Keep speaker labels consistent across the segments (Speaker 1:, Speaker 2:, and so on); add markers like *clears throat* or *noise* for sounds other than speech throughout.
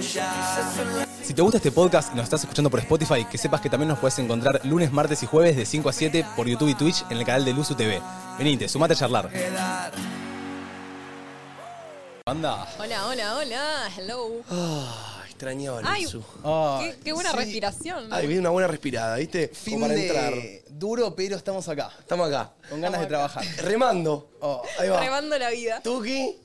Speaker 1: Si te gusta este podcast y nos estás escuchando por Spotify, que sepas que también nos puedes encontrar lunes, martes y jueves de 5 a 7 por YouTube y Twitch en el canal de Luzu TV. Venite, sumate a charlar. Banda.
Speaker 2: Hola, hola, hola. Hello.
Speaker 3: Ah, extrañaba
Speaker 2: Ay,
Speaker 3: Luzu.
Speaker 2: qué, qué buena respiración.
Speaker 3: Ay, vi una buena respirada, ¿viste? Como para entrar.
Speaker 1: duro, pero estamos acá,
Speaker 3: Estamos acá.
Speaker 1: con ganas de Oh, trabajar.
Speaker 3: Remando. Ahí va.
Speaker 2: Remando la vida.
Speaker 3: Tuki.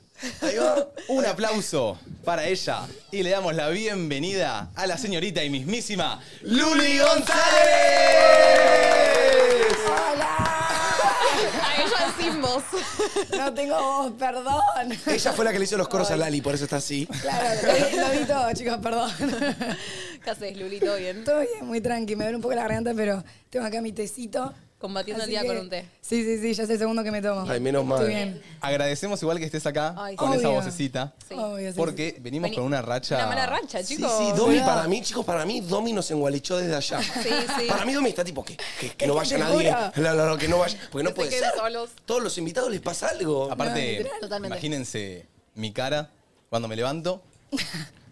Speaker 3: Ahí va.
Speaker 1: Un aplauso para ella y le damos la bienvenida a la señorita y mismísima Luli González.
Speaker 2: Ay, ella sin voz.
Speaker 4: *laughs* No tengo voz, perdón.
Speaker 3: Ella fue la que le hizo los coros a Lali, por eso está así.
Speaker 4: Claro,
Speaker 3: *laughs*
Speaker 4: lo vi, lo vi todo, chicos, perdón.
Speaker 2: *laughs* ¿Qué haces, Luli? ¿Todo bien?
Speaker 4: Todo bien, muy tranqui, me duele un poco la garganta, pero tengo acá mi tecito.
Speaker 2: Combatiendo el
Speaker 4: Así
Speaker 2: día
Speaker 4: que-
Speaker 2: con un té.
Speaker 4: Sí, sí, sí, ya es el segundo que me tomo.
Speaker 3: Ay, menos mal.
Speaker 4: Estoy bien.
Speaker 1: Agradecemos igual que estés acá
Speaker 2: Ay,
Speaker 1: con
Speaker 4: sí.
Speaker 1: esa
Speaker 4: Obvio.
Speaker 1: vocecita.
Speaker 2: Sí.
Speaker 4: Obvio, sí, sí.
Speaker 1: Porque venimos
Speaker 2: Vení-
Speaker 1: con una racha.
Speaker 2: una mala racha, chicos.
Speaker 3: Sí,
Speaker 4: Oh,
Speaker 3: sí, Domi para mí, chicos, para mí Domi nos engualichó desde allá.
Speaker 2: Sí, sí.
Speaker 3: Para mí Domi está tipo que, que, que no
Speaker 4: que
Speaker 3: vaya
Speaker 4: te
Speaker 3: nadie.
Speaker 4: juro.
Speaker 3: No, no, no, que no vaya. Porque no
Speaker 2: se
Speaker 3: puede
Speaker 2: queden
Speaker 3: ser.
Speaker 2: solos.
Speaker 3: Todos los invitados les pasa algo.
Speaker 1: Aparte,
Speaker 2: Totalmente.
Speaker 1: imagínense mi cara cuando me levanto.
Speaker 4: *laughs*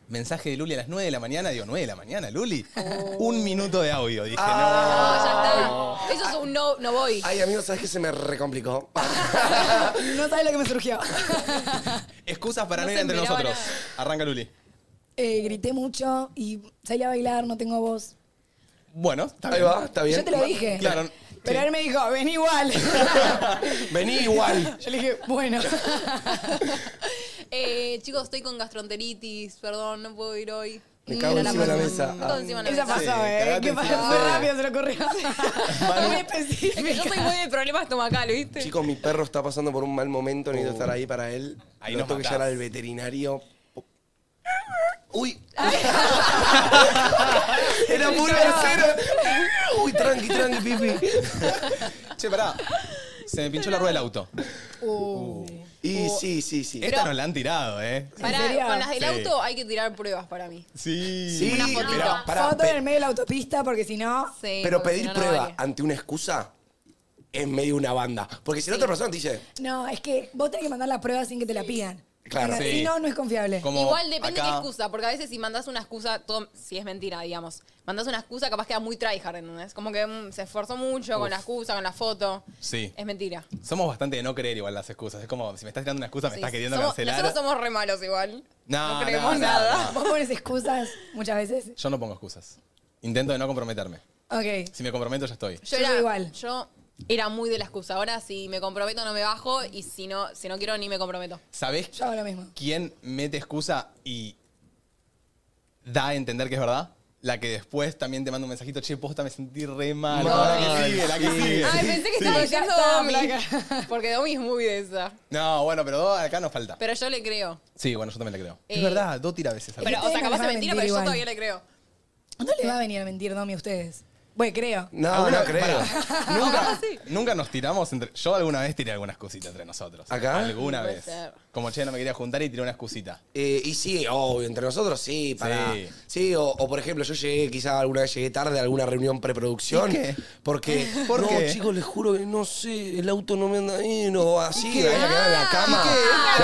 Speaker 1: Mensaje de Luli a las 9 de la mañana. Digo, 9 de la mañana, Luli.
Speaker 4: Oh.
Speaker 1: Un minuto de audio. Dije,
Speaker 2: No,
Speaker 3: Ah.
Speaker 2: ya está. Eso es un no, no voy.
Speaker 3: Ay, amigo, ¿sabes qué se me recomplicó?
Speaker 4: *laughs* No sabes lo que me surgió.
Speaker 1: no. Excusas para
Speaker 2: No
Speaker 1: no, ir
Speaker 2: se
Speaker 1: entre
Speaker 2: miraba
Speaker 1: nosotros. Arranca, Luli.
Speaker 4: Eh, grité mucho y salí a bailar, no tengo voz.
Speaker 1: Bueno, está
Speaker 3: Ahí
Speaker 1: bien.
Speaker 3: va, está bien.
Speaker 4: Yo te lo dije.
Speaker 1: Claro.
Speaker 4: Pero
Speaker 1: Sí.
Speaker 4: él me dijo, ven igual. *laughs*
Speaker 3: Vení igual.
Speaker 4: Yo le dije, bueno.
Speaker 2: Eh, chicos, estoy con gastroenteritis. Perdón, no puedo ir hoy.
Speaker 3: Me cago encima de la mesa.
Speaker 2: Me cago encima de la
Speaker 4: Esa
Speaker 2: mesa.
Speaker 1: Sí,
Speaker 4: pasó, ¿eh?
Speaker 1: cagate
Speaker 4: Que
Speaker 1: encima.
Speaker 4: pasó muy rápido, se lo ocurrió. Muy
Speaker 2: Es que yo soy
Speaker 4: específica.
Speaker 2: muy de problemas estomacales, ¿viste?
Speaker 3: Chicos, mi perro está pasando por un mal momento, necesito estar ahí para él.
Speaker 1: Oh. Ahí
Speaker 3: Ahí no
Speaker 1: nos
Speaker 3: tengo que
Speaker 1: matás.
Speaker 3: llegar al veterinario. Uy. Era puro cero. Uy, tranqui, tranqui, pipi.
Speaker 1: Che, pará. Se me pinchó la rueda del auto.
Speaker 2: Uh,
Speaker 3: Y sí, sí, sí.
Speaker 1: Esta nos la han tirado, ¿eh?
Speaker 2: Pará,
Speaker 4: ¿En serio?
Speaker 2: con las del
Speaker 1: Sí.
Speaker 2: auto hay que tirar pruebas para mí.
Speaker 1: Sí.
Speaker 3: Sí,
Speaker 2: Una fotito.
Speaker 3: pero, pará,
Speaker 4: Foto
Speaker 3: pe-
Speaker 4: en el medio de la autopista, porque si no.
Speaker 2: Sí,
Speaker 3: pero
Speaker 2: porque si
Speaker 3: pedir
Speaker 2: no, no
Speaker 3: prueba
Speaker 2: vale.
Speaker 3: ante una excusa es medio una banda. Porque si la otra persona te dice,
Speaker 4: No, es que vos tenés que mandar las pruebas sin que te la pidan.
Speaker 3: Claro.
Speaker 4: Porque
Speaker 1: Sí.
Speaker 4: Si no, no es confiable.
Speaker 1: Como
Speaker 2: Igual depende de qué
Speaker 1: acá.
Speaker 2: excusa, porque a veces si mandas una excusa, todo, si es mentira, digamos, mandas una excusa, capaz queda muy tryhard, ¿entendés? Como que mm, se esforzó mucho con la excusa, con la foto.
Speaker 1: Sí.
Speaker 2: Es mentira.
Speaker 1: Somos bastante de no creer igual las excusas. Es como, si me estás tirando una excusa, me
Speaker 2: Sí,
Speaker 1: estás
Speaker 2: sí.
Speaker 1: queriendo
Speaker 2: Somos-
Speaker 1: cancelar.
Speaker 2: Nosotros somos re malos igual. No,
Speaker 1: No,
Speaker 2: creemos
Speaker 1: no, no,
Speaker 2: nada.
Speaker 4: Vos pones excusas muchas veces.
Speaker 1: Yo no pongo excusas. Intento de no comprometerme.
Speaker 4: Ok.
Speaker 1: Si me comprometo, ya estoy.
Speaker 2: Yo
Speaker 4: Yo
Speaker 2: era
Speaker 4: soy igual.
Speaker 2: Yo era muy de la excusa. Ahora si me comprometo no me bajo y si no, si no quiero ni me comprometo.
Speaker 1: ¿Sabés
Speaker 4: Yo hago lo mismo.
Speaker 1: quién mete excusa y da a entender que es verdad? La que después también te manda un mensajito, che, posta, me sentí re mal.
Speaker 3: Mal.
Speaker 1: La que sigue, la que sigue.
Speaker 2: Ay, pensé que estaba diciendo
Speaker 4: Ya
Speaker 2: Domi. *laughs* Porque Domi es muy de esa.
Speaker 1: No, bueno, pero acá nos falta.
Speaker 2: Pero yo le creo.
Speaker 1: Sí, bueno, yo también le creo.
Speaker 2: Eh,
Speaker 1: es verdad, dos tira a veces.
Speaker 2: Pero, o
Speaker 4: ustedes
Speaker 2: sea,
Speaker 4: no
Speaker 2: capaz
Speaker 4: les
Speaker 2: es
Speaker 4: van a mentir
Speaker 2: mentira, pero yo
Speaker 4: igual.
Speaker 2: todavía le creo.
Speaker 4: ¿No le va a venir a mentir Domi a ustedes? Bueno,
Speaker 5: *laughs*
Speaker 4: creo.
Speaker 3: no,
Speaker 1: ¿Alguna-
Speaker 3: no creo.
Speaker 4: *laughs*
Speaker 1: pará, nunca, nunca nos tiramos entre. Yo alguna vez tiré alguna excusita entre nosotros.
Speaker 3: ¿Acá?
Speaker 1: Alguna
Speaker 2: Puede
Speaker 1: vez.
Speaker 2: ser.
Speaker 1: Como che, no me quería juntar y tiré una excusita.
Speaker 3: Eh, y sí, obvio, entre nosotros sí, para.
Speaker 1: Sí.
Speaker 3: Sí, o, o por ejemplo, yo llegué, quizás alguna vez llegué tarde a alguna reunión preproducción.
Speaker 1: ¿Y qué?
Speaker 3: Porque.
Speaker 1: ¿Por
Speaker 3: no,
Speaker 1: qué?
Speaker 3: chicos, les juro que no sé, el auto no me anda bien, o así, me voy a quedar en la cama. Me voy a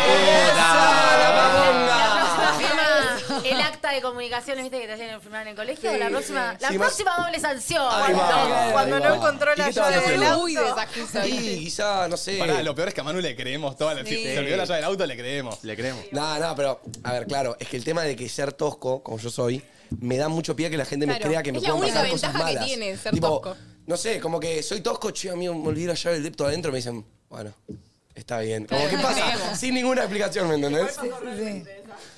Speaker 3: quedar en la cama.
Speaker 6: La firma del- El acta de comunicaciones, viste, que te hacían firmar en el colegio. la próxima, la
Speaker 3: Sí, más-
Speaker 6: próxima doble sanción.
Speaker 3: Ahí
Speaker 6: cuando
Speaker 3: va,
Speaker 6: cuando
Speaker 3: ahí
Speaker 6: no
Speaker 3: va.
Speaker 6: encontró
Speaker 3: ¿Y
Speaker 6: la
Speaker 3: qué estabas
Speaker 6: llave del
Speaker 3: haciendo?
Speaker 6: auto.
Speaker 2: Muy de esa excusa.
Speaker 3: Y quizá, no sé.
Speaker 1: Pará, lo peor es que a Manu le creemos toda la. Si se olvidó la llave del auto, le creemos.
Speaker 7: Le creemos.
Speaker 3: No, no, pero, a ver, claro, es que el tema de que ser tosco, como yo soy, me da mucho pie a que la gente
Speaker 2: Claro,
Speaker 3: me crea que me
Speaker 2: es la
Speaker 3: pueden
Speaker 2: única
Speaker 3: pasar cosas
Speaker 2: ventaja que
Speaker 3: malas.
Speaker 2: tiene ser
Speaker 3: Tipo,
Speaker 2: tosco.
Speaker 3: No sé, como que soy tosco, che, amigo, me olvidé la llave del depto adentro, me dicen, bueno, está bien. Como,
Speaker 2: Claro,
Speaker 3: ¿qué
Speaker 2: te
Speaker 3: pasa?
Speaker 2: creemos.
Speaker 3: Sin ninguna explicación, ¿me entendés?
Speaker 4: Sí.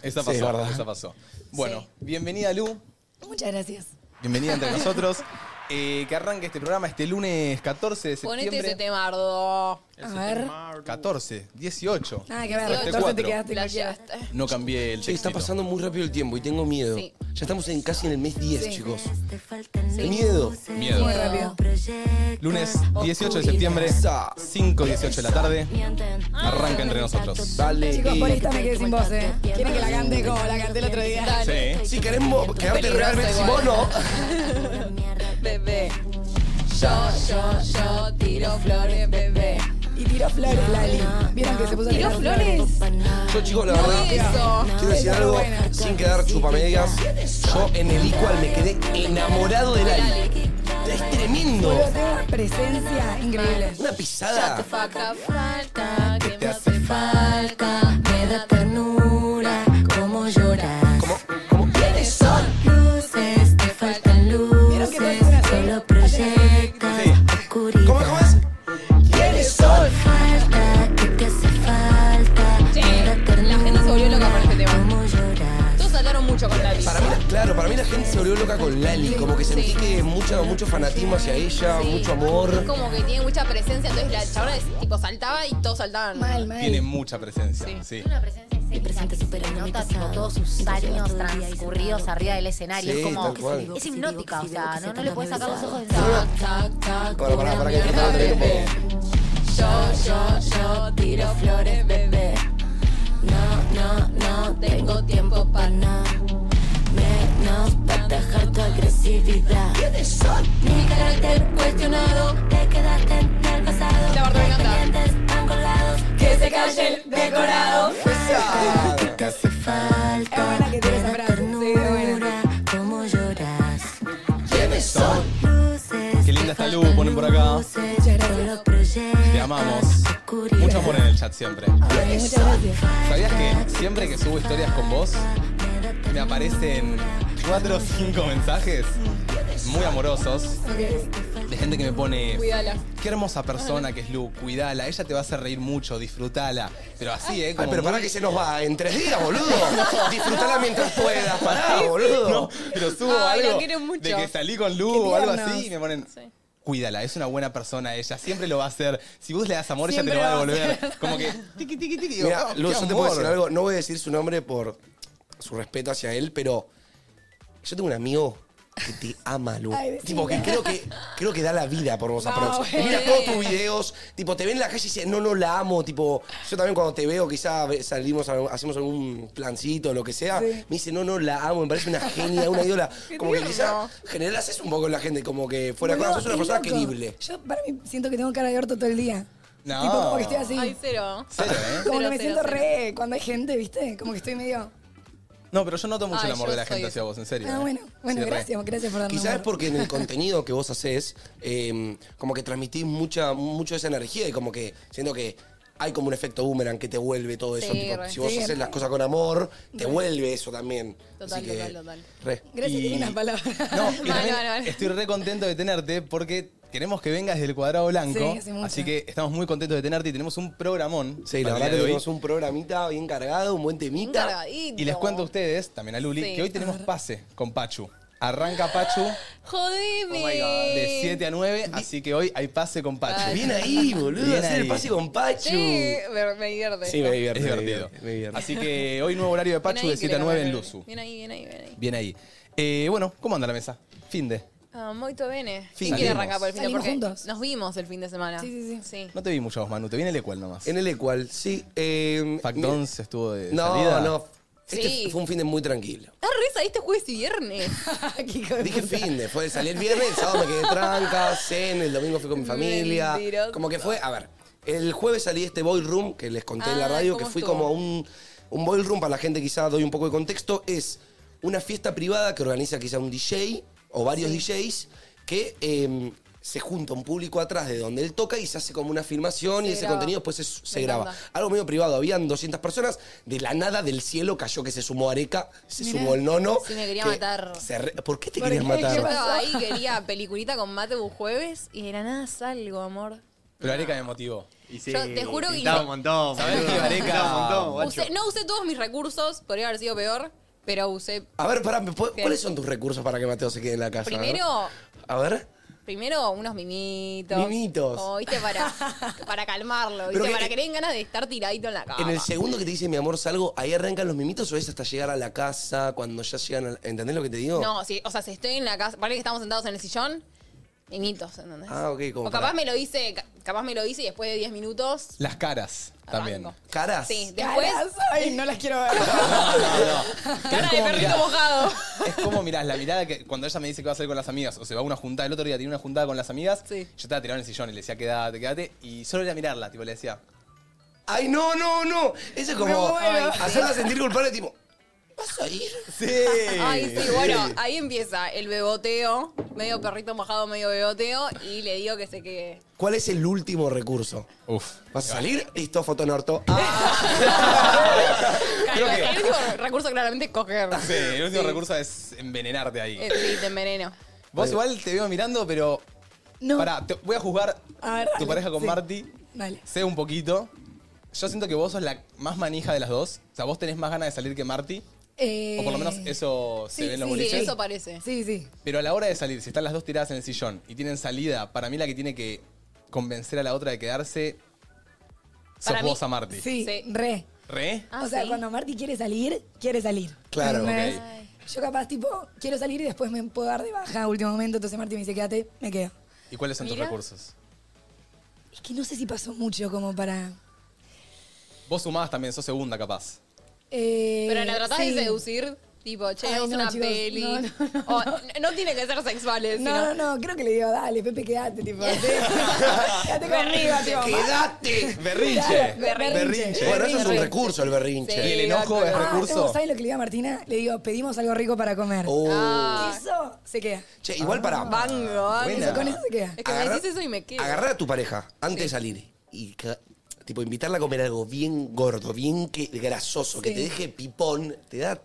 Speaker 1: Esa
Speaker 3: Sí, es
Speaker 1: pasó,
Speaker 3: verdad.
Speaker 1: esa pasó. Bueno, bienvenida Lu,
Speaker 4: Muchas gracias.
Speaker 1: bienvenida entre nosotros. *laughs* Eh, que arranque este programa este lunes 14 de septiembre.
Speaker 2: Ponete ese tema, Ardo.
Speaker 4: A ver.
Speaker 1: 14, 18.
Speaker 4: Nada que ver.
Speaker 2: Este
Speaker 4: 14 te
Speaker 1: cuatro.
Speaker 4: quedaste en cualquiera.
Speaker 2: Flasheaste.
Speaker 1: No cambié el
Speaker 3: Che,
Speaker 1: texto.
Speaker 3: está pasando muy rápido el tiempo y tengo miedo.
Speaker 2: Sí.
Speaker 3: Ya estamos en casi en el mes 10,
Speaker 4: Sí.
Speaker 3: chicos.
Speaker 5: Sí.
Speaker 3: Miedo.
Speaker 1: Miedo.
Speaker 4: Muy rápido.
Speaker 1: Lunes 18 de septiembre, 5, 18 de la tarde.
Speaker 5: Arranca entre nosotros.
Speaker 3: Dale.
Speaker 4: Chicos,
Speaker 1: eh,
Speaker 3: y-
Speaker 4: por esta me quedé sin voz, ¿eh? Quieren que la cante como la canté el otro día.
Speaker 1: Sí.
Speaker 3: Si queremos quedarte
Speaker 2: Peligroso
Speaker 3: realmente, si vos
Speaker 2: igual.
Speaker 3: no.
Speaker 2: Bebé. Yo, yo, yo tiro flores, bebé.
Speaker 4: Y tiró flores, Lali. ¿Vieron que se puso a
Speaker 2: ¿Tiró
Speaker 4: tirar
Speaker 2: flores?
Speaker 3: Yo pasó, chicos, la
Speaker 2: No
Speaker 3: verdad.
Speaker 2: eso.
Speaker 3: Quiero decir
Speaker 4: Está
Speaker 3: algo
Speaker 4: buena.
Speaker 3: sin quedar chupamedias. Yo en el Equal me quedé enamorado del Ali. Es tremendo.
Speaker 4: Boludo, tengo una presencia increíble.
Speaker 3: Una pisada.
Speaker 2: Faca.
Speaker 5: falta, que me hace falta, me da ternura, como lloras.
Speaker 3: Como, como,
Speaker 5: Son luces, te faltan luces, solo proyectas oscuridad.
Speaker 3: ¿Cómo, cómo es?
Speaker 5: Falta, que te hace falta,
Speaker 2: Sí,
Speaker 5: me da
Speaker 2: la gente se volvió loca
Speaker 5: ternura,
Speaker 2: con este tema.
Speaker 5: como lloras.
Speaker 2: Todos hablaron mucho con Lali.
Speaker 3: Para mí, claro, para mí la gente se volvió loca con Lali. Como que sentí que mucha, mucho fanatismo hacia ella,
Speaker 2: Sí.
Speaker 3: mucho amor.
Speaker 2: Como que tiene mucha presencia, entonces la chabona es, tipo saltaba y todos saltaban.
Speaker 4: Mal, mal.
Speaker 1: Tiene mucha presencia. Sí.
Speaker 6: Tiene una presencia escénica
Speaker 5: presente
Speaker 6: que se
Speaker 5: superando mi
Speaker 6: nota, tipo,
Speaker 5: pasado.
Speaker 6: todos sus
Speaker 5: Entonces,
Speaker 6: años
Speaker 5: todo el día ahí
Speaker 6: transcurridos
Speaker 5: sentado.
Speaker 6: arriba del escenario.
Speaker 3: Sí,
Speaker 6: es como.
Speaker 3: tal cual.
Speaker 6: Es hipnótica, o sea, no, no le puedes sacar los ojos de
Speaker 5: Tac,
Speaker 6: encima.
Speaker 5: tac, tac,
Speaker 3: Para, para, para que
Speaker 5: una
Speaker 3: para que-
Speaker 5: mierda, Yo, yo, yo tiro flores, bebé. No, no, no tengo tiempo para nada. Menos para dejar tu agresividad. Mi carácter cuestionado, te quedaste en el pasado.
Speaker 2: La verdad me encanta.
Speaker 5: Pendientes tan colgados, que se calle el decorado. Te hace
Speaker 4: Es
Speaker 5: falta,
Speaker 4: buena que tiene
Speaker 5: te
Speaker 4: esa
Speaker 5: da
Speaker 4: frase, sí, es
Speaker 5: ternura, como lloras.
Speaker 3: ¿Quiénes son?
Speaker 5: Luces,
Speaker 1: Qué linda
Speaker 5: te
Speaker 1: esta Lu,
Speaker 5: faltan
Speaker 1: ponen por acá.
Speaker 5: luces, solo proyectas
Speaker 1: Te amamos.
Speaker 5: oscuridad.
Speaker 1: Mucho amor en el chat siempre.
Speaker 4: Ay, muchas gracias.
Speaker 1: ¿Sabías que siempre que subo historias con vos, me aparecen cuatro o cinco mensajes muy amorosos de gente que me pone.
Speaker 2: Cuídala.
Speaker 1: Qué hermosa persona que es Lu, cuidala, ella te va a hacer reír mucho, disfrutala. Pero así, ¿eh?
Speaker 3: Ay,
Speaker 1: Como
Speaker 3: pero
Speaker 1: muy-
Speaker 3: pará que se nos va en tres
Speaker 1: *laughs*
Speaker 3: días, boludo. Disfrutala mientras puedas, pará,
Speaker 1: No,
Speaker 3: boludo.
Speaker 1: pero subo
Speaker 2: Ay, la
Speaker 1: algo
Speaker 2: quiero mucho.
Speaker 1: de que salí con Lu o algo
Speaker 4: tiernos.
Speaker 1: así y me ponen. Cuídala, es una buena persona ella, siempre lo va a hacer. Si vos le das amor,
Speaker 2: Siempre
Speaker 1: ella te lo va a
Speaker 2: lo va a
Speaker 1: devolver. Como
Speaker 3: *laughs*
Speaker 1: que tiqui, tiqui, tiqui. digo,
Speaker 3: Mira,
Speaker 1: oh,
Speaker 3: Luz,
Speaker 1: qué
Speaker 3: yo te puedo
Speaker 1: amor.
Speaker 3: decir algo. No voy a decir su nombre por su respeto hacia él, pero yo tengo un amigo que te ama, Lu.
Speaker 4: Ay, decime.
Speaker 3: tipo, que creo, que creo que da la vida por vos,
Speaker 4: No,
Speaker 3: aprox.
Speaker 4: bueno.
Speaker 3: Mira todos tus videos, tipo, te ven en la calle y dice, no, no, la amo. Tipo, yo también cuando te veo, quizá ve- salimos, a- hacemos algún plancito, lo que sea, me dice, no, no, la amo, me parece una genia, una
Speaker 4: *laughs*
Speaker 3: ídola. Como que quizá generas eso un poco en la gente, como que fuera de
Speaker 4: Boludo,
Speaker 3: cosas, sos una
Speaker 4: es
Speaker 3: persona
Speaker 4: loco.
Speaker 3: querible.
Speaker 4: Yo para mí siento que tengo cara de orto todo el día.
Speaker 1: No.
Speaker 4: Tipo como que estoy así.
Speaker 2: Ay, cero.
Speaker 1: Cero, ¿eh?
Speaker 4: como que
Speaker 2: cero,
Speaker 4: me
Speaker 2: cero,
Speaker 4: siento
Speaker 2: cero.
Speaker 4: re cuando hay gente, ¿viste? Como que estoy medio.
Speaker 1: No, pero yo noto mucho
Speaker 2: Ay,
Speaker 1: el amor
Speaker 2: yo
Speaker 1: de la
Speaker 2: soy
Speaker 1: gente
Speaker 2: eso.
Speaker 1: hacia vos, en serio.
Speaker 4: Ah,
Speaker 1: ¿eh?
Speaker 4: bueno. Bueno,
Speaker 1: Sí, re.
Speaker 4: gracias, gracias por darnos.
Speaker 3: Quizás es
Speaker 4: amor. *laughs*
Speaker 3: porque en el contenido que vos haces, eh, como que transmitís mucha, mucho esa energía y como que siento que hay como un efecto boomerang que te vuelve todo eso.
Speaker 2: Sí,
Speaker 3: tipo,
Speaker 2: re.
Speaker 3: si vos
Speaker 4: Sí,
Speaker 3: haces
Speaker 4: re.
Speaker 3: las cosas con amor, te vuelve eso también.
Speaker 2: Total,
Speaker 3: Así que,
Speaker 2: total, total.
Speaker 3: re.
Speaker 4: Gracias,
Speaker 1: Y-
Speaker 4: tiene unas *laughs*
Speaker 3: *laughs*
Speaker 4: palabras.
Speaker 1: No, y
Speaker 2: Mal,
Speaker 1: también
Speaker 2: mal, mal.
Speaker 1: estoy re contento de tenerte porque queremos que vengas del cuadrado blanco.
Speaker 4: Sí, hace mucho.
Speaker 1: así que estamos muy contentos de tenerte y tenemos un programón.
Speaker 3: Sí, la
Speaker 1: para el
Speaker 3: verdad que
Speaker 1: día de hoy.
Speaker 3: tenemos un programita bien cargado, un buen temita.
Speaker 2: Encargadito.
Speaker 1: Y les cuento a ustedes, también a Luli,
Speaker 2: Sí.
Speaker 1: que
Speaker 2: *laughs*
Speaker 1: hoy tenemos pase con Pachu. Arranca Pachu
Speaker 2: Jodeme.
Speaker 1: Oh
Speaker 3: Oh
Speaker 1: de 7 a 9, así que hoy hay pase con Pachu.
Speaker 3: Bien ahí, boludo,
Speaker 1: Bien
Speaker 3: hacer el
Speaker 1: ahí.
Speaker 3: pase con Pachu.
Speaker 2: Sí, me, me divierte.
Speaker 3: Sí, me
Speaker 2: Bien
Speaker 3: divierte.
Speaker 1: es divertido.
Speaker 3: Me divierte.
Speaker 1: Así que hoy nuevo horario de Pachu
Speaker 2: ahí,
Speaker 1: de 7 a
Speaker 2: creo,
Speaker 1: 9 en
Speaker 2: creo.
Speaker 1: Luzu.
Speaker 2: Bien ahí, bien ahí, bien ahí.
Speaker 1: Bien ahí. Eh, bueno, ¿cómo anda la mesa? Fin de.
Speaker 2: Ah, Moito Bene.
Speaker 1: Fin,
Speaker 2: ¿Quién quiere
Speaker 1: salimos.
Speaker 2: arrancar por el fin de
Speaker 4: Salimos
Speaker 2: Porque
Speaker 4: juntos.
Speaker 2: Nos vimos el fin de semana.
Speaker 4: Sí, sí, sí.
Speaker 1: No te vi mucho a vos, Manu, te viene el ecual nomás.
Speaker 3: En el cual, sí. Eh,
Speaker 1: Fact
Speaker 3: mira-
Speaker 1: 11 estuvo de
Speaker 3: No,
Speaker 1: salida.
Speaker 3: no. Este
Speaker 2: Sí.
Speaker 3: fue un fin de muy tranquilo.
Speaker 2: Ah, reza, este jueves y
Speaker 4: *laughs*
Speaker 2: viernes.
Speaker 4: Qué hijo de
Speaker 3: Dije
Speaker 4: puta.
Speaker 3: fin de, fue salí el viernes, el sábado me quedé tranca, cena, el domingo fui con mi familia.
Speaker 2: Mentiroso.
Speaker 3: Como que fue, a ver, el jueves salí de este boy room que les conté en la
Speaker 2: Ah,
Speaker 3: radio, que
Speaker 2: ¿cómo
Speaker 3: fui
Speaker 2: estuvo?
Speaker 3: como a un, un boy room, para la gente quizá doy un poco de contexto, es una fiesta privada que organiza quizá un DJ o varios DJs que eh, se junta un público atrás de donde él toca y se hace como una filmación y
Speaker 2: Se
Speaker 3: ese
Speaker 2: graba.
Speaker 3: contenido después se, se
Speaker 2: Me
Speaker 3: graba.
Speaker 2: encanta.
Speaker 3: Algo medio privado, habían 200 personas, de la nada del cielo cayó que se sumó Areca, se sumó el nono.
Speaker 2: Sí, me quería
Speaker 3: que
Speaker 2: matar.
Speaker 3: se re- ¿Por qué te
Speaker 4: ¿Por
Speaker 3: querías
Speaker 4: qué?
Speaker 3: matar?
Speaker 4: ¿Qué
Speaker 2: Yo
Speaker 4: pasó?
Speaker 2: estaba ahí, quería peliculita con Mate un jueves y de la nada salgo, amor.
Speaker 1: Pero Areca me motivó.
Speaker 7: Y sí,
Speaker 2: Yo te juro que-
Speaker 7: pintaba un montón.
Speaker 1: ¿Sabés
Speaker 7: boludo,
Speaker 1: qué, Areca?
Speaker 7: pintaba un montón, guacho.
Speaker 2: Usé- no usé todos mis recursos, podría haber sido peor, pero usé.
Speaker 3: A ver, pará, ¿me puede-
Speaker 2: ¿Qué?
Speaker 3: ¿cuáles son tus recursos para que Mateo se quede en la casa?
Speaker 2: Primero,
Speaker 3: A ver. A ver.
Speaker 2: primero unos mimitos.
Speaker 3: Mimitos.
Speaker 2: Como, viste,
Speaker 4: *laughs*
Speaker 2: para, para calmarlo,
Speaker 3: Pero
Speaker 2: viste,
Speaker 3: que-
Speaker 2: para que le den ganas de estar tiradito en la cama.
Speaker 3: En el segundo que te dice mi amor salgo, ahí arrancan los mimitos o es hasta llegar a la casa, cuando ya llegan al- ¿Entendés lo que te digo?
Speaker 2: No, sí, o sea, si estoy en la casa, parece que estamos sentados en el sillón, mimitos, ¿entendés?
Speaker 3: Ah, ok, como
Speaker 2: O capaz
Speaker 3: para-
Speaker 2: me lo hice, ca- capaz me lo hice y después de 10 minutos.
Speaker 1: Las caras también.
Speaker 2: arranco.
Speaker 3: ¿Caras?
Speaker 2: Sí, después.
Speaker 4: Caras, ay, no las quiero ver. *laughs*
Speaker 1: Pero es
Speaker 2: Cara de
Speaker 1: como
Speaker 2: perrito
Speaker 1: mirar-
Speaker 2: mojado.
Speaker 1: Es como mirás la mirada que cuando ella me dice que va a salir con las amigas o se va a una juntada. El otro día tenía una juntada con las amigas.
Speaker 2: Sí.
Speaker 1: Yo estaba tirado en el sillón y le decía quédate, quédate. Y solo era mirarla, tipo le decía.
Speaker 3: Ay, no, no, no. Eso es como
Speaker 4: muero.
Speaker 3: hacerla sentir culpable, tipo, ¿vas a ir?
Speaker 1: Sí.
Speaker 2: *laughs* Ay, sí, bueno, ahí empieza el beboteo, medio perrito mojado, medio beboteo, y le digo que se
Speaker 1: *laughs*
Speaker 2: quede.
Speaker 3: ¿Cuál es el último recurso?
Speaker 1: Uf.
Speaker 3: ¿Vas a salir? Listo, foto en orto.
Speaker 1: Creo que-
Speaker 2: El último recurso claramente es coger.
Speaker 1: Sí, el último recurso es envenenarte ahí.
Speaker 2: Eh, sí, te enveneno.
Speaker 1: Vos igual te veo mirando, pero.
Speaker 4: No.
Speaker 1: Pará, te- voy a juzgar
Speaker 4: A ver,
Speaker 1: tu
Speaker 4: dale,
Speaker 1: pareja con
Speaker 4: sí.
Speaker 1: Marty.
Speaker 4: Dale.
Speaker 1: Sé un poquito. Yo siento que vos sos la más manija de las dos. O sea, vos tenés más ganas de salir que Marty.
Speaker 4: Eh,
Speaker 1: O por lo menos eso se
Speaker 4: sí,
Speaker 1: ve en los
Speaker 4: sí,
Speaker 2: Sí,
Speaker 1: boliches.
Speaker 2: eso parece.
Speaker 4: Sí, sí.
Speaker 1: Pero a la hora de salir, si están las dos tiradas en el sillón y tienen salida, para mí la que tiene que convencer a la otra de quedarse sos
Speaker 2: Para mí,
Speaker 1: vos a Marty.
Speaker 4: Sí,
Speaker 2: Sí.
Speaker 4: re.
Speaker 1: ¿Re?
Speaker 2: Ah,
Speaker 4: o sea,
Speaker 2: ¿sí?
Speaker 4: cuando Marty quiere salir, quiere salir.
Speaker 3: Claro,
Speaker 4: ¿Entendés?
Speaker 1: ok.
Speaker 4: Yo capaz, tipo, quiero salir y después me puedo dar de baja a último momento, entonces Marty me dice, quédate, me quedo.
Speaker 1: ¿Y cuáles son tus
Speaker 2: Mira.
Speaker 1: recursos?
Speaker 4: Es que no sé si pasó mucho como para...
Speaker 1: Vos sumabas también, sos segunda capaz.
Speaker 4: eh,
Speaker 2: Pero la tratás
Speaker 4: sí.
Speaker 2: de seducir, tipo, che,
Speaker 4: Ay,
Speaker 2: vamos a
Speaker 4: no,
Speaker 2: una
Speaker 4: chicos,
Speaker 2: peli.
Speaker 4: no, no, no,
Speaker 2: O, n- no tiene que ser sexuales,
Speaker 4: No,
Speaker 2: sino-
Speaker 4: no, no, creo que le digo, dale, Pepe, quédate,
Speaker 2: *laughs*
Speaker 4: tipo. quédate conmigo, tipo.
Speaker 3: ¡Quédate!
Speaker 1: ¡Berrinche!
Speaker 4: Claro, berrinche.
Speaker 3: Bueno, eso es un
Speaker 2: Berrinche.
Speaker 3: recurso, el
Speaker 1: ¿Y
Speaker 3: berrinche.
Speaker 1: el enojo
Speaker 2: Sí,
Speaker 1: es
Speaker 2: ah,
Speaker 4: Ah,
Speaker 1: recurso?
Speaker 4: ¿tengo- ¿Saben lo que le digo a Martina? Le digo, pedimos algo rico para comer.
Speaker 3: Oh.
Speaker 2: Ah,
Speaker 4: Eso se queda.
Speaker 3: Che, igual para
Speaker 2: bango,
Speaker 1: Buena.
Speaker 4: Ah, Eso,
Speaker 2: bango.
Speaker 4: con eso se queda.
Speaker 2: Es que me
Speaker 3: agarrar-
Speaker 2: decís eso y me quedo.
Speaker 3: agarrar a tu pareja antes de salir y ca- tipo invitarla a comer algo bien gordo, bien que, grasoso, que te deje pipón, te da...
Speaker 2: Te da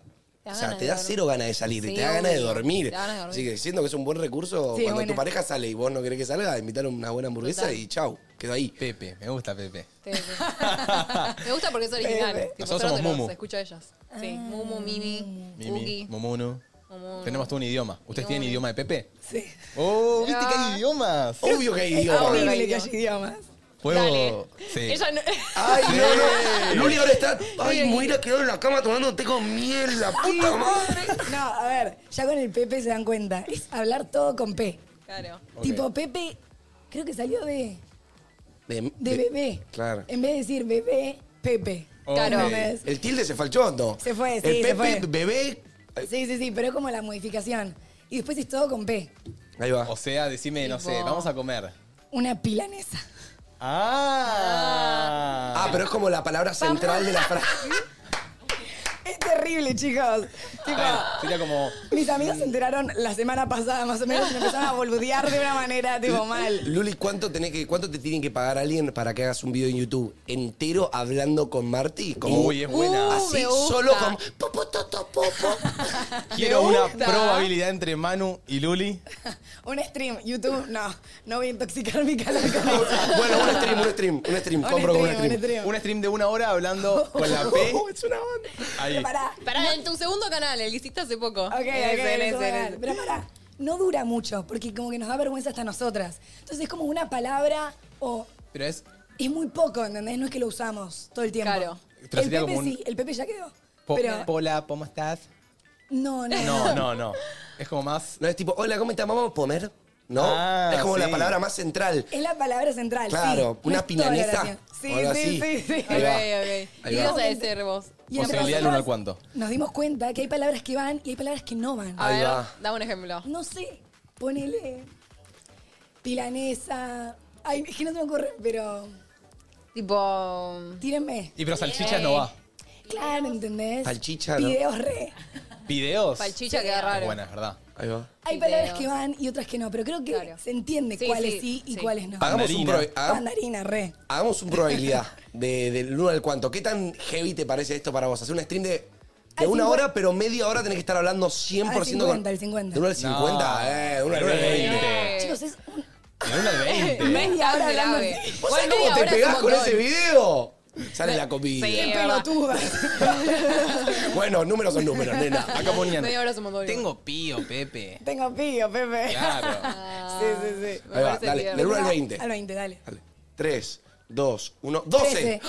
Speaker 3: o sea,
Speaker 2: ganas
Speaker 3: te
Speaker 2: de
Speaker 3: da
Speaker 2: dormir.
Speaker 3: cero ganas de salir,
Speaker 2: Sí,
Speaker 3: te da ganas de
Speaker 2: obvio.
Speaker 3: dormir.
Speaker 2: Te da ganas de dormir.
Speaker 3: Así que siendo que es un buen recurso,
Speaker 4: Sí,
Speaker 3: cuando
Speaker 4: buena.
Speaker 3: tu pareja sale y vos no querés que salga, invitar una buena hamburguesa
Speaker 2: Total.
Speaker 3: y chau, quedó ahí.
Speaker 1: Pepe, me gusta Pepe.
Speaker 2: Sí, sí. Me gusta porque es original.
Speaker 4: Bebe.
Speaker 2: Tipo,
Speaker 1: Nosotros
Speaker 2: solo
Speaker 1: somos
Speaker 2: te los
Speaker 1: Mumu.
Speaker 2: escucho a ellas. Sí.
Speaker 4: Ah.
Speaker 2: Mumu, Mimi,
Speaker 1: Mimi,
Speaker 2: Uki.
Speaker 1: Momunu.
Speaker 2: Momunu.
Speaker 1: Tenemos todo un idioma. ¿Ustedes tienen idioma de Pepe?
Speaker 4: Sí.
Speaker 1: ¡Oh! ¿Viste que hay idiomas?
Speaker 3: Obvio que hay idioma.
Speaker 4: Horrible que haya idiomas.
Speaker 1: ¿Puedo...?
Speaker 2: Dale.
Speaker 1: Sí.
Speaker 2: Ella no...
Speaker 3: Ay,
Speaker 4: *laughs*
Speaker 3: no, no. Luli ahora está. Ay, me hubiera quedado en la cama tomando té con miel, la puta madre.
Speaker 4: No, a ver, ya con el Pepe se dan cuenta. Es hablar todo con P.
Speaker 2: Claro.
Speaker 1: Ok.
Speaker 4: Tipo, Pepe, creo que salió de,
Speaker 3: De,
Speaker 4: de bebé.
Speaker 3: Claro.
Speaker 4: En vez de decir bebé, Pepe.
Speaker 1: Ok.
Speaker 2: Claro.
Speaker 4: ¿Entendés?
Speaker 3: El tilde se fue al chondo.
Speaker 4: Se fue, sí,
Speaker 3: El
Speaker 4: se
Speaker 3: Pepe,
Speaker 4: fue.
Speaker 3: bebé.
Speaker 4: Sí, sí, sí, pero es como la modificación. Y después es todo con P.
Speaker 3: Ahí va.
Speaker 1: O sea, decime, no sé,
Speaker 2: Tipo-
Speaker 1: vamos a comer.
Speaker 4: Una pilanesa.
Speaker 1: ¡Ah!
Speaker 3: Ah, pero es como la palabra central
Speaker 4: *laughs*
Speaker 3: de la frase.
Speaker 4: Es terrible, chicos. Tipo,
Speaker 1: Claro, sería como...
Speaker 4: mis amigos se enteraron la semana pasada, más o menos, y me empezaron a boludear de una manera,
Speaker 3: *laughs*
Speaker 4: tipo, mal.
Speaker 3: Luli, ¿cuánto, tenés que, ¿cuánto te tienen que pagar alguien para que hagas un video en YouTube entero hablando con Marty? Como
Speaker 1: Uy, es buena.
Speaker 2: Uh,
Speaker 3: así,
Speaker 2: me gusta.
Speaker 3: solo con.
Speaker 4: *laughs*
Speaker 3: popototopopo. *laughs*
Speaker 1: Quiero una
Speaker 2: gusta.
Speaker 1: probabilidad entre Manu y Luli.
Speaker 4: Un stream, YouTube, no. No voy a intoxicar mi calor con eso.
Speaker 3: bueno, un stream, un stream, un stream.
Speaker 4: Un
Speaker 3: Compro con un
Speaker 4: stream, un
Speaker 3: stream.
Speaker 4: stream.
Speaker 1: Un stream de una
Speaker 4: *laughs*
Speaker 1: hora hablando con la P.
Speaker 3: Oh, es una banda.
Speaker 1: Ahí.
Speaker 4: Pero pará.
Speaker 2: Pará, en tu segundo canal, el que hiciste hace poco.
Speaker 4: Ok, ok,
Speaker 2: Ese, ese,
Speaker 4: eso
Speaker 2: ese.
Speaker 4: va. Pero pará. No dura mucho, porque como que nos da vergüenza hasta nosotras. Entonces es como una palabra o.
Speaker 1: Pero es...
Speaker 4: Es muy poco, ¿entendés? No es que lo usamos todo el tiempo.
Speaker 2: Claro.
Speaker 1: Pero
Speaker 4: el
Speaker 1: sería
Speaker 4: Pepe
Speaker 1: como un-
Speaker 4: sí, el Pepe ya quedó.
Speaker 1: po-
Speaker 4: pero.
Speaker 1: Pola, ¿cómo estás?
Speaker 4: No, no.
Speaker 1: No, no, no. Es como más...
Speaker 3: No es tipo, hola, ¿cómo estás? Vamos a comer. ¿No?
Speaker 1: Ah,
Speaker 3: es como la
Speaker 1: sí.
Speaker 3: palabra más central.
Speaker 4: Es la palabra central.
Speaker 3: Claro,
Speaker 4: sí. No
Speaker 3: una
Speaker 4: es toda la
Speaker 3: pinanesa,
Speaker 4: oración. Sí,
Speaker 3: o algo
Speaker 4: sí,
Speaker 3: así.
Speaker 4: sí, sí.
Speaker 3: Ahí
Speaker 2: Ok,
Speaker 3: va.
Speaker 2: ok. ¿Qué
Speaker 3: Ahí va.
Speaker 2: ibas a decir vos?
Speaker 4: Y entre
Speaker 1: Posibilidad del uno al
Speaker 4: nosotras
Speaker 1: cuánto.
Speaker 4: Nos dimos cuenta que hay palabras que van y hay palabras que no van.
Speaker 2: A
Speaker 3: Ahí
Speaker 2: ver,
Speaker 3: va.
Speaker 2: dame un ejemplo.
Speaker 4: No sé, ponele pilanesa. Ay, es que no se me ocurre, pero
Speaker 2: Tipo... Eh.
Speaker 4: tírenme.
Speaker 1: Y pero salchichas no va.
Speaker 4: Claro, ¿entendés?
Speaker 3: Salchicha, ¿no?
Speaker 4: Videos re.
Speaker 1: ¿Videos?
Speaker 2: Palchicha queda raro.
Speaker 1: Buena, es verdad.
Speaker 3: Ahí va.
Speaker 4: Hay
Speaker 2: Videos.
Speaker 4: palabras que van y otras que no, pero creo que
Speaker 2: Claro.
Speaker 4: se entiende
Speaker 2: Sí,
Speaker 4: cuáles
Speaker 2: sí,
Speaker 4: sí, y
Speaker 2: sí.
Speaker 4: cuáles no.
Speaker 3: Hagamos un,
Speaker 1: Mandarina.
Speaker 3: pro- haga-
Speaker 4: Mandarina, re.
Speaker 3: hagamos un probabilidad de, del 1 al cuánto. ¿Qué tan heavy te parece esto para vos? Hacer un stream de, de
Speaker 4: Al
Speaker 3: una
Speaker 4: 50.
Speaker 3: hora, pero media hora tenés que estar hablando 100%
Speaker 4: Al 50,
Speaker 3: con.
Speaker 4: al 50.
Speaker 3: De 1 al 50,
Speaker 1: No.
Speaker 3: eh, 1 al
Speaker 1: Al
Speaker 3: 20.
Speaker 1: 20.
Speaker 4: Chicos, es un...
Speaker 1: Del uno al 20.
Speaker 4: Media
Speaker 2: Tan
Speaker 4: hora hablando
Speaker 2: grave.
Speaker 4: así.
Speaker 3: ¿Vos
Speaker 2: Bueno,
Speaker 3: sabés cómo
Speaker 2: media
Speaker 3: te
Speaker 2: hora es
Speaker 3: pegás
Speaker 2: un
Speaker 3: con
Speaker 2: montón.
Speaker 3: ese video? Sale la comida.
Speaker 2: Sí.
Speaker 4: Qué
Speaker 2: Es verdad.
Speaker 4: pelotuda.
Speaker 3: Bueno, números son números, nena.
Speaker 1: *laughs* Acá ponían...
Speaker 2: Media hora es un montón.
Speaker 1: Tengo pío, Pepe.
Speaker 4: Tengo pillo, Pepe.
Speaker 1: Claro.
Speaker 4: *laughs* Sí, sí, sí.
Speaker 2: Me
Speaker 3: Ahí va,
Speaker 2: parece
Speaker 3: dale,
Speaker 2: bien.
Speaker 3: del 1 al 20.
Speaker 4: Al 20, dale.
Speaker 2: *laughs*
Speaker 3: Dale. 3, 2, 1, 12. *gasps*
Speaker 4: Trece.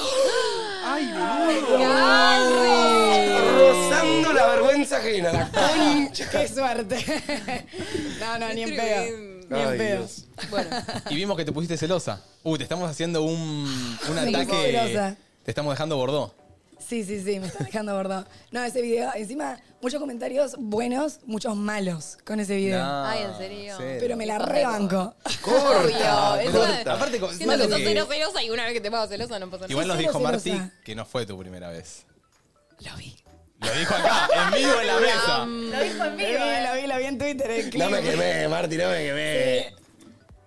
Speaker 3: Rozando la vergüenza ajena, la concha.
Speaker 4: Qué suerte.
Speaker 2: *laughs*
Speaker 4: no, no, ni en pedo. Ni en
Speaker 3: Ay,
Speaker 4: pedo.
Speaker 3: Dios.
Speaker 2: Bueno,
Speaker 1: Y vimos que te pusiste celosa. Uh, te estamos haciendo un, un
Speaker 4: Me puse
Speaker 1: ataque.
Speaker 4: celosa.
Speaker 1: Te estamos dejando bordó.
Speaker 4: Sí, sí, sí, me está dejando gordo. No, ese video, encima, muchos comentarios buenos, muchos malos con ese video.
Speaker 1: No,
Speaker 2: Ay, ¿en serio?
Speaker 4: Pero me la rebanco.
Speaker 3: Corta,
Speaker 2: Obvio, eso-
Speaker 3: corta.
Speaker 1: Aparte, con-
Speaker 2: Siento que
Speaker 1: malo
Speaker 2: sos
Speaker 1: que-
Speaker 2: cero celosa y una vez que te pago celosa no pasa nada.
Speaker 1: Igual nos
Speaker 4: cero
Speaker 1: dijo
Speaker 4: celosa.
Speaker 1: Marti que no fue tu primera vez.
Speaker 4: Lo vi.
Speaker 1: Lo dijo acá, en vivo en la mesa.
Speaker 6: Lo dijo en
Speaker 4: Lo vi,
Speaker 6: vivo. ¿eh?
Speaker 4: lo vi, lo vi en Twitter. el clip.
Speaker 3: No me quemé, Marti, no me quemé.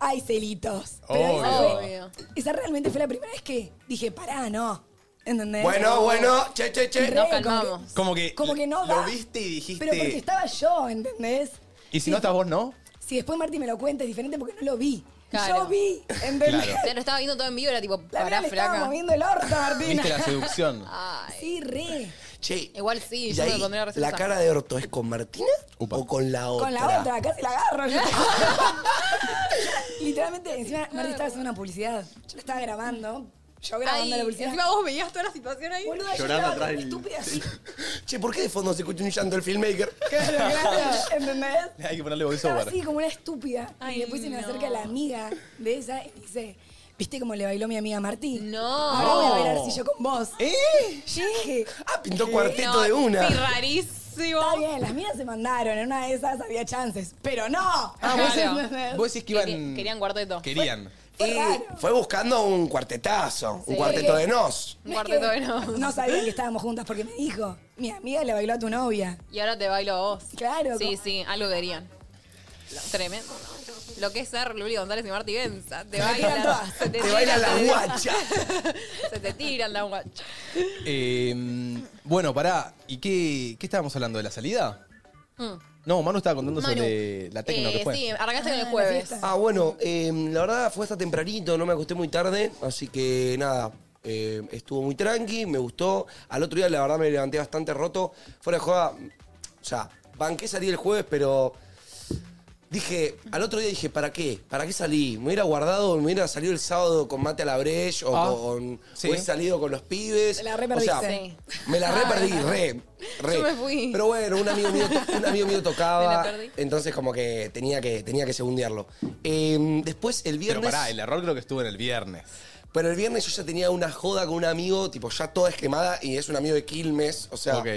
Speaker 4: Ay, celitos. esa,
Speaker 1: Obvio.
Speaker 4: fue- esa realmente fue la primera vez que dije, pará, no. ¿Entendés?
Speaker 3: Bueno, bueno, che, che, che.
Speaker 4: Re,
Speaker 2: Nos
Speaker 4: como que-
Speaker 2: calmamos.
Speaker 1: Como que,
Speaker 4: Como que no
Speaker 1: lo
Speaker 4: da.
Speaker 1: viste y dijiste.
Speaker 4: Pero porque estaba yo, ¿entendés?
Speaker 1: Y si no estás vos, no.
Speaker 4: Si después Marti me lo cuenta es diferente porque no lo vi.
Speaker 2: Claro.
Speaker 4: Yo vi, ¿entendés?
Speaker 1: Claro.
Speaker 2: Te lo estaba viendo todo en vivo, era tipo,
Speaker 4: La
Speaker 2: pará,
Speaker 4: verdad le estaba
Speaker 2: flaca.
Speaker 4: moviendo el orto, Martina.
Speaker 1: Viste la seducción.
Speaker 2: Ay,
Speaker 4: Sí, re.
Speaker 3: Che.
Speaker 2: Igual sí,
Speaker 3: y
Speaker 2: yo me
Speaker 3: ahí,
Speaker 2: pondría recelosa.
Speaker 3: ¿La cara de orto es con Martina
Speaker 1: Upa.
Speaker 3: o con la otra?
Speaker 4: Con la otra, casi la agarro. yo.
Speaker 2: *laughs*
Speaker 4: Literalmente, encima Marti estaba haciendo una publicidad. Yo la estaba grabando. Yo grabando
Speaker 2: Ay,
Speaker 4: la publicidad.
Speaker 2: encima vos veías toda la situación ahí.
Speaker 4: Boluda, yo
Speaker 1: Llorando
Speaker 4: estaba
Speaker 1: atrás
Speaker 4: como
Speaker 1: del-
Speaker 4: estúpida así.
Speaker 3: *laughs* Che, ¿por qué de fondo se escucha un llanto del filmmaker?
Speaker 4: *laughs* Claro, claro. ¿Entendés?
Speaker 1: *laughs* Hay que ponerle
Speaker 4: Estaba
Speaker 1: voiceover.
Speaker 4: así como una estúpida.
Speaker 2: Ay,
Speaker 4: y después se me
Speaker 2: no.
Speaker 4: acerca la amiga de esa y dice, ¿viste cómo le bailó mi amiga Martí?
Speaker 2: No.
Speaker 4: Ahora voy a bailar si yo con vos.
Speaker 3: ¿Eh?
Speaker 4: Yo dije,
Speaker 3: Ah, pintó cuarteto de una.
Speaker 2: Sí, rarísimo.
Speaker 4: está bien, las minas se mandaron, en una de esas había chances. Pero no.
Speaker 2: Ah, vos-
Speaker 4: ¿Entendés?
Speaker 1: Vos decís que
Speaker 2: Querían-
Speaker 1: iban.
Speaker 2: Querían cuarteto.
Speaker 1: Querían.
Speaker 4: Fue
Speaker 3: Y
Speaker 4: raro.
Speaker 3: fue buscando un cuartetazo, un
Speaker 2: Sí.
Speaker 3: cuarteto de nos.
Speaker 4: No
Speaker 2: Un
Speaker 4: es
Speaker 2: cuarteto
Speaker 4: que
Speaker 2: de no.
Speaker 4: No sabía que estábamos juntas porque me dijo, mi amiga le bailó a tu novia.
Speaker 2: Y ahora te bailo a vos.
Speaker 4: Claro,
Speaker 2: Sí,
Speaker 4: como-
Speaker 2: sí, algo querían. Tremendo. Lo que es ser Luli González y Marti Benza. Te bailan,
Speaker 4: todas.
Speaker 2: se te,
Speaker 3: Te bailan
Speaker 2: tiran,
Speaker 3: las
Speaker 2: se te-
Speaker 3: guachas.
Speaker 2: *laughs* Se te tiran las guachas.
Speaker 1: Eh, bueno, pará. ¿Y qué, qué estábamos hablando? ¿De la salida?
Speaker 2: Mm.
Speaker 1: No, Manu estaba contando
Speaker 2: Manu.
Speaker 1: sobre la tecno
Speaker 2: Eh,
Speaker 1: que fue.
Speaker 2: Sí, arrancaste con el
Speaker 4: la
Speaker 2: jueves.
Speaker 4: fiesta.
Speaker 3: Ah, bueno, eh, la verdad fue hasta tempranito, no me acosté muy tarde, así que nada, eh, estuvo muy tranqui, me gustó. Al otro día la verdad me levanté bastante roto. Fuera de joda, o sea, banqué salir el jueves, pero dije, al otro día dije, ¿para qué? ¿Para qué salí? Me hubiera guardado, me hubiera salido el sábado con Mate a la Breche o
Speaker 1: Ah,
Speaker 3: con...
Speaker 1: sí.
Speaker 3: hubiese salido con los pibes.
Speaker 4: Te la Ah, re
Speaker 3: o sea,
Speaker 4: perdiste.
Speaker 3: me la re perdí,
Speaker 4: *laughs*
Speaker 3: re, re.
Speaker 2: Yo me fui.
Speaker 3: Pero bueno, un amigo mío, un amigo mío
Speaker 2: *laughs*
Speaker 3: tocaba.
Speaker 2: Me la perdí.
Speaker 3: Entonces como que tenía que, tenía que segundearlo. Eh, después el
Speaker 1: Pero
Speaker 3: viernes...
Speaker 1: pará, el error creo que estuvo en el viernes.
Speaker 3: pero el viernes yo ya tenía una joda con un amigo, tipo ya toda esquemada, y es un amigo de Quilmes, o sea...
Speaker 1: Ok.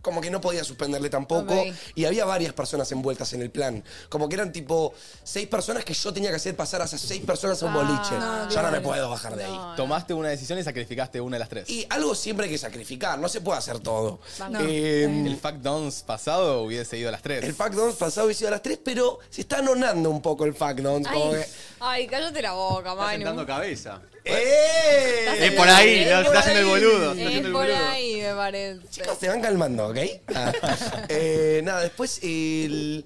Speaker 3: Como que no podía suspenderle tampoco.
Speaker 2: Ok.
Speaker 3: Y había varias personas envueltas en el plan. Como que eran tipo seis personas que yo tenía que hacer pasar a esas seis personas a
Speaker 2: Ah,
Speaker 3: un boliche. ya no me puedo bajar de
Speaker 2: eh,
Speaker 3: ahí.
Speaker 1: Tomaste una decisión y sacrificaste una de las tres.
Speaker 3: Y algo siempre hay que sacrificar, no se puede hacer todo.
Speaker 4: Banco.
Speaker 3: Eh,
Speaker 1: El Fact Downs pasado hubiese ido a las tres.
Speaker 3: El Fact Downs pasado hubiese sido a las 3, pero se está anonando un poco el Fact Downs. Como
Speaker 2: Ay,
Speaker 3: que,
Speaker 2: ay, cállate la boca,
Speaker 7: Está
Speaker 2: Manu.
Speaker 7: sentando cabeza.
Speaker 3: ¡Eh!
Speaker 7: Es por ahí,
Speaker 2: Es
Speaker 7: ¿no?
Speaker 2: por
Speaker 7: está haciendo
Speaker 2: ahí.
Speaker 7: el
Speaker 2: eh,
Speaker 7: boludo. está haciendo
Speaker 2: Es
Speaker 7: el
Speaker 2: por
Speaker 7: boludo.
Speaker 2: ahí, me parece.
Speaker 3: Chicos, se van calmando,
Speaker 2: *laughs*
Speaker 3: ¿ok? Ah. Eh, nada, después el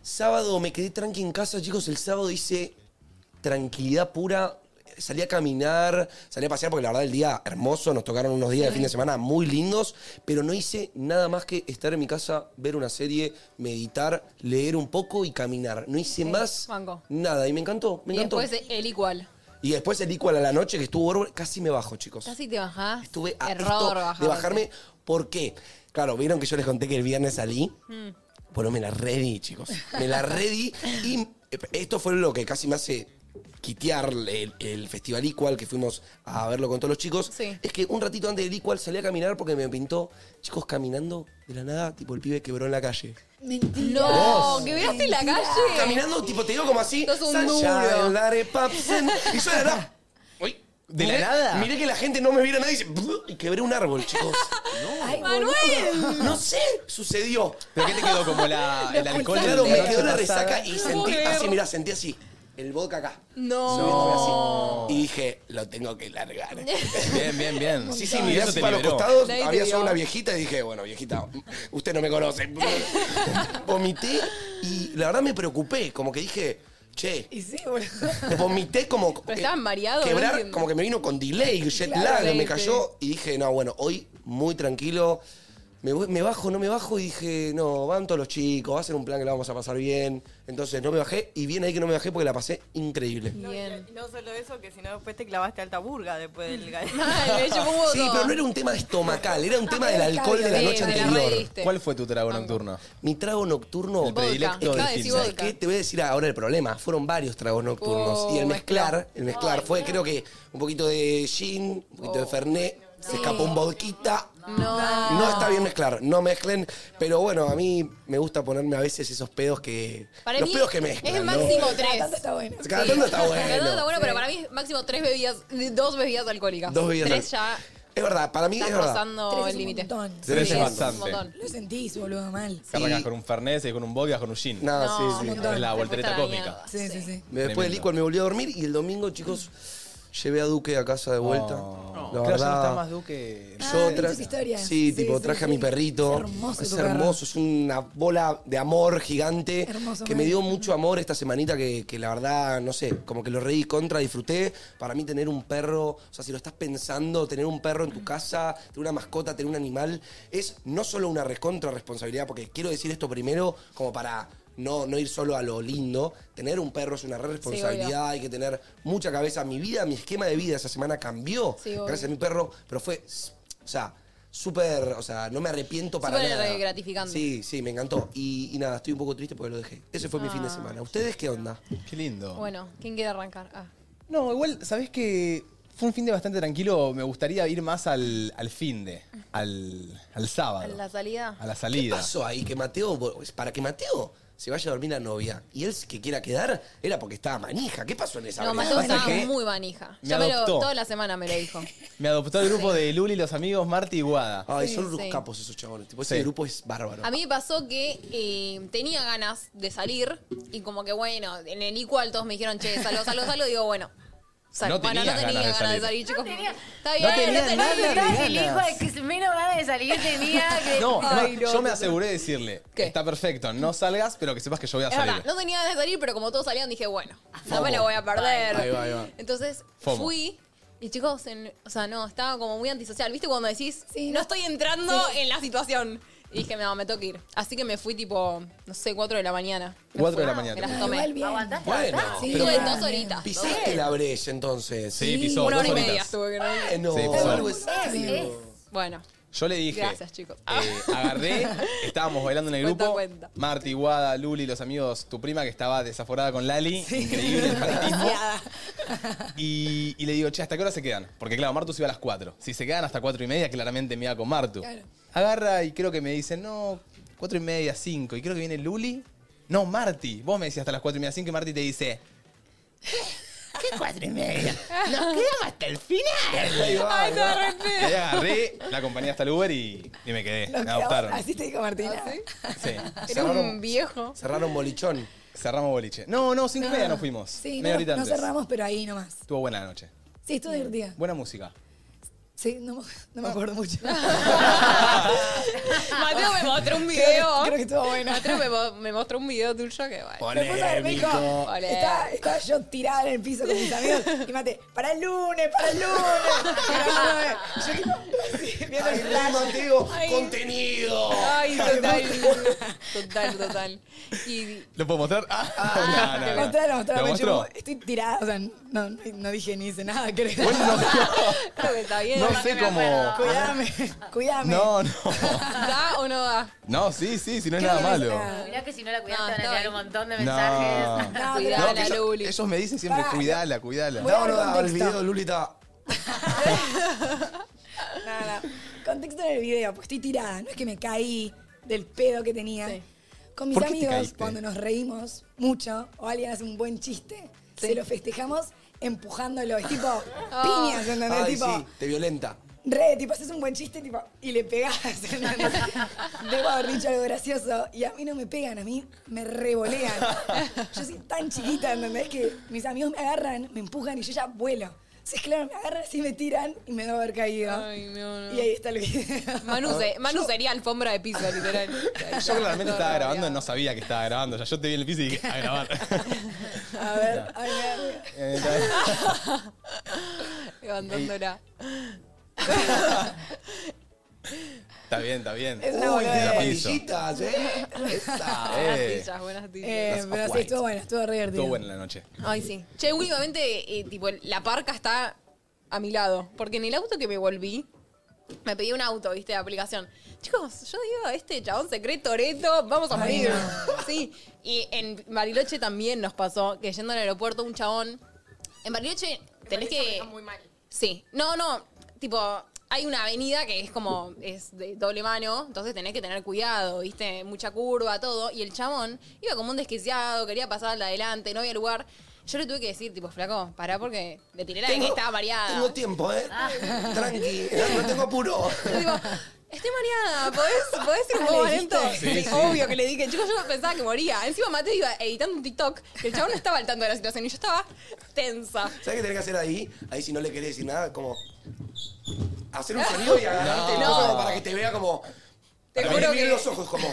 Speaker 3: sábado me quedé tranqui en casa, chicos. El sábado hice tranquilidad pura. Salí a caminar, salí a pasear porque la verdad el día hermoso, nos tocaron unos días de fin de semana muy lindos, pero no hice nada más que estar en mi casa, ver una serie, meditar, leer un poco y caminar. No hice
Speaker 2: Eh,
Speaker 3: más
Speaker 2: banco.
Speaker 3: nada y me encantó, me
Speaker 2: Y
Speaker 3: encantó.
Speaker 2: después el igual.
Speaker 3: Y después el Equal a la noche, que estuvo bárbaro, casi me bajo, chicos.
Speaker 2: Casi te bajás.
Speaker 3: Estuve a
Speaker 2: Error
Speaker 3: esto
Speaker 2: bajarte.
Speaker 3: de bajarme. ¿Por qué? Claro, vieron que yo les conté que el viernes salí. Bueno, me la redí, chicos. Me la redí. Y esto fue lo que casi me hace quitear el, el festival Equal, que fuimos a verlo con todos los chicos.
Speaker 2: Sí.
Speaker 3: Es que un ratito antes del Equal salí a caminar porque me pintó, chicos, caminando de la nada, tipo el pibe quebró en la calle.
Speaker 4: Mentira.
Speaker 2: No, que miraste en la calle.
Speaker 3: Caminando, tipo, te digo como así.
Speaker 2: Sos un
Speaker 3: "Sunshine,
Speaker 2: duro".
Speaker 3: lare, pap, sen. Y yo de la nada. uy,
Speaker 1: ¿De la
Speaker 3: miré-
Speaker 1: nada?
Speaker 3: Miré que la gente no me viera nada y dice. "Blu", Y quebré un árbol, chicos.
Speaker 4: Ay,
Speaker 2: Manuel.
Speaker 3: No sé, sucedió.
Speaker 1: ¿Pero qué te quedó
Speaker 2: *laughs*
Speaker 1: como la, el alcohol? de la
Speaker 3: Claro, me
Speaker 1: noche
Speaker 3: quedó la
Speaker 1: pasada?
Speaker 3: resaca y sentí
Speaker 2: puedo
Speaker 3: así,
Speaker 2: creer.
Speaker 3: mirá, sentí así. El vodka acá.
Speaker 2: No.
Speaker 3: Subiéndome así. Y dije, lo tengo que largar.
Speaker 1: Bien, bien, bien.
Speaker 3: Sí, sí, miré
Speaker 1: Eso
Speaker 3: así
Speaker 1: te
Speaker 3: para los
Speaker 1: liberó.
Speaker 3: costados,
Speaker 2: Nadie te
Speaker 3: había solo
Speaker 2: vio.
Speaker 3: una viejita y dije, bueno, viejita, usted no me conoce. Vomité y la verdad me preocupé, como que dije, che,
Speaker 4: Y sí, boludo.
Speaker 3: Vomité
Speaker 2: *laughs*
Speaker 3: como.
Speaker 2: Pero estaban variados, no
Speaker 3: Quebrar,
Speaker 2: entiendo.
Speaker 3: como que me vino con delay, jet
Speaker 2: Claro,
Speaker 3: lag,
Speaker 2: sí,
Speaker 3: me
Speaker 2: sí.
Speaker 3: cayó y dije, no, bueno, hoy muy tranquilo. Me, voy- me bajo, no me bajo y dije, no, van todos los chicos, va a ser un plan que la vamos a pasar bien. Entonces no me bajé y bien ahí que no me bajé porque la pasé increíble.
Speaker 8: No,
Speaker 2: Bien.
Speaker 8: y no solo eso, que si no después te clavaste alta burga
Speaker 2: *laughs*
Speaker 8: después del
Speaker 2: Ay, yo Ah, pongo
Speaker 8: *laughs*
Speaker 3: Sí,
Speaker 2: todo.
Speaker 3: pero no era un tema estomacal, era un tema del alcohol de la
Speaker 2: Sí,
Speaker 3: noche
Speaker 2: te la
Speaker 3: anterior.
Speaker 2: reíste.
Speaker 1: ¿Cuál fue tu trago nocturno?
Speaker 3: Mi trago nocturno.
Speaker 2: Vodka.
Speaker 1: Predilecto de
Speaker 2: Acaba de decir
Speaker 1: Gilda.
Speaker 2: vodka.
Speaker 3: ¿Sabes qué? Te voy a decir ahora el problema. Fueron varios tragos nocturnos.
Speaker 2: Oh,
Speaker 3: y el mezclar,
Speaker 2: mezcló. Oh,
Speaker 3: el mezclar fue creo que un poquito de gin, un poquito de fernet, se escapó un vodquita.
Speaker 2: No.
Speaker 3: No está bien mezclar, no mezclen, pero bueno, a mí me gusta ponerme a veces esos pedos que.
Speaker 2: Para
Speaker 3: los
Speaker 2: mí
Speaker 3: pedos que mezclan.
Speaker 2: es
Speaker 3: ¿no?
Speaker 2: máximo
Speaker 4: Cada tanto
Speaker 2: tres.
Speaker 4: está bueno.
Speaker 3: Cada tanto está bueno.
Speaker 2: Cada tanto está bueno, pero para mí es máximo tres bebidas, dos bebidas alcohólicas.
Speaker 3: Dos bebidas
Speaker 2: Tres ya
Speaker 3: al- Es verdad, para mí
Speaker 2: estás
Speaker 3: es verdad.
Speaker 2: rozando
Speaker 4: Tres es
Speaker 2: el
Speaker 4: un
Speaker 2: límite.
Speaker 4: montón.
Speaker 1: Tres
Speaker 2: Sí,
Speaker 1: es
Speaker 2: es
Speaker 1: bastante.
Speaker 2: un montón.
Speaker 4: Lo sentís, boludo, mal.
Speaker 1: Que Arrancas
Speaker 3: Y-
Speaker 1: con un Fernet y con un vodka, con un gin.
Speaker 3: No, sí, sí.
Speaker 4: un montón.
Speaker 1: Es la
Speaker 2: Te
Speaker 1: voltereta
Speaker 2: fuiste a la
Speaker 1: cósmica.
Speaker 2: mierda.
Speaker 4: Sí, sí, sí.
Speaker 3: Después del
Speaker 1: Tremendo.
Speaker 3: licor me volví a dormir y el domingo, chicos, llevé a Duque a casa de vuelta. La
Speaker 1: Claro, ya no está
Speaker 3: verdad,
Speaker 1: más Duque.
Speaker 4: Ah,
Speaker 3: Eh, yo
Speaker 4: vi
Speaker 3: tra-
Speaker 4: tus historias.
Speaker 3: Sí,
Speaker 4: Sí,
Speaker 3: tipo,
Speaker 4: sí,
Speaker 3: traje a
Speaker 4: sí.
Speaker 3: mi perrito.
Speaker 4: Es hermoso
Speaker 3: Es
Speaker 4: tu perro.
Speaker 3: hermoso, es una bola de amor gigante
Speaker 4: Hermoso,
Speaker 3: que me
Speaker 4: man.
Speaker 3: dio mucho amor esta semanita que, que la verdad, no sé, como que lo reí contra, disfruté. Para mí tener un perro, o sea, si lo estás pensando, tener un perro en tu casa, tener una mascota, tener un animal, es no solo una recontra responsabilidad, porque quiero decir esto primero como para... No, no ir solo a lo lindo. Tener un perro es una re responsabilidad, hay que tener mucha cabeza. Mi vida, mi esquema de vida esa semana cambió.
Speaker 2: Sí, obvio.
Speaker 3: gracias a mi perro, pero fue, o sea, súper, o sea, no me arrepiento para
Speaker 2: Súper
Speaker 3: nada.
Speaker 2: gratificante.
Speaker 3: Sí, sí, me encantó. Y, y nada, estoy un poco triste porque lo dejé. Ese fue mi fin de semana. ¿Ustedes qué onda?
Speaker 1: Qué lindo.
Speaker 2: Ah. Bueno, ¿quién quiere arrancar? Ah.
Speaker 1: No, igual, ¿sabés que Fue un fin de bastante tranquilo. Me gustaría ir más al, al fin de, al, al
Speaker 2: ¿A
Speaker 1: sábado.
Speaker 2: la salida?
Speaker 1: A la salida.
Speaker 3: Pasó ahí que Mateo, pues, para que Mateo se vaya a dormir la novia y él que quiera quedar, era porque estaba manija. ¿Qué pasó en esa
Speaker 2: No,
Speaker 3: velada?
Speaker 2: Mateo estaba
Speaker 1: ¿Qué?
Speaker 2: muy manija.
Speaker 1: Me
Speaker 2: Ya me lo,
Speaker 1: adoptó.
Speaker 2: toda la semana me lo dijo.
Speaker 1: Me adoptó el grupo de Luli, los amigos Marti y Guada.
Speaker 3: Ay, son
Speaker 2: Sí,
Speaker 3: unos
Speaker 2: sí.
Speaker 3: capos esos chabones. Tipo, ese
Speaker 1: Sí.
Speaker 3: grupo es bárbaro.
Speaker 2: A mí me pasó que eh, tenía ganas de salir y como que bueno, en el igual todos me dijeron, che, salgo, salgo, salgo, digo, bueno. salgo.
Speaker 1: No
Speaker 2: bueno, no
Speaker 1: tenías
Speaker 2: tenía ganas, de salir, chicos.
Speaker 6: tenía-
Speaker 2: Está bien, no tenía,
Speaker 6: Estaba el hijo de que menos ganas de salir tenía que...
Speaker 1: No, es
Speaker 2: Ay,
Speaker 1: más,
Speaker 2: no,
Speaker 1: yo me
Speaker 2: no.
Speaker 1: aseguré de decirle,
Speaker 2: ¿Qué?
Speaker 1: está perfecto, no salgas, pero que sepas que yo voy a
Speaker 2: Es
Speaker 1: salir.
Speaker 2: verdad, no tenía ganas de salir, pero como todos salían, dije, bueno, no
Speaker 1: Fomo.
Speaker 2: me lo voy a perder.
Speaker 3: Ahí va, ahí va.
Speaker 2: Entonces
Speaker 1: Fomo.
Speaker 2: fui y chicos, en- o sea, no, estaba como muy antisocial. ¿Viste cuando decís,
Speaker 4: Sí,
Speaker 2: no
Speaker 4: no.
Speaker 2: estoy entrando en la situación? Y dije, no, me tengo que ir. Así que me fui tipo, no sé, 4 de la mañana. Me
Speaker 1: Cuatro
Speaker 2: fui,
Speaker 1: de la mañana
Speaker 2: Me
Speaker 1: te
Speaker 2: las
Speaker 1: fuiste.
Speaker 2: tomé.
Speaker 4: Igual bien.
Speaker 6: ¿Aguantaste?
Speaker 3: Bueno,
Speaker 6: ¿Aguantaste?
Speaker 4: Sí,
Speaker 3: pero
Speaker 2: Estuve
Speaker 4: bien.
Speaker 2: dos horitas.
Speaker 3: pisaste la brecha entonces.
Speaker 1: Sí,
Speaker 4: Sí.
Speaker 1: pisó
Speaker 2: Una
Speaker 1: dos
Speaker 2: hora y
Speaker 1: horitas.
Speaker 2: media estuve que no.
Speaker 3: Bueno,
Speaker 1: Sí, pisó.
Speaker 3: algo es-
Speaker 6: Es-
Speaker 2: Bueno,
Speaker 1: Yo le dije.
Speaker 2: Gracias, chicos.
Speaker 1: eh,
Speaker 2: *laughs*
Speaker 1: agarré, estábamos bailando en el
Speaker 2: Cuenta,
Speaker 1: grupo.
Speaker 2: cuenta.
Speaker 1: Marti, Guada, Luli, los amigos, tu prima que estaba desaforada con Lali. Increíble el fanatismo. Y, y le digo, che, ¿hasta qué hora se quedan? Porque claro, Martu se iba a las 4. Si se quedan hasta 4 y media, claramente me iba con Martu.
Speaker 4: Claro.
Speaker 1: Agarra y creo que me dice, no, 4 y media, 5. Y creo que viene Luli. No, Marti. Vos me decís hasta las 4 y media, 5 y Marti te dice... ¿Qué cuatro y media? Nos quedamos hasta el final. Ahí va, ahí va. Y agarré, la acompañé hasta el Uber y, y me quedé.
Speaker 4: Nos
Speaker 1: me
Speaker 4: quedamos-
Speaker 1: adoptaron.
Speaker 4: Así te dijo Martina.
Speaker 1: Ah, Sí.
Speaker 2: era un viejo.
Speaker 3: Cerraron bolichón.
Speaker 1: Cerramos boliche. No, no, 5 y media nos fuimos.
Speaker 4: Sí,
Speaker 1: Media
Speaker 4: no,
Speaker 1: horita
Speaker 4: no
Speaker 1: antes.
Speaker 4: cerramos, pero ahí nomás.
Speaker 1: Estuvo buena la noche.
Speaker 4: Sí, estuvo divertida.
Speaker 1: Buena música.
Speaker 4: Sí, no, me- no me acuerdo mucho.
Speaker 2: *laughs* Mateo
Speaker 4: *laughs*
Speaker 2: me mostró un video.
Speaker 4: "Ah, creo, creo que estuvo bueno.
Speaker 2: Mateo me, mo- me mostró un video tuyo que bueno.
Speaker 4: Me puse a ver, me dijo,
Speaker 2: Olé.
Speaker 4: estaba, estaba yo tirada en el piso con mis amigos y mate, para el lunes, para el lunes. Pero, yo que- sí, viendo el flash.
Speaker 3: Mateo,
Speaker 2: Ay.
Speaker 3: contenido.
Speaker 2: Ay, total. Total, total. Y
Speaker 1: ¿Lo puedo mostrar? Ah, *laughs* no, no, no.
Speaker 4: Mostralo, mostralo,
Speaker 1: ¿Lo
Speaker 4: me
Speaker 1: mostró?
Speaker 4: llevo- Estoy tirada, o sea, no, no dije ni hice nada, creo.
Speaker 2: creo que está bien.
Speaker 1: No
Speaker 6: no
Speaker 1: sé
Speaker 6: me
Speaker 1: cómo.
Speaker 6: acuerdo.
Speaker 4: Cuidame, cuidame.
Speaker 1: No, no.
Speaker 2: ¿Da o no da?
Speaker 1: No, sí, sí, si no es
Speaker 4: ¿Qué
Speaker 1: nada
Speaker 4: es?
Speaker 1: malo.
Speaker 4: Ah.
Speaker 6: Mirá que si no la cuidaste
Speaker 2: No,
Speaker 6: van a
Speaker 2: está
Speaker 6: llegar
Speaker 2: bien.
Speaker 6: un montón de
Speaker 1: No.
Speaker 6: mensajes.
Speaker 4: No, pero-
Speaker 2: Cuidala,
Speaker 1: que ellos-
Speaker 2: Luli.
Speaker 1: Ellos me dicen siempre,
Speaker 4: Pará.
Speaker 1: cuidala, cuidala.
Speaker 4: Voy a
Speaker 3: No, no,
Speaker 4: dar
Speaker 3: no, el
Speaker 4: contexto.
Speaker 3: video, Lulita.
Speaker 4: No, no. Contexto en el video, porque estoy tirada. No es que me caí del pedo que tenía. Con mis
Speaker 1: ¿Por qué te
Speaker 4: amigos,
Speaker 1: caíste?
Speaker 4: cuando nos reímos mucho o alguien hace un buen chiste, se lo festejamos empujándolo. Es tipo
Speaker 2: Ah.
Speaker 4: piñas, ¿entendés?
Speaker 3: Ay,
Speaker 4: tipo,
Speaker 3: sí, te violenta.
Speaker 4: re, tipo, haces un buen chiste tipo, y le *laughs* pegás, ¿entendés? Debo haber dicho algo gracioso. Y a mí no me pegan, a mí me revolean. Yo soy tan chiquita, ¿entendés? Que mis amigos me agarran, me empujan y yo ya vuelo. Entonces, claro, me agarran así, me tiran y me debo haber caído.
Speaker 2: Ay, no, no.
Speaker 4: Y ahí está el video.
Speaker 2: Manu, se- Manu sería alfombra de piso, literal.
Speaker 1: Yo claramente estaba grabando y no sabía que estaba grabando. Ya yo te vi en el piso y dije, a grabar.
Speaker 4: *laughs* A ver, a ver.
Speaker 1: Eh,
Speaker 2: Levantándola.
Speaker 1: está bien, está bien.
Speaker 4: Es
Speaker 3: Uy,
Speaker 4: una boludez.
Speaker 1: la
Speaker 3: las
Speaker 1: piso.
Speaker 3: pandillitas, ¿eh?
Speaker 1: *laughs*
Speaker 3: Esa.
Speaker 2: Buenas
Speaker 1: Eh.
Speaker 2: tillas, buenas tillas.
Speaker 4: Eh,
Speaker 3: Las
Speaker 4: pero sí,
Speaker 3: off-white.
Speaker 4: estuvo bueno, estuvo re divertido.
Speaker 1: Estuvo buena la noche.
Speaker 2: Ay, sí. Che, últimamente, eh, tipo, la parca está a mi lado. Porque en el auto que me volví, me pedí un auto, viste, de aplicación. Chicos, yo digo, este chabón se cree Toreto, vamos a
Speaker 4: Ay,
Speaker 2: morir. *laughs* Sí. Y en Bariloche también nos pasó que yendo al aeropuerto, un chabón. En Bariloche tenés que.
Speaker 6: Muy mal.
Speaker 2: Sí. No, no. Tipo, hay una avenida que es como, es de doble mano, entonces tenés que tener cuidado, viste, mucha curva, todo. Y el chabón iba como un desquiciado, quería pasar al de adelante, no había lugar. Yo le tuve que decir, tipo, flaco, pará porque le tiré la de que estaba mareada.
Speaker 3: Tengo tiempo, ¿eh?
Speaker 1: Ah. *laughs*
Speaker 3: Tranqui, no tengo apuro.
Speaker 2: Yo digo, estoy mareada, ¿podés, podés ir un
Speaker 4: Ah,
Speaker 2: poco
Speaker 4: ¿le
Speaker 2: más
Speaker 4: dijiste?
Speaker 2: lento? Obvio que le dije, chicos, yo pensaba que moría. Encima Mateo iba editando un TikTok, que el chabón no estaba al tanto de la situación y yo estaba tensa.
Speaker 3: ¿Sabes qué tenés que hacer ahí? Ahí si no le querés decir nada, como... Hacer un sonido y agarrarte el
Speaker 1: No.
Speaker 3: coso como para que te vea como...
Speaker 2: Te
Speaker 3: para
Speaker 2: juro
Speaker 3: te miren
Speaker 2: que-
Speaker 3: los ojos como...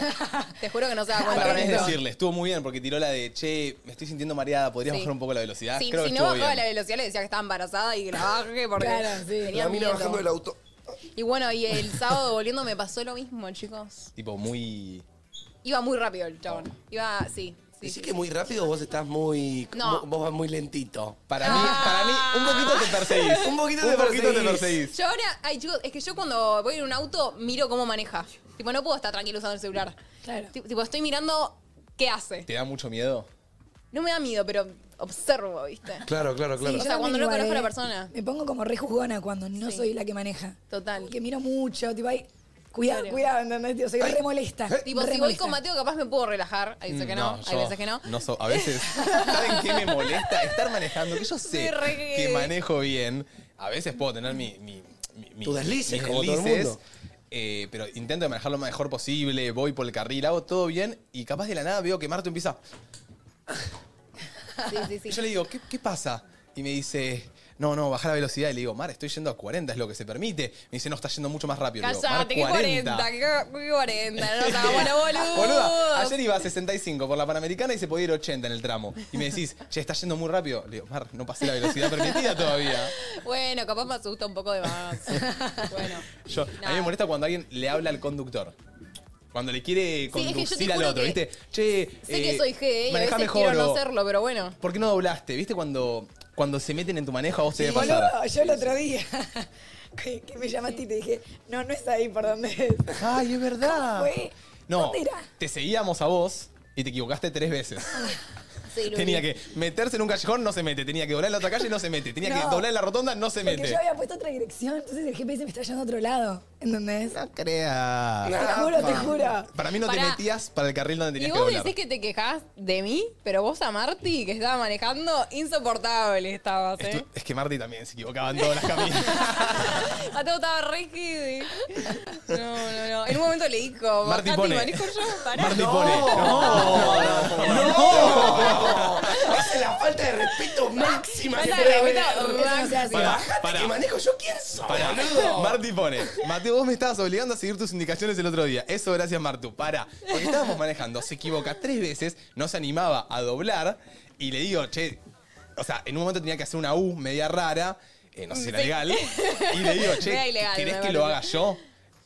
Speaker 2: Te juro que no se da cuenta
Speaker 1: Para
Speaker 2: con
Speaker 1: mí es
Speaker 2: esto.
Speaker 1: decirle, estuvo muy bien porque tiró la de, che, me estoy sintiendo mareada, podrías
Speaker 2: Sí.
Speaker 1: bajar un poco la velocidad.
Speaker 2: Sí,
Speaker 1: Creo
Speaker 2: si
Speaker 1: que
Speaker 2: no
Speaker 1: estuvo
Speaker 2: bajaba la
Speaker 1: bien.
Speaker 2: velocidad le decía que estaba embarazada y que la baje porque
Speaker 4: Claro, sí.
Speaker 2: tenía
Speaker 3: La mina
Speaker 2: miedo.
Speaker 3: bajando del auto.
Speaker 2: Y bueno, y el sábado volviendo me pasó lo mismo, chicos.
Speaker 1: *laughs* Tipo, muy...
Speaker 2: Iba muy rápido el chabón. Iba, sí. sí.
Speaker 3: Decís que muy rápido vos estás muy...
Speaker 2: No.
Speaker 3: vo- Vos vas muy lentito.
Speaker 1: Para mí, para mí, un poquito te perseguís.
Speaker 3: Un poquito
Speaker 1: Un
Speaker 3: te
Speaker 1: poquito te
Speaker 3: perseguís.
Speaker 1: perseguís.
Speaker 2: Yo ahora, ay chicos, es que yo cuando voy en un auto miro cómo maneja. Tipo, no puedo estar tranquilo usando el celular.
Speaker 4: Claro.
Speaker 2: Ti- Tipo, estoy mirando qué hace.
Speaker 1: ¿Te da mucho miedo?
Speaker 2: No me da miedo, pero observo, ¿viste?
Speaker 3: Claro, claro,
Speaker 2: claro. O sea,
Speaker 4: yo
Speaker 2: cuando
Speaker 4: también
Speaker 2: no conozco a la
Speaker 4: igual, ¿eh?
Speaker 2: persona.
Speaker 4: Me pongo como rejuzgona cuando no
Speaker 2: Sí.
Speaker 4: soy la que maneja.
Speaker 2: Total.
Speaker 4: Como Que miro mucho, tipo, ahí. Cuidado,
Speaker 2: Claro.
Speaker 4: cuidado, ¿entendés? Tío, soy re molesta.
Speaker 2: Tipo,
Speaker 4: re
Speaker 2: si voy
Speaker 4: molesta.
Speaker 2: con Mateo, capaz me puedo relajar. Hay veces que no, hay
Speaker 1: ¿Eh? Mm, yo
Speaker 2: veces que no.
Speaker 1: so- a veces, ¿saben qué me molesta? Estar manejando,
Speaker 2: *laughs*
Speaker 1: que yo sé
Speaker 2: Sí, re que-
Speaker 1: que manejo bien. A veces puedo tener mi, mi, mi- mi-
Speaker 3: Tus deslices,
Speaker 1: mis
Speaker 3: como todo el mundo.
Speaker 1: eh, pero intento manejar lo mejor posible, voy por el carril, hago todo bien y capaz de la nada veo que Marto empieza...
Speaker 2: Sí, sí, sí.
Speaker 1: Yo le digo, ¿qué, qué pasa? Y me dice, no, no, baja la velocidad. Y le digo, Mar, estoy yendo a 40, es lo que se permite. Me dice, no, está yendo mucho más rápido. Le digo, Mar,
Speaker 2: Cállate, que 40, que 40, no nos
Speaker 3: *laughs*
Speaker 2: hagamos los
Speaker 1: Boluda,
Speaker 2: boludos.
Speaker 1: ayer iba a 65 por la Panamericana y se podía ir 80 en el tramo. Y me decís, che, está yendo muy rápido. Le digo, Mar, no pasé la velocidad permitida todavía.
Speaker 2: Bueno, capaz me asusta un poco de más. Bueno.
Speaker 1: Yo, a mí me molesta cuando alguien le habla al conductor. Cuando le quiere
Speaker 2: que yo te
Speaker 1: conducir al
Speaker 2: juro
Speaker 1: otro,
Speaker 2: que
Speaker 1: ¿viste? Che,
Speaker 2: Sé
Speaker 1: eh,
Speaker 2: que soy G y a
Speaker 1: manejá
Speaker 2: veces
Speaker 1: mejor
Speaker 2: quiero no
Speaker 1: o,
Speaker 2: serlo, pero bueno.
Speaker 1: ¿Por qué no doblaste? ¿Viste cuando, cuando se meten en tu manejo a vos te debe pasar?
Speaker 4: Boludo, yo el otro día *laughs* que, que me llamaste y te dije, no, no es ahí por donde es.
Speaker 1: Ay, es verdad.
Speaker 4: ¿Cómo fue?
Speaker 1: No,
Speaker 4: ¿Dónde era?
Speaker 1: te seguíamos a vos y te equivocaste tres veces.
Speaker 2: Sí, Luli.
Speaker 1: Tenía que meterse en un callejón, no se mete. Tenía que doblar en la otra calle, no se mete. Tenía que
Speaker 4: No.
Speaker 1: doblar en la rotonda, no se
Speaker 4: Porque
Speaker 1: mete.
Speaker 4: yo había puesto otra dirección, entonces el GPS me está llevando a otro lado. ¿Entendés?
Speaker 1: No creas.
Speaker 4: Te juro, te juro.
Speaker 1: Ah. Para mí no te
Speaker 2: Pará.
Speaker 1: metías para el carril donde
Speaker 2: Y
Speaker 1: tenías que
Speaker 2: vos
Speaker 1: doblar.
Speaker 2: decís que te quejás de mí, pero vos a Marty, que estaba manejando, insoportable estabas,
Speaker 1: Es
Speaker 2: ¿eh?
Speaker 1: tu- Es que Marty también se equivocaba en
Speaker 2: *laughs*
Speaker 1: todas las caminas.
Speaker 2: Mateo estaba re heavy. No, no, no. En un momento le dijo,
Speaker 1: Marty
Speaker 2: bajate
Speaker 1: pone-
Speaker 2: y manejo yo, pará.
Speaker 1: Marty pone. No,
Speaker 3: ¡No! Esa *laughs* es la falta de respeto máxima que
Speaker 2: Falta de
Speaker 3: puede haber.
Speaker 2: respeto
Speaker 4: Eso no se hace.
Speaker 1: Pará,
Speaker 3: Bajate
Speaker 1: pará.
Speaker 3: que manejo. ¿Yo quién soy,
Speaker 1: Pará.
Speaker 3: boludo?
Speaker 1: Marty pone, Mateo, vos me estabas obligando a seguir tus indicaciones el otro día. Eso gracias, Martu. Para. Porque estábamos manejando, se equivoca tres veces, no se animaba a doblar y le digo, che, o sea, en un momento tenía que hacer una U media rara, eh, no sé si era legal, y le
Speaker 2: *laughs*
Speaker 1: digo,
Speaker 2: Media
Speaker 1: che,
Speaker 2: ilegal,
Speaker 1: ¿querés
Speaker 2: me
Speaker 1: que lo haga
Speaker 2: parece.
Speaker 1: yo?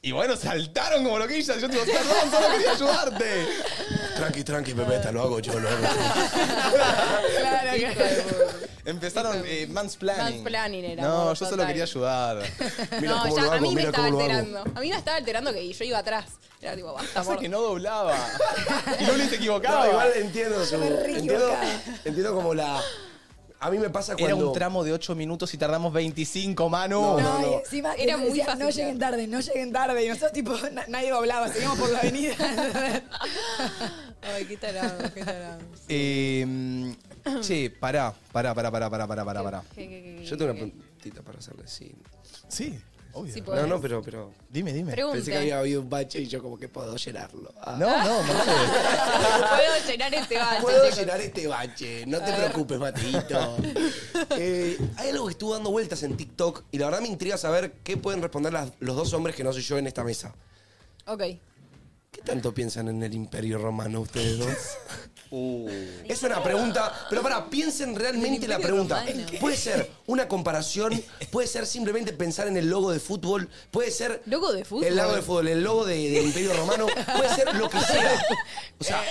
Speaker 1: Y bueno, saltaron como loquillas. Yo digo, perdón, solo quería ayudarte.
Speaker 3: Tranqui, tranqui, Pepeta, lo hago yo, lo hago yo.
Speaker 2: Claro que
Speaker 1: Empezaron eh, mansplaining.
Speaker 2: Mansplaining era,
Speaker 1: No,
Speaker 2: amor,
Speaker 1: yo solo
Speaker 2: total. *laughs*
Speaker 1: quería ayudar.
Speaker 3: Mira
Speaker 2: no,
Speaker 3: cómo
Speaker 2: ya
Speaker 3: lo
Speaker 2: a
Speaker 3: hago,
Speaker 2: mí me
Speaker 3: mira
Speaker 2: estaba
Speaker 3: cómo lo hago.
Speaker 2: alterando. A mí me estaba alterando que yo iba atrás. Era tipo, basta,
Speaker 1: Pasa
Speaker 2: amor.
Speaker 1: que no doblaba. Y Luli se equivocaba.
Speaker 3: No, igual entiendo su.
Speaker 4: me re
Speaker 3: Entiendo,
Speaker 4: equivocaba.
Speaker 3: entiendo como la. A mí me pasa
Speaker 1: Era
Speaker 3: cuando.
Speaker 1: un tramo de 8 minutos y tardamos 25, Manu.
Speaker 3: No,
Speaker 4: No,
Speaker 3: no,
Speaker 4: y
Speaker 3: no.
Speaker 4: encima
Speaker 2: Era muy
Speaker 4: decía,
Speaker 2: fácil.
Speaker 4: No lleguen tarde, no lleguen tarde. Y nosotros, tipo, na- nadie doblaba, seguimos por la
Speaker 1: *laughs*
Speaker 4: avenida.
Speaker 2: Ay, qué tarado, qué
Speaker 1: *laughs*
Speaker 2: tarado.
Speaker 3: mm,
Speaker 4: *clears throat*
Speaker 1: Eh, che, pará, pará, pará, pará, pará, pará, pará, pará.
Speaker 2: Qué- qué- qué-
Speaker 3: Yo tengo una puntita para hacerle, sí.
Speaker 1: Sí, obvio.
Speaker 2: Sí, po-
Speaker 3: No, no, pero, pero.
Speaker 1: Dime, dime.
Speaker 2: Pregunte.
Speaker 3: Pensé que había habido un bache y yo como que puedo llenarlo. Ah.
Speaker 1: No, no, Mate.
Speaker 4: *laughs*
Speaker 2: Puedo llenar este bache.
Speaker 3: Puedo
Speaker 2: chicos.
Speaker 3: llenar este bache, no te
Speaker 4: *laughs*
Speaker 3: preocupes, Matito. Eh, hay algo que estuvo dando vueltas en TikTok y la verdad me intriga saber qué pueden responder las- los dos hombres que no soy yo en esta mesa.
Speaker 2: Ok.
Speaker 3: ¿Qué tanto piensan en el Imperio Romano ustedes dos? Es una pregunta, pero para, piensen realmente
Speaker 2: Del
Speaker 3: la
Speaker 2: Imperio
Speaker 3: pregunta.
Speaker 2: Romano.
Speaker 3: *laughs* Puede ser una comparación, puede ser simplemente pensar en el logo de fútbol, puede ser...
Speaker 2: ¿Logo de fútbol?
Speaker 3: El logo de fútbol, el logo de- del Imperio Romano, puede ser lo que sea. O sea,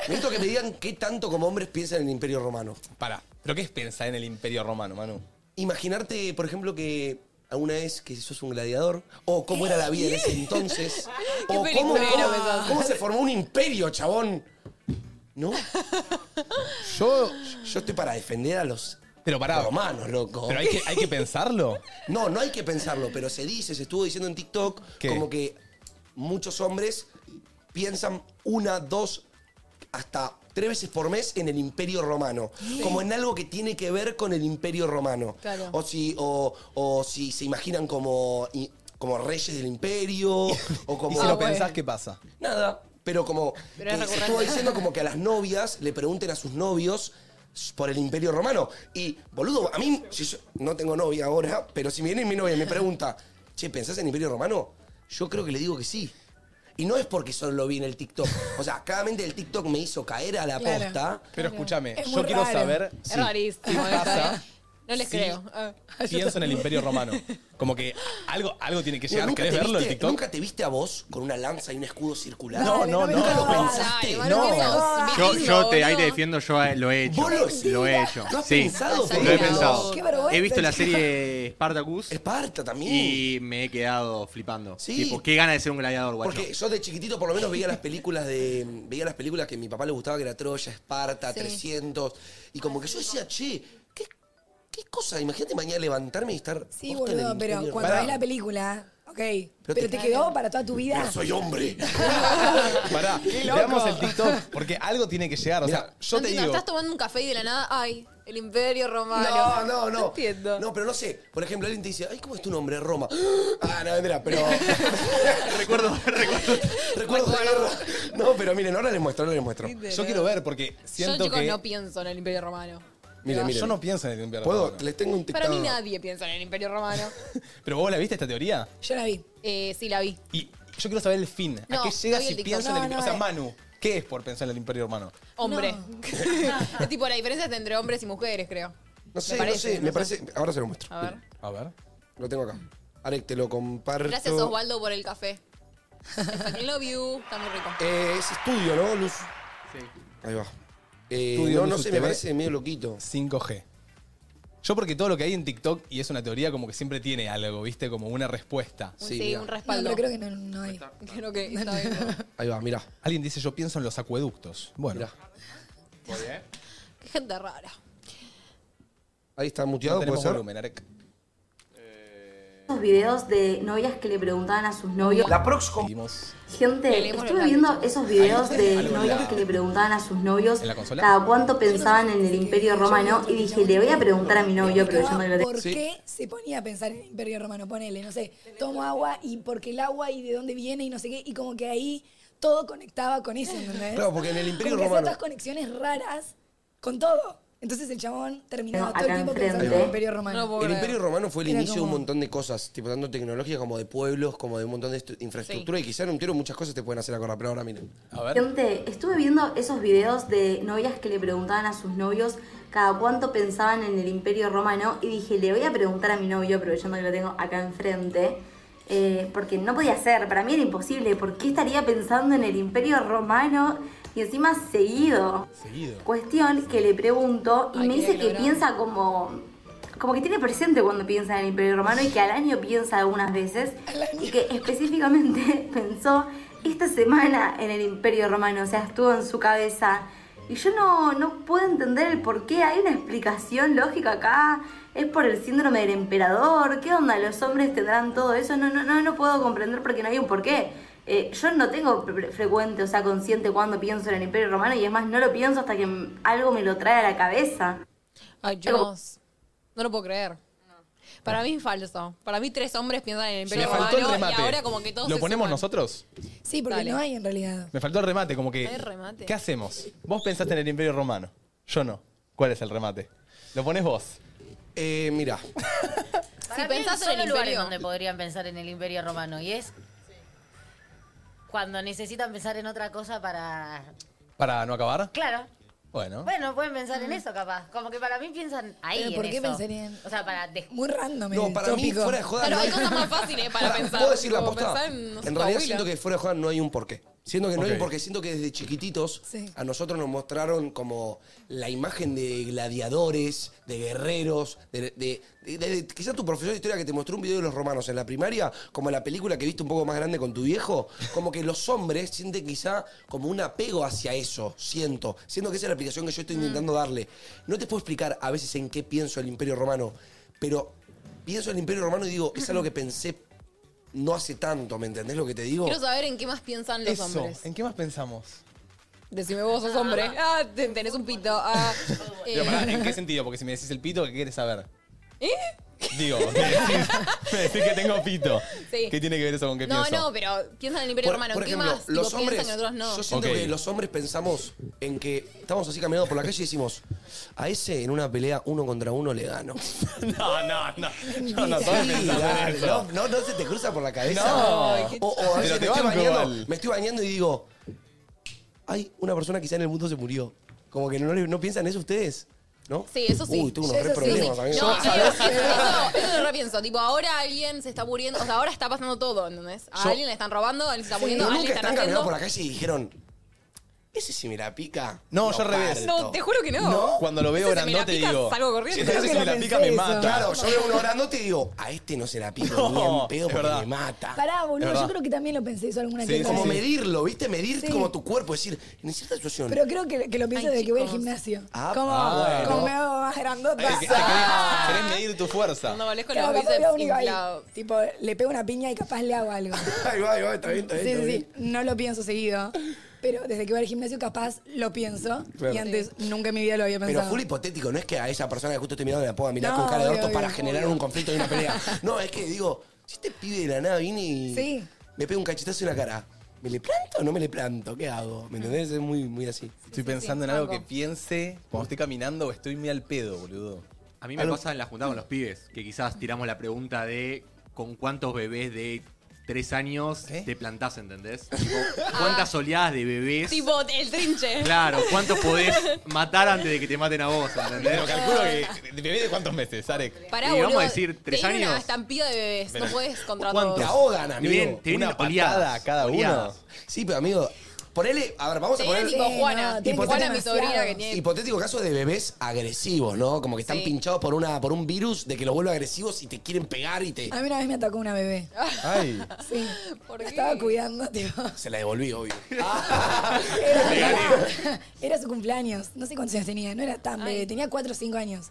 Speaker 3: necesito que me digan qué tanto como hombres piensan en el Imperio Romano.
Speaker 1: Pará. ¿Pero qué es pensar en el Imperio Romano, Manu?
Speaker 3: Imaginarte, por ejemplo, que alguna vez que sos un gladiador, o cómo era la vida en ese entonces,
Speaker 2: *laughs* Qué
Speaker 3: o cómo,
Speaker 2: peliculero
Speaker 3: cómo-
Speaker 2: que sos.
Speaker 3: cómo se formó un imperio, chabón. ¿No?
Speaker 1: Yo,
Speaker 3: Yo estoy para defender a los
Speaker 1: Pero pará.
Speaker 3: Romanos, loco.
Speaker 1: Pero hay que, hay que pensarlo.
Speaker 3: *laughs* No, no hay que pensarlo, pero se dice, se estuvo diciendo en TikTok,
Speaker 1: ¿Qué?
Speaker 3: como que muchos hombres piensan una, dos, hasta tres veces por mes en el imperio romano. Como en algo que tiene que ver con el imperio romano.
Speaker 2: Claro.
Speaker 3: O, si, o, o si se imaginan como, i- como reyes del imperio, o
Speaker 1: *laughs*
Speaker 3: como...
Speaker 1: Y si lo
Speaker 2: Ah, bueno.
Speaker 1: pensás, ¿qué pasa?
Speaker 3: Nada. Pero como
Speaker 2: Pero es
Speaker 3: eh, se
Speaker 2: recurrente.
Speaker 3: estuvo diciendo como que a las novias le pregunten a sus novios por el imperio romano. Y, boludo, a mí, si yo- no tengo novia ahora, pero si viene mi novia y me pregunta, che, ¿pensás en el imperio romano? Yo creo que le digo que sí. Y no es porque solo lo vi en el TikTok. O sea, claramente el TikTok me hizo caer a la
Speaker 4: Claro.
Speaker 3: posta.
Speaker 1: Pero escúchame,
Speaker 4: Es
Speaker 1: yo
Speaker 4: muy
Speaker 1: quiero
Speaker 4: raro.
Speaker 1: saber si
Speaker 2: Es rarísimo
Speaker 1: ¿qué
Speaker 2: esto,
Speaker 5: *laughs*
Speaker 1: pasa?
Speaker 2: ¿eh? No les
Speaker 1: Sí.
Speaker 2: creo. Ah, yo
Speaker 1: pienso en el
Speaker 2: también.
Speaker 1: Imperio Romano. Como que algo, algo tiene que llegar.
Speaker 3: ¿Nunca
Speaker 1: ¿Querés
Speaker 3: te
Speaker 1: verlo el
Speaker 3: viste-
Speaker 1: TikTok?
Speaker 3: ¿Nunca te viste a vos con una lanza y un escudo circular?
Speaker 1: No, no, no.
Speaker 3: ¿Nunca lo
Speaker 1: No.
Speaker 3: pensaste?
Speaker 2: Dale,
Speaker 1: No.
Speaker 2: bueno,
Speaker 7: Yo, yo te, ahí te
Speaker 2: boludo.
Speaker 7: defiendo, yo eh, lo he hecho.
Speaker 3: ¿Vos lo-
Speaker 7: Lo he hecho.
Speaker 3: ¿Lo has
Speaker 7: sí.
Speaker 3: pensado?
Speaker 2: Lo he
Speaker 7: Lo he
Speaker 3: boludo?
Speaker 7: pensado.
Speaker 4: Qué vergüenza,
Speaker 7: He visto la
Speaker 4: chica.
Speaker 7: serie Spartacus
Speaker 3: Esparta también.
Speaker 7: y me he quedado flipando.
Speaker 3: Sí.
Speaker 7: Tipo, qué gana de ser un gladiador, guacho.
Speaker 3: Porque yo de chiquitito por lo menos veía las películas de veía las películas que a mi papá le gustaba que era Troya, Esparta, 300 y como que yo decía, "Che, qué qué cosa, imagínate mañana levantarme y estar
Speaker 4: Sí,
Speaker 3: posta en el
Speaker 4: boludo, pero
Speaker 3: interior".
Speaker 4: cuando
Speaker 3: Pará,
Speaker 4: ves la película, ok, pero,
Speaker 3: te-
Speaker 4: te, quedó para toda tu vida.
Speaker 3: pero soy hombre.
Speaker 1: *laughs* Pará, veamos el TikTok, porque algo tiene que llegar. O sea,
Speaker 3: Mirá,
Speaker 1: yo
Speaker 2: No
Speaker 1: te
Speaker 2: entiendo,
Speaker 1: digo.
Speaker 2: Estás tomando un café y de la nada, ay, el imperio romano.
Speaker 3: No, no, no.
Speaker 2: No entiendo.
Speaker 3: No, pero no sé. Por ejemplo, alguien te dice, ay, ¿cómo es tu nombre? Roma. Ah, no, mentira,
Speaker 2: *laughs*
Speaker 3: pero. *laughs*
Speaker 7: Recuerdo, recuerdo.
Speaker 3: Recuerdo de guerra. No, pero miren, ahora les muestro, ahora les muestro.
Speaker 1: Yo quiero ver, porque siento
Speaker 2: yo, chicos,
Speaker 1: que.
Speaker 2: no pienso en el imperio romano.
Speaker 3: Miren, miren.
Speaker 1: Yo no pienso en el Imperio
Speaker 3: ¿Puedo?
Speaker 1: Romano.
Speaker 3: Les tengo un TikTok.
Speaker 2: Para mí nadie piensa en el imperio romano.
Speaker 1: Pero vos la viste esta teoría.
Speaker 4: *laughs* Yo la vi.
Speaker 2: Eh, sí, la vi.
Speaker 1: Y yo quiero saber el fin. ¿A
Speaker 2: No,
Speaker 1: qué llega
Speaker 2: no vi
Speaker 1: si
Speaker 2: el TikTok.
Speaker 1: piensas en el
Speaker 4: No,
Speaker 1: Imperio?
Speaker 4: no,
Speaker 1: o sea,
Speaker 4: eh.
Speaker 1: Manu, ¿qué es por pensar en el Imperio Romano?
Speaker 2: Hombre. *laughs* es tipo la diferencia es entre hombres y mujeres, creo.
Speaker 3: No sé,
Speaker 2: Me
Speaker 3: no sé,
Speaker 2: parece,
Speaker 3: me
Speaker 2: no
Speaker 3: parece. Ahora se lo muestro.
Speaker 2: A ver.
Speaker 1: A ver.
Speaker 3: Lo tengo acá. Arek, te lo comparto.
Speaker 2: Gracias, Osvaldo, por el café. I love you. Está muy rico.
Speaker 3: Eh, es estudio, ¿no, Luz?
Speaker 7: Sí.
Speaker 3: Ahí va. Eh,
Speaker 1: Estudio
Speaker 3: no, no
Speaker 1: Luz
Speaker 3: sé,
Speaker 1: TV.
Speaker 3: me parece medio loquito.
Speaker 1: 5G. Yo porque todo lo que hay en TikTok, y es una teoría, como que siempre tiene algo, ¿viste? Como una respuesta.
Speaker 2: Un- Sí,
Speaker 3: Sí, mira.
Speaker 2: un
Speaker 4: No,
Speaker 2: respaldo.
Speaker 4: pero creo que no, no hay.
Speaker 2: Creo que está bien.
Speaker 3: Ahí va, mirá.
Speaker 1: Alguien dice, yo pienso en los acueductos. Bueno,
Speaker 3: mirá.
Speaker 2: Qué gente rara.
Speaker 3: Ahí está
Speaker 1: no
Speaker 3: muteado, puede
Speaker 1: tenemos
Speaker 3: ser.
Speaker 1: volumen, Arek.
Speaker 9: *laughs* Esos videos de novias que le preguntaban a sus novios.
Speaker 3: La Prox con.
Speaker 1: Seguimos.
Speaker 9: Gente,
Speaker 2: Leemos
Speaker 9: estuve
Speaker 2: el
Speaker 9: viendo
Speaker 2: capítulo.
Speaker 9: esos videos
Speaker 1: Ahí,
Speaker 9: de
Speaker 1: algo en
Speaker 9: novias
Speaker 1: la-
Speaker 9: que le preguntaban a sus novios
Speaker 1: ¿En la consola?
Speaker 9: cada cuánto pensaban en el imperio romano y dije, le voy a preguntar a mi novio aprovechando que lo tengo.
Speaker 4: ¿Por qué se ponía a pensar en el Imperio Romano? Ponele, no sé, tomo agua y porque el agua y de dónde viene y no sé qué, y como que ahí todo conectaba con eso, ¿entendés?
Speaker 3: Claro, porque en el Imperio
Speaker 4: como que
Speaker 3: Romano-
Speaker 4: hacía otras conexiones raras con todo. Entonces el chabón terminaba
Speaker 9: No,
Speaker 4: todo el
Speaker 9: acá
Speaker 4: tiempo
Speaker 9: enfrente.
Speaker 4: pensando en el Imperio Romano.
Speaker 2: No puedo
Speaker 3: El
Speaker 2: creer.
Speaker 3: Imperio Romano fue el
Speaker 4: Era
Speaker 3: inicio de un
Speaker 4: como-
Speaker 3: montón de cosas, tipo tanto tecnología como de pueblos, como de un montón de estu- infraestructura y quizá en un tiro muchas cosas te pueden hacer acordar, pero ahora miren.
Speaker 1: A ver.
Speaker 9: Gente, estuve viendo esos videos de novias que le preguntaban a sus novios cada cuánto pensaban en el imperio romano y dije, le voy a preguntar a mi novio aprovechando que lo tengo acá enfrente. eh, porque no podía ser, para mí era imposible. ¿Por qué estaría pensando en el imperio romano y encima seguido?
Speaker 1: Seguido.
Speaker 9: Cuestión que le pregunto y
Speaker 2: Ay,
Speaker 9: me
Speaker 2: qué
Speaker 9: dice que
Speaker 2: logrado.
Speaker 9: piensa como. Como que tiene presente cuando piensa en el Imperio Romano y que al año piensa algunas veces y que específicamente *laughs* pensó esta semana en el Imperio Romano, o sea, estuvo en su cabeza. Y yo no, no puedo entender el por qué, hay una explicación lógica acá, es por el síndrome del emperador, ¿qué onda? ¿Los hombres tendrán todo eso? No, no, no, no puedo comprender porque no hay un porqué. Eh, yo no tengo pre- pre- frecuente, o sea, consciente cuando pienso en el Imperio Romano y es más, no lo pienso hasta que m- algo me lo trae a la cabeza.
Speaker 2: Ay, Dios. No lo puedo creer. Para mí es falso. Para mí tres hombres piensan en el
Speaker 1: Me
Speaker 2: imperio
Speaker 1: faltó el
Speaker 2: romano y
Speaker 1: remate.
Speaker 2: ahora como que todos
Speaker 1: ¿Lo
Speaker 2: se
Speaker 1: ponemos
Speaker 2: suman.
Speaker 1: nosotros?
Speaker 4: Sí, porque
Speaker 2: Dale.
Speaker 4: no hay en realidad.
Speaker 1: Me faltó el remate, como que.
Speaker 2: No hay remate.
Speaker 1: ¿Qué hacemos? Vos pensaste en el Imperio Romano. Yo no. ¿Cuál es el remate? Lo pones vos.
Speaker 3: Eh, mirá.
Speaker 6: Para
Speaker 2: Si
Speaker 6: mí hay
Speaker 2: pensás en
Speaker 6: solo
Speaker 2: el
Speaker 6: lugar
Speaker 2: imperio.
Speaker 6: donde podrían pensar en el imperio romano y es cuando necesitan pensar en otra cosa para...
Speaker 1: ¿Para no acabar?
Speaker 6: Claro.
Speaker 1: Bueno.
Speaker 2: Eh.
Speaker 6: Bueno, pueden pensar en eso capaz. Como que para mí piensan ahí.
Speaker 4: Ah. Pero ¿por
Speaker 6: en
Speaker 4: qué
Speaker 6: eso.
Speaker 4: pensarían?
Speaker 6: O sea, para... des-
Speaker 4: Muy random
Speaker 3: No,
Speaker 4: el
Speaker 3: para mí,
Speaker 4: tópico.
Speaker 3: fuera de joda,
Speaker 2: Claro,
Speaker 3: no *laughs*
Speaker 4: *laughs*
Speaker 2: hay
Speaker 3: hay.
Speaker 2: cosas más fáciles para
Speaker 3: Pará,
Speaker 2: pensar.
Speaker 3: ¿Puedo decir la
Speaker 2: Como
Speaker 3: posta?
Speaker 2: pensar
Speaker 3: En,
Speaker 2: no sé, tu
Speaker 3: realidad
Speaker 2: abuela.
Speaker 3: siento que fuera de joda no hay un porqué. Siento que no,
Speaker 1: Ok.
Speaker 3: porque siento que desde chiquititos
Speaker 4: Sí.
Speaker 3: a nosotros nos mostraron como la imagen de gladiadores, de guerreros, de, de- de- de- quizá tu profesor de historia que te mostró un video de los romanos en la primaria, como la película que viste un poco más grande con tu viejo, como que los hombres sienten quizá como un apego hacia eso, siento, siento que esa es la aplicación que yo estoy intentando darle. No te puedo explicar a veces en qué pienso el imperio romano, pero pienso en el imperio romano y digo, es algo que pensé no hace tanto, ¿me entendés lo que te digo?
Speaker 2: Quiero saber en qué más piensan los
Speaker 1: Eso,
Speaker 2: hombres.
Speaker 1: ¿en qué más pensamos?
Speaker 2: Decime vos, sos hombre. Ah, te- tenés un pito. Ah, eh,
Speaker 1: Pero pará, ¿en qué sentido? Porque si me decís el pito, ¿qué quieres saber?
Speaker 2: *laughs* ¿Eh?
Speaker 1: Digo, *laughs* me decís, me decís que tengo pito.
Speaker 2: Sí.
Speaker 1: ¿Qué tiene que ver eso con qué
Speaker 2: No,
Speaker 1: pienso?
Speaker 2: no, pero piensan en el Imperio
Speaker 3: Por,
Speaker 2: Romano.
Speaker 3: por
Speaker 2: ¿Qué
Speaker 3: ejemplo,
Speaker 2: más? Tipo,
Speaker 3: los hombres,
Speaker 2: piensan que nosotros no.
Speaker 3: yo siento
Speaker 1: Ok.
Speaker 3: que los hombres pensamos en que estamos así caminando por la calle y decimos, a ese en una pelea uno contra uno le
Speaker 2: *laughs*
Speaker 3: gano.
Speaker 1: No, no, no. No, no, todos
Speaker 3: Sí,
Speaker 1: pensamos en
Speaker 3: dale,
Speaker 1: eso.
Speaker 3: no, no, no se te cruza por la cabeza.
Speaker 1: No.
Speaker 2: Ay, qué
Speaker 3: O, o a
Speaker 1: Pero te
Speaker 3: veces me estoy,
Speaker 1: banco
Speaker 3: bañando,
Speaker 1: igual.
Speaker 3: me estoy bañando y digo, hay una persona quizá en el mundo se murió. Como que no, le- no piensan eso ustedes, ¿no?
Speaker 2: Sí, eso sí.
Speaker 3: Uy, tuve unos
Speaker 4: Eso
Speaker 3: re
Speaker 4: sí.
Speaker 3: problemas,
Speaker 2: No,
Speaker 3: amigo.
Speaker 2: no, eso, eso- eso no lo pienso. Tipo, ahora alguien se está muriendo. O sea, ahora está pasando todo, ¿entendés? A
Speaker 3: Yo-
Speaker 2: alguien le están robando, a alguien se está muriendo,
Speaker 3: Pero
Speaker 2: a alguien
Speaker 3: nunca
Speaker 2: le están
Speaker 3: están caminando por
Speaker 2: haciendo.
Speaker 3: la calle y dijeron, ese si me la pica.
Speaker 1: No, yo al revés.
Speaker 3: parto".
Speaker 2: No, te juro que no.
Speaker 1: Cuando lo veo
Speaker 2: Ese se me la
Speaker 1: grandote
Speaker 2: pica,
Speaker 1: digo.
Speaker 2: salgo corriendo.
Speaker 1: Si te
Speaker 4: Creo
Speaker 1: haces
Speaker 4: que lo
Speaker 1: que me la
Speaker 4: pensé
Speaker 1: pica, me
Speaker 4: eso.
Speaker 1: mata.
Speaker 3: Claro, yo veo uno grandote y digo, a este no se la pico
Speaker 1: *laughs* No,
Speaker 3: ni en pedo
Speaker 1: es
Speaker 3: porque
Speaker 1: verdad.
Speaker 3: me mata.
Speaker 4: Pará, boludo,
Speaker 1: Es verdad.
Speaker 4: yo creo que también lo pensé eso alguna
Speaker 1: Sí,
Speaker 4: que
Speaker 1: sí,
Speaker 4: otra
Speaker 3: Como
Speaker 4: vez.
Speaker 3: medir, ¿viste? Medir
Speaker 4: Sí.
Speaker 3: como tu cuerpo, es decir, en cierta situación.
Speaker 4: Pero creo que, que lo pienso
Speaker 6: Ay,
Speaker 4: desde que voy al
Speaker 6: chicos.
Speaker 4: gimnasio.
Speaker 3: Ah,
Speaker 4: como,
Speaker 1: ah,
Speaker 4: como
Speaker 1: bueno.
Speaker 4: me hago más grandota.
Speaker 1: Te- te querés- Querés medir tu fuerza.
Speaker 2: Cuando volvés con
Speaker 4: Claro,
Speaker 2: los
Speaker 4: capaz veo
Speaker 2: bíceps
Speaker 4: un y digo, ay,
Speaker 2: inflados.
Speaker 4: Tipo, le pego una piña y capaz le hago algo.
Speaker 3: *laughs* Ahí va, ahí va, está bien, está bien.
Speaker 4: Sí,
Speaker 3: está
Speaker 4: sí, sí.
Speaker 3: bien.
Speaker 4: No lo pienso seguido. Pero desde que voy al gimnasio, capaz lo pienso.
Speaker 3: Claro.
Speaker 4: Y antes nunca en mi vida lo había
Speaker 3: Pero
Speaker 4: pensado.
Speaker 3: full hipotético, no es que a esa persona que justo estoy mirando la pueda mirar
Speaker 4: No,
Speaker 3: con cara de
Speaker 4: obvio,
Speaker 3: orto para
Speaker 4: obvio,
Speaker 3: generar
Speaker 4: obvio.
Speaker 3: un conflicto y
Speaker 4: *laughs*
Speaker 3: una pelea. No, es que digo, si este pibe de la nada viene y
Speaker 4: Sí.
Speaker 3: me pega un cachetazo en la cara, ¿me le planto o no me le planto? ¿Qué hago?
Speaker 4: Mm.
Speaker 3: ¿Me entendés? Es muy, muy así.
Speaker 1: Estoy pensando en algo
Speaker 2: banco.
Speaker 1: que piense cuando estoy caminando o estoy muy al pedo, boludo.
Speaker 7: A mí me pasa en la juntada con los pibes, que quizás tiramos la pregunta de con cuántos bebés de tres años
Speaker 1: ¿Qué?
Speaker 7: te plantás, ¿entendés? Tipo, ¿Cuántas oleadas de bebés?
Speaker 2: Tipo, el trinche.
Speaker 7: Claro, ¿cuántos podés matar antes de que te maten a vos,
Speaker 1: Pero
Speaker 7: ¿entendés?
Speaker 1: calculo que. ¿De bebé de cuántos meses, Arek?
Speaker 2: Pará,
Speaker 7: Y vamos
Speaker 2: boludo,
Speaker 7: a decir,
Speaker 2: te
Speaker 7: ¿tres
Speaker 2: viene una
Speaker 7: años?
Speaker 2: estampida de bebés. No puedes contra
Speaker 7: ¿Cuántos?
Speaker 3: Te
Speaker 2: todos.
Speaker 3: ahogan,
Speaker 7: Te
Speaker 3: amigo.
Speaker 7: vienen, te vienen
Speaker 1: Una
Speaker 7: oleadas,
Speaker 1: patada a cada uno.
Speaker 7: oleadas.
Speaker 3: Sí, pero amigo, ponele. A ver, vamos
Speaker 2: Te
Speaker 3: a
Speaker 2: viene
Speaker 3: poner.
Speaker 2: tipo
Speaker 4: Sí,
Speaker 2: Juana.
Speaker 4: no, tiene
Speaker 2: Juana,
Speaker 4: que ser
Speaker 2: mi sobrina,
Speaker 4: demasiado.
Speaker 2: que tiene
Speaker 3: Hipotético caso de bebés agresivos, ¿no? Como que están
Speaker 2: Sí.
Speaker 3: pinchados por, una, por un virus de que los vuelve agresivos y te quieren pegar y te.
Speaker 4: A mí una vez me atacó una bebé.
Speaker 1: Ay.
Speaker 4: Sí.
Speaker 2: *laughs* ¿Por
Speaker 4: La
Speaker 2: qué?
Speaker 4: estaba cuidando, tipo.
Speaker 3: Se la devolví, obvio.
Speaker 4: Era, era- *laughs* era su cumpleaños. No sé cuántos años tenía, no era tan bebé. Tenía 4 o 5 años.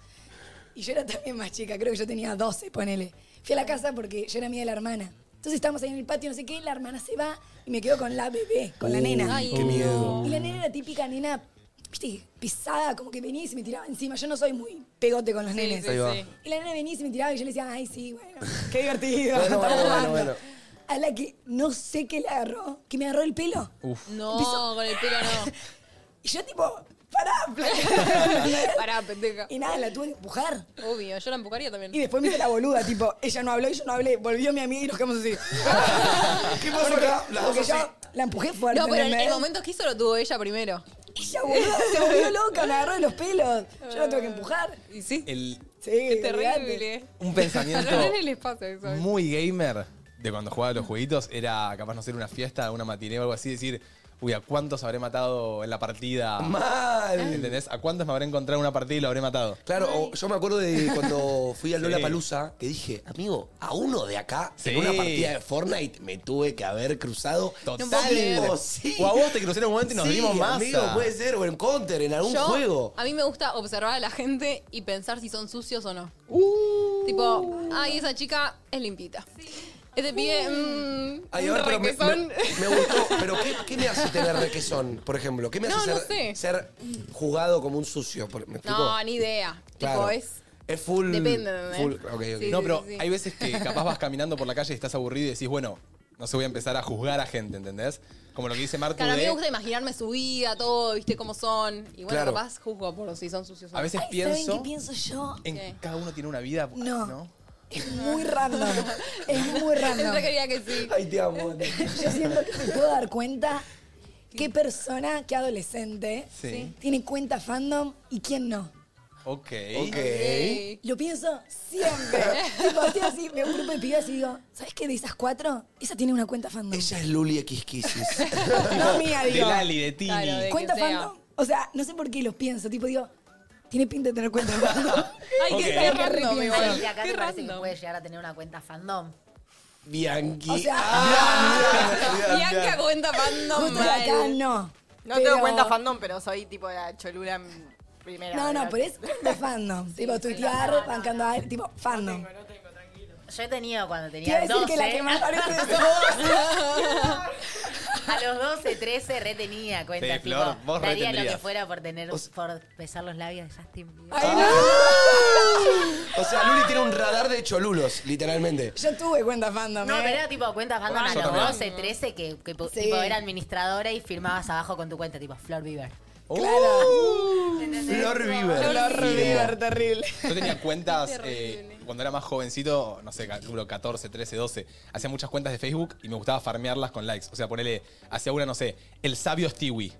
Speaker 4: Y yo era también más chica, creo que yo tenía 12, ponele. Fui a la casa porque yo era amiga de la hermana. Entonces estábamos ahí en el patio, no sé qué, la hermana se va y me quedo con la bebé, con la nena.
Speaker 2: Ay, qué miedo.
Speaker 4: Y la nena era típica nena, viste, pisada, como que venía y se me tiraba encima. Yo no soy muy pegote con los nenes.
Speaker 2: sí, Ahí va. sí.
Speaker 4: Y la nena venía y se me tiraba y yo le decía, ay, sí, bueno, qué divertido.
Speaker 3: Bueno,
Speaker 4: estamos
Speaker 3: bueno, bueno,
Speaker 4: jugando".
Speaker 3: bueno.
Speaker 4: A la que no sé qué le agarró, que me agarró el pelo.
Speaker 2: No,
Speaker 4: Empezó-
Speaker 2: Oh, con el pelo
Speaker 5: *laughs*
Speaker 2: no.
Speaker 4: Y yo tipo, pará, pará.
Speaker 2: *laughs* Pará, pendeja.
Speaker 4: Y nada, la tuve que empujar.
Speaker 2: Obvio, yo la empujaría también.
Speaker 4: Y después me hice la boluda, tipo, ella no habló y yo no hablé. Volvió mi amiga y nos quedamos así.
Speaker 3: *laughs* ¿Qué pasó acá? Las dos
Speaker 4: Porque yo
Speaker 3: así.
Speaker 4: la empujé fuerte.
Speaker 2: No, pero en el
Speaker 4: ¿entendés?
Speaker 2: momento que hizo lo tuvo ella primero.
Speaker 4: Ella, boluda, se volvió
Speaker 1: *laughs*
Speaker 4: loca, me agarró de los pelos. Yo la tuve que empujar.
Speaker 2: Y sí.
Speaker 1: El-
Speaker 4: Sí,
Speaker 2: Qué
Speaker 4: olvidate.
Speaker 2: terrible.
Speaker 1: un pensamiento
Speaker 2: Agarrar el espacio, eso.
Speaker 1: muy gamer de cuando jugaba a los jueguitos era capaz no ser una fiesta, una matiné o algo así, decir, uy, ¿a cuántos habré matado en la partida?
Speaker 3: Mal.
Speaker 1: ¿Entendés? ¿A cuántos me habré encontrado en una partida y lo habré matado?
Speaker 3: Claro, o- yo me acuerdo de cuando fui al Lola Palusa que dije, amigo, a uno de acá,
Speaker 1: Sí.
Speaker 3: en una partida de Fortnite, me tuve que haber cruzado.
Speaker 1: Total.
Speaker 3: Tipo, sí.
Speaker 1: O a vos te crucé en un momento y nos
Speaker 3: Sí,
Speaker 1: dimos más.
Speaker 3: Amigo, puede ser, o en Counter, en algún
Speaker 2: Yo-
Speaker 3: juego.
Speaker 2: A mí me gusta observar a la gente y pensar si son sucios o no.
Speaker 4: Uh.
Speaker 2: Tipo, ay, esa chica es limpita. Este pibe, mmm,
Speaker 3: Ay, a ver, pero me, me- me gustó. Pero ¿qué, qué me hace tener requesón, por ejemplo? ¿Qué me hace
Speaker 2: No,
Speaker 3: ser,
Speaker 2: no sé.
Speaker 3: ser jugado como un sucio? Por- ¿Me explico?
Speaker 2: No, ni idea. Tipo,
Speaker 3: Claro.
Speaker 2: es...
Speaker 3: Es full.
Speaker 2: Depende, ¿no?
Speaker 3: full- ok, ok.
Speaker 2: Sí.
Speaker 1: No, pero
Speaker 2: sí.
Speaker 1: hay veces que capaz vas caminando por la calle y estás aburrido y decís, bueno, no se voy a empezar a juzgar a gente, ¿entendés? Como lo que dice Martu
Speaker 2: Claro, a mí me
Speaker 1: de,
Speaker 2: gusta imaginarme su vida, todo, viste cómo son. Y bueno,
Speaker 3: Claro.
Speaker 2: capaz juzgo por si son sucios o no.
Speaker 1: a veces
Speaker 4: Ay, ¿Saben
Speaker 1: pienso
Speaker 4: qué pienso yo?
Speaker 1: en
Speaker 2: ¿Qué?
Speaker 1: cada uno tiene una vida,
Speaker 4: No.
Speaker 1: ¿no?
Speaker 4: Es muy random. Es
Speaker 2: *laughs*
Speaker 4: muy random.
Speaker 2: Pensé que quería que sí.
Speaker 3: Ay, te amo.
Speaker 4: Yo siento que me puedo dar cuenta qué persona, qué adolescente
Speaker 1: Sí.
Speaker 4: tiene cuenta fandom y quién no.
Speaker 1: Ok.
Speaker 3: Ok.
Speaker 4: Lo pienso siempre. tipo, estoy así, me un grupo de pibas y digo, ¿sabes qué? De esas cuatro, esa tiene una cuenta fandom.
Speaker 3: Ella es Luli Xquisis.
Speaker 4: No mía,
Speaker 1: De
Speaker 4: digo.
Speaker 1: Lali, de Tini.
Speaker 2: Claro, de-
Speaker 4: ¿Cuenta
Speaker 2: quien sea.
Speaker 4: fandom? O sea, no sé por qué los pienso. Tipo, digo, tiene pinta de tener cuenta fandom.
Speaker 2: Ay,
Speaker 1: Ok.
Speaker 2: qué qué random,
Speaker 4: Qué
Speaker 2: igual.
Speaker 6: Y acá
Speaker 2: Qué
Speaker 6: te parece que
Speaker 2: random.
Speaker 6: puede llegar a tener una cuenta fandom.
Speaker 3: Bianchi. Ah,
Speaker 4: O sea, *laughs*
Speaker 2: Bianca cuenta fandom
Speaker 4: justo de acá
Speaker 2: mal.
Speaker 4: no.
Speaker 8: No
Speaker 4: Pero-
Speaker 8: tengo cuenta fandom, pero soy tipo la cholula en primera.
Speaker 4: No, no,
Speaker 8: ¿verdad?
Speaker 4: pero es cuenta fandom. tipo, tuitear, bancando a alguien, tipo, fandom.
Speaker 6: Yo he tenido cuando
Speaker 4: Te iba a
Speaker 6: tenía
Speaker 4: decir
Speaker 6: 12.
Speaker 4: que la que más parece es vos.
Speaker 6: A los 12, 13 re tenía cuenta.
Speaker 1: Sí, Flor,
Speaker 6: tipo,
Speaker 1: vos re
Speaker 6: daría lo
Speaker 1: tendrías.
Speaker 6: que fuera por tener, por besar los labios de Justin Bieber.
Speaker 4: Ay, no.
Speaker 3: O sea, Luli tiene un radar de cholulos, literalmente.
Speaker 4: Yo tuve cuenta fandom.
Speaker 6: No,
Speaker 4: ¿eh?
Speaker 6: pero era tipo cuentas fandom a los 12, 13 que, que po-
Speaker 4: Sí.
Speaker 6: tipo, era administradora y firmabas abajo con tu cuenta, tipo Flor Bieber.
Speaker 4: Claro.
Speaker 1: Uh.
Speaker 5: Uh.
Speaker 3: Flor Bieber.
Speaker 4: Flor River, terrible.
Speaker 1: Yo tenía cuentas eh, cuando era más jovencito, no sé, calculo 14, 13, 12. Hacía muchas cuentas de Facebook y me gustaba farmearlas con likes. O sea, ponele, hacía una, no sé, el sabio Stewie.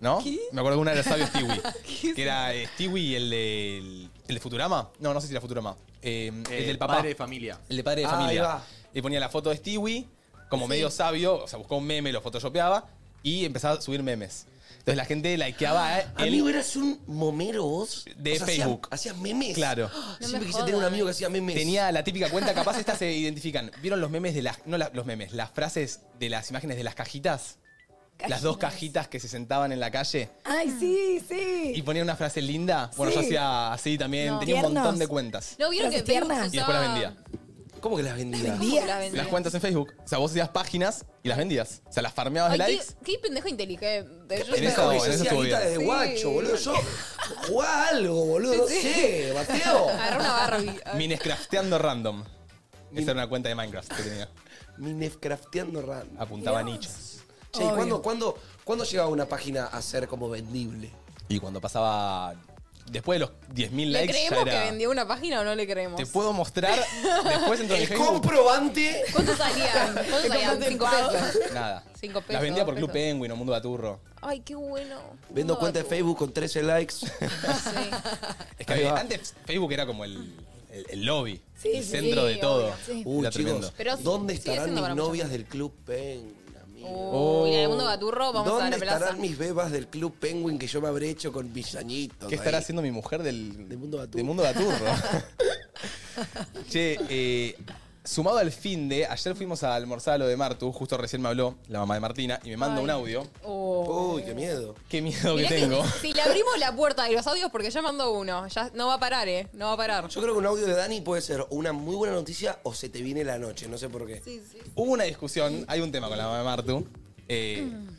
Speaker 1: ¿No? Me acuerdo que una era el sabio Stewie. que era eh, Stewie el de, el, el de Futurama. No, no sé si era Futurama. Eh, el del papá.
Speaker 7: Padre de familia.
Speaker 1: El de padre de
Speaker 3: Ah, ahí
Speaker 1: familia.
Speaker 3: va.
Speaker 1: Y ponía la foto de Stewie, como medio sabio, o sea, buscó un meme, lo photoshopeaba y empezaba a subir memes. Entonces la gente likeaba eh, el-
Speaker 3: *gasps* Amigo, eras un momero vos.
Speaker 1: De
Speaker 3: O sea, hacías-
Speaker 1: Facebook.
Speaker 3: Hacías, memes. *gasps*
Speaker 1: Claro.
Speaker 3: Siempre quise tener un amigo que hacía memes.
Speaker 1: Tenía la típica cuenta, capaz estas se identifican. ¿Vieron los memes de las. No la- los memes, las frases de las imágenes de las cajitas? Las dos cajitas que se sentaban en la calle
Speaker 4: Ay, sí, sí.
Speaker 1: y ponían una frase linda. Bueno, yo
Speaker 4: Sí.
Speaker 1: hacía así también.
Speaker 4: No.
Speaker 1: Tenía un montón
Speaker 4: Tiernos.
Speaker 1: de cuentas.
Speaker 2: No, vieron que
Speaker 4: Frases
Speaker 2: Facebook
Speaker 4: tiernas.
Speaker 1: Y después las vendía.
Speaker 3: ¿Cómo que las vendía?
Speaker 4: Día.
Speaker 2: la vendía.
Speaker 1: Las cuentas en Facebook. O sea, vos hacías páginas y las vendías. O sea, las farmeabas de
Speaker 2: Ay,
Speaker 1: likes.
Speaker 2: qué, qué pendejo inteligente. Yo
Speaker 1: En
Speaker 2: te-
Speaker 1: eso-
Speaker 3: Yo
Speaker 1: en eso
Speaker 3: hacía
Speaker 1: estuvo
Speaker 3: guita
Speaker 1: bien.
Speaker 3: desde guacho, boludo. Yo jugaba algo, boludo. No sé,
Speaker 2: *laughs*
Speaker 3: Mateo.
Speaker 2: Agarré una Barbie.
Speaker 1: Minescrafteando random. Esa era una cuenta de Minecraft que tenía.
Speaker 3: Minecrafteando random.
Speaker 1: Apuntaba nichos.
Speaker 3: Che, ¿y cuándo, cuándo, cuándo llegaba una página a ser como vendible?
Speaker 1: Y cuando pasaba. Después de los 10.000
Speaker 2: ¿Le
Speaker 1: likes. ya
Speaker 2: creemos que
Speaker 1: era,
Speaker 2: vendió una página o no le creemos?
Speaker 1: Te puedo mostrar. Después entro en mi
Speaker 3: *laughs* El
Speaker 1: Facebook.
Speaker 3: comprobante.
Speaker 2: ¿Cuánto salían? ¿Cuánto salían? Cinco pesos.
Speaker 1: *laughs* Nada.
Speaker 2: Cinco pesos,
Speaker 1: Las vendía por
Speaker 2: dos
Speaker 1: Club
Speaker 2: pesos.
Speaker 1: Penguin o Mundo Baturro.
Speaker 2: Ay, qué bueno.
Speaker 3: Vendo
Speaker 2: No,
Speaker 3: cuenta de
Speaker 2: tú.
Speaker 3: Facebook con 13 likes.
Speaker 1: *laughs* Es que
Speaker 3: Ahí
Speaker 1: había-
Speaker 3: va.
Speaker 1: antes Facebook era como el, el- el lobby,
Speaker 4: Sí,
Speaker 1: el
Speaker 4: sí,
Speaker 1: centro de
Speaker 2: obvio.
Speaker 1: todo.
Speaker 4: Sí.
Speaker 3: Uy,
Speaker 1: Era tremendo.
Speaker 3: chicos,
Speaker 2: Pero
Speaker 3: ¿dónde
Speaker 2: sigue
Speaker 3: estarán
Speaker 2: siendo
Speaker 3: mis
Speaker 2: para mucha
Speaker 3: novias del Club Penguin, amigo?
Speaker 5: Oh.
Speaker 2: Uy, en el mundo gaturro vamos
Speaker 3: Oh, ¿Dónde
Speaker 2: a la
Speaker 3: estarán
Speaker 2: plaza.
Speaker 3: mis bebas del Club Penguin que yo me habré hecho con mis añitos?
Speaker 1: ¿Qué estará
Speaker 3: ahí?
Speaker 1: haciendo mi mujer del,
Speaker 3: Del Mundo Baturro.
Speaker 1: del Mundo
Speaker 3: *laughs*
Speaker 1: Baturro? che, eh, sumado al fin de, ayer fuimos a almorzar a lo de Martu, justo recién me habló la mamá de Martina y me manda un audio.
Speaker 2: Oh.
Speaker 3: Uy, qué miedo.
Speaker 1: Qué miedo
Speaker 2: *laughs*
Speaker 1: que
Speaker 2: Mirá
Speaker 1: tengo.
Speaker 2: si- Si le abrimos la puerta de los audios, porque ya mandó uno. Ya no va a parar, ¿eh? No va a parar.
Speaker 3: Yo creo que un audio de Dani puede ser una muy buena noticia o se te viene la noche, no sé por qué.
Speaker 1: Hubo una discusión, hay un tema con la mamá de Martu. eh,
Speaker 2: Mm.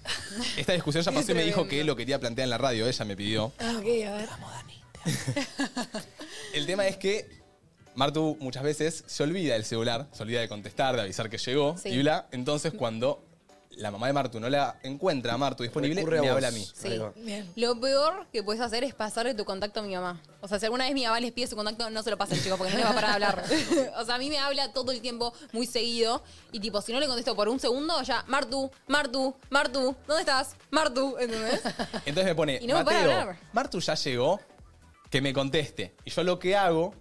Speaker 1: esta discusión ya pasó y me dijo que lo quería plantear en la radio, ella me pidió.
Speaker 4: Ah, ok, a ver.
Speaker 1: El tema es que Martu muchas veces se olvida del celular, se olvida de contestar, de avisar que llegó
Speaker 2: Sí.
Speaker 1: y bla. Entonces, cuando la mamá de Martu no la encuentra a Martu disponible,
Speaker 3: Recurre a
Speaker 1: me
Speaker 3: vos.
Speaker 1: habla a mí.
Speaker 2: Sí.
Speaker 3: Ahí va.
Speaker 4: Bien.
Speaker 2: Lo peor que puedes hacer es pasarle tu contacto a mi mamá. O sea, si alguna vez mi mamá les pide su contacto, no se lo pasen, chicos, porque no les va a parar de hablar. o sea, a mí me habla todo el tiempo, muy seguido. Y tipo, si no le contesto por un segundo, ya, Martu, Martu, Martu, ¿dónde estás? Martu, ¿entendés?
Speaker 1: Entonces me pone,
Speaker 2: Y no me para de
Speaker 1: Mateo,
Speaker 2: hablar.
Speaker 1: Martu ya llegó, que me conteste. Y yo lo que hago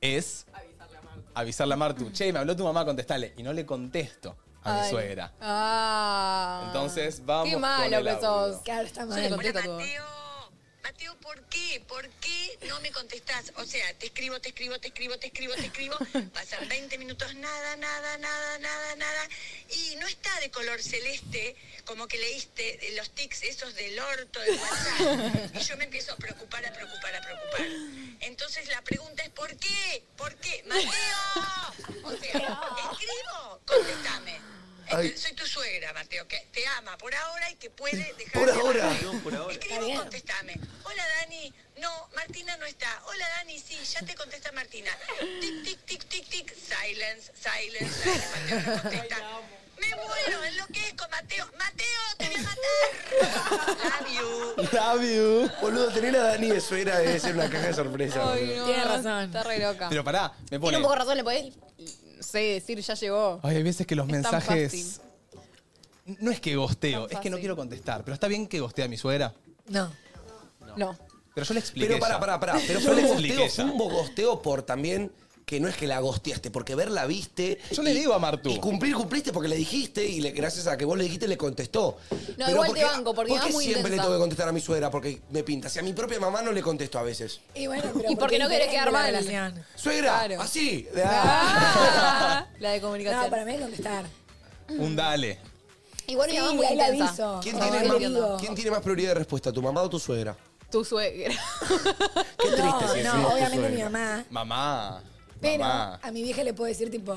Speaker 1: es avisarle a Martu, che, me habló tu mamá, contestale. Y no le contesto a mi
Speaker 2: Ay.
Speaker 1: suegra.
Speaker 2: Ah.
Speaker 1: Entonces, vamos
Speaker 2: Qué
Speaker 1: con
Speaker 2: malo
Speaker 1: el
Speaker 2: que
Speaker 1: audio.
Speaker 2: sos.
Speaker 4: Claro, está
Speaker 2: Yo le
Speaker 4: mal.
Speaker 2: contesto a todo.
Speaker 5: Mateo, ¿por qué? ¿Por qué no me contestás? O sea, te escribo, te escribo, te escribo, te escribo, te escribo. Pasan 20 minutos, nada, nada, nada, nada, nada. Y no está de color celeste, como que leíste eh, los tics esos del orto, de WhatsApp. Y yo me empiezo a preocupar, a preocupar, a preocupar. Entonces la pregunta es, ¿por qué? ¿Por qué? Mateo, o sea, escribo, contéstame.
Speaker 3: Ay.
Speaker 5: Soy tu suegra, Mateo, que te ama por ahora y que puede dejar
Speaker 3: Por ahora.
Speaker 5: Escribo, contestame. Hola Dani. No, Martina no está. Hola Dani, sí, ya te contesta Martina. Tic, tic, tic, tic, tic. Silence, silence, silence. Mateo no contesta. Me muero, es lo que es con Mateo. Mateo, te voy a matar. Love you.
Speaker 1: Love you.
Speaker 3: Boludo, tener a Dani de suegra debe ser una caja de sorpresa.
Speaker 2: Ay,
Speaker 3: boludo.
Speaker 2: no.
Speaker 4: Tiene razón.
Speaker 2: Está re loca.
Speaker 1: Pero pará, me pone.
Speaker 2: Tiene un poco de razón, le podés, sé, decir, ya llegó.
Speaker 1: Ay, hay veces que los
Speaker 2: Es tan
Speaker 1: mensajes. No es que gosteo,
Speaker 2: Tan
Speaker 1: es que no
Speaker 2: fácil.
Speaker 1: quiero contestar. Pero está bien que gostea a mi suegra.
Speaker 4: No.
Speaker 2: No.
Speaker 1: Pero Pero yo le expliqué.
Speaker 3: Pero pará,
Speaker 1: ya.
Speaker 3: pará, pará. Pero
Speaker 1: Yo
Speaker 3: fue
Speaker 1: le
Speaker 3: un
Speaker 1: expliqué
Speaker 3: gosteo,
Speaker 1: ya.
Speaker 3: fue un gosteo por también que no es que la gosteaste, porque verla viste.
Speaker 1: Yo le
Speaker 3: y-
Speaker 1: digo a Martu.
Speaker 3: Y cumplir, cumpliste porque le dijiste y le- gracias a que vos le dijiste le contestó.
Speaker 2: No, igual te banco, porque
Speaker 3: ¿por qué
Speaker 2: vas muy
Speaker 3: siempre le
Speaker 2: intensa.
Speaker 3: tengo que contestar a mi suegra porque me pinta. Si a mi propia mamá no le contesto a veces.
Speaker 4: Y bueno, pero
Speaker 2: Y porque no querés
Speaker 4: interés de
Speaker 2: quedar
Speaker 4: la *laughs*
Speaker 2: mal.
Speaker 4: relación.
Speaker 3: Suegra,
Speaker 2: Claro.
Speaker 3: así.
Speaker 2: Ah, la de comunicación.
Speaker 4: No, para mí es contestar.
Speaker 1: Un dale.
Speaker 2: Igual mi
Speaker 4: Sí,
Speaker 2: mamá es muy
Speaker 4: ahí la
Speaker 2: intensa.
Speaker 4: aviso.
Speaker 3: ¿Quién
Speaker 2: Ay,
Speaker 3: tiene,
Speaker 2: lo
Speaker 3: más,
Speaker 2: entiendo.
Speaker 3: quién tiene más prioridad de respuesta, tu mamá o tu suegra?
Speaker 2: Tu
Speaker 3: *laughs*
Speaker 2: suegra.
Speaker 3: Qué triste si es
Speaker 4: no,
Speaker 3: tu
Speaker 4: no, obviamente mi
Speaker 3: suegra.
Speaker 4: mamá.
Speaker 1: Mamá.
Speaker 4: Pero
Speaker 1: mamá.
Speaker 4: a mi vieja le puedo decir, tipo,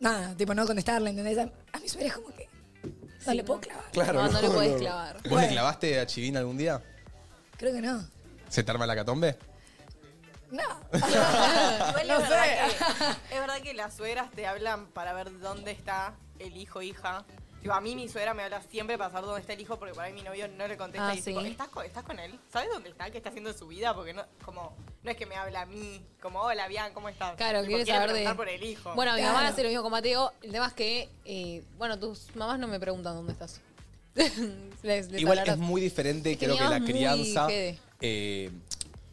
Speaker 4: nada, tipo, no contestarle, ¿entendés? A, a mi suegra es como que no le puedo clavar.
Speaker 3: Claro,
Speaker 2: no, no, le podés
Speaker 3: no.
Speaker 2: clavar.
Speaker 1: ¿Vos
Speaker 4: Bueno.
Speaker 1: le clavaste a Chivín algún día?
Speaker 4: Creo que no.
Speaker 1: ¿Se te arma la catombe?
Speaker 2: *laughs*
Speaker 4: No.
Speaker 8: Igual
Speaker 4: No
Speaker 8: es, verdad
Speaker 4: sé.
Speaker 8: que, es verdad que las suegras te hablan para ver dónde está el hijo hija. Digo, a mí mi suegra me habla siempre para saber dónde está el hijo porque por ahí mi novio no le contesta.
Speaker 2: Ah,
Speaker 8: y es tipo,
Speaker 2: ¿sí?
Speaker 8: ¿estás, con, ¿Estás con él? ¿Sabes dónde está? ¿Qué está haciendo en su vida? Porque no, como, no es que me habla a mí. Como, hola, bien, ¿cómo estás?
Speaker 2: Claro,
Speaker 8: Tipo,
Speaker 2: quieres
Speaker 8: quiere
Speaker 2: saber de.
Speaker 8: preguntar por el hijo.
Speaker 2: Bueno, mi mamá
Speaker 4: Claro.
Speaker 2: hace lo mismo con Mateo. El tema es que, eh, bueno, tus mamás no me preguntan dónde estás. *laughs* Les- les
Speaker 1: Igual
Speaker 2: hablarás.
Speaker 1: es muy diferente,
Speaker 2: Es que
Speaker 1: creo
Speaker 2: mi
Speaker 1: que
Speaker 2: mamá
Speaker 1: la
Speaker 2: es muy
Speaker 1: crianza,
Speaker 2: jede.
Speaker 1: eh,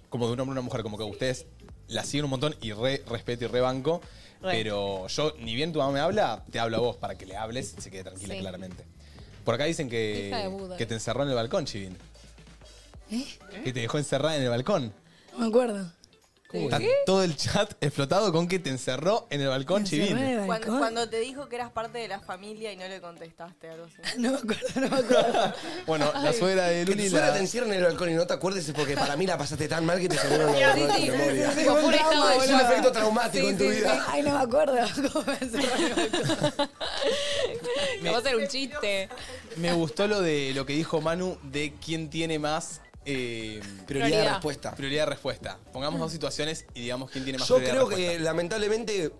Speaker 1: como de un hombre a una mujer, como que ustedes la siguen un montón y re respeto y re banco.
Speaker 2: Re.
Speaker 1: Pero yo, ni bien tu mamá me habla, te hablo a vos para que le hables y se quede tranquila,
Speaker 2: Sí.
Speaker 1: claramente. Por acá dicen
Speaker 2: Hija de
Speaker 1: que,
Speaker 2: Buda.
Speaker 1: que te encerró en el balcón, Chivin. Que te dejó encerrada en el balcón.
Speaker 4: No me acuerdo.
Speaker 1: Está todo el chat *laughs* explotado con que te encerró en el balcón,
Speaker 4: ¿Me
Speaker 1: Chivin.
Speaker 4: encerré en el
Speaker 8: Cuando,
Speaker 4: balcón?
Speaker 8: cuando te dijo que eras parte de la familia y no le contestaste algo así.
Speaker 4: No me acuerdo, no me acuerdo.
Speaker 1: Bueno, la suegra de
Speaker 3: Que tu
Speaker 1: Luli
Speaker 3: suegra
Speaker 1: la-
Speaker 3: te encierra en el balcón y no te acuerdes es porque para mí la pasaste tan mal que te seguro no
Speaker 2: Sí,
Speaker 3: borró de
Speaker 2: sí, sí,
Speaker 3: tu memoria.
Speaker 2: sí, sí, como puro estado de
Speaker 3: Es un
Speaker 2: shock.
Speaker 3: efecto traumático
Speaker 2: Sí,
Speaker 3: en tu
Speaker 2: sí,
Speaker 3: vida.
Speaker 4: Ay, no me acuerdo. ¿Cómo me encerré en el balcón?
Speaker 2: Me va a hacer
Speaker 1: *laughs*
Speaker 2: un chiste.
Speaker 1: Me gustó lo de lo que dijo Manu de quién tiene más eh,
Speaker 3: Prioridad de
Speaker 2: Prioridad.
Speaker 3: respuesta.
Speaker 1: prioridad de respuesta. Pongamos dos situaciones y digamos quién tiene más
Speaker 3: Yo
Speaker 1: prioridad
Speaker 3: creo
Speaker 1: de respuesta.
Speaker 3: que lamentablemente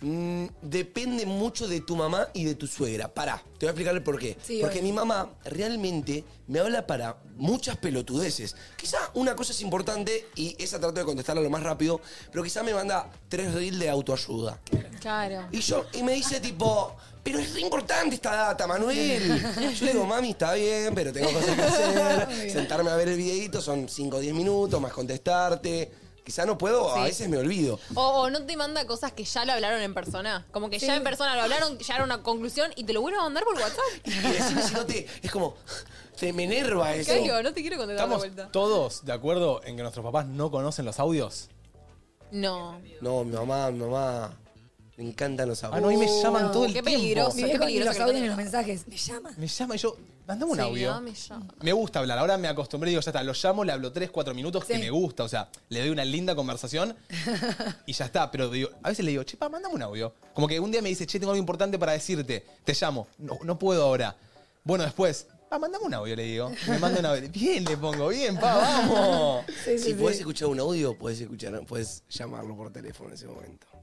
Speaker 3: mm, depende mucho de tu mamá y de tu suegra. Pará, te voy a explicar el por qué.
Speaker 4: Sí,
Speaker 3: Porque
Speaker 4: obvio.
Speaker 3: mi mamá realmente me habla para muchas pelotudeces. Quizá una cosa es importante y esa trato de contestarla lo más rápido, pero quizá me manda tres reels de autoayuda.
Speaker 2: Claro.
Speaker 3: Y yo, y me dice tipo, pero es re importante esta
Speaker 4: *laughs*
Speaker 3: data, Manuel. Yo le digo, mami, está bien, pero tengo cosas que hacer. Sentarme a ver el videito son 5 o 10 minutos, más contestarte. Quizá no puedo, a veces me olvido.
Speaker 2: O, o no te manda cosas que ya lo hablaron en persona. Como que ya en persona lo hablaron, llegaron a una conclusión y te lo vuelven a mandar por
Speaker 1: *laughs*
Speaker 2: WhatsApp.
Speaker 3: Y decime si no te. Es como. Se me enerva eso.
Speaker 2: Claro, no te quiero contestar la
Speaker 1: ¿Estamos
Speaker 2: vuelta.
Speaker 1: todos de acuerdo en que nuestros papás no conocen los audios?
Speaker 2: No.
Speaker 3: No, mi mamá, mi mamá. Me encantan los
Speaker 1: Ah, no, y
Speaker 3: abuelos.
Speaker 1: me llaman
Speaker 2: no,
Speaker 1: todo el
Speaker 2: qué
Speaker 1: tiempo.
Speaker 2: peligroso.
Speaker 4: Mi
Speaker 2: Qué
Speaker 4: viejo ni
Speaker 2: peligroso
Speaker 4: los
Speaker 2: que lo
Speaker 4: audios ni los
Speaker 2: tenga.
Speaker 4: mensajes. Me llama.
Speaker 1: Me llama y yo, mandame un
Speaker 2: Sí,
Speaker 1: audio.
Speaker 2: dame ya.
Speaker 1: Me gusta hablar, ahora me acostumbré y digo, ya está, lo llamo, le hablo 3, 4 minutos que
Speaker 4: Sí.
Speaker 1: me gusta, o sea, le doy una linda conversación y ya está, pero digo, a veces le digo, che, pa, mandame un audio. Como que un día me dice, che, tengo algo importante para decirte, te llamo, no, no puedo ahora. Bueno, después, pa, mandame un audio, le digo. Me manda un audio, bien le pongo, bien, pa, vamos.
Speaker 4: *laughs* Sí, sí,
Speaker 3: Si
Speaker 4: sí.
Speaker 3: puedes escuchar un audio, puedes escuchar, puedes llamarlo por teléfono en ese momento.
Speaker 1: *laughs*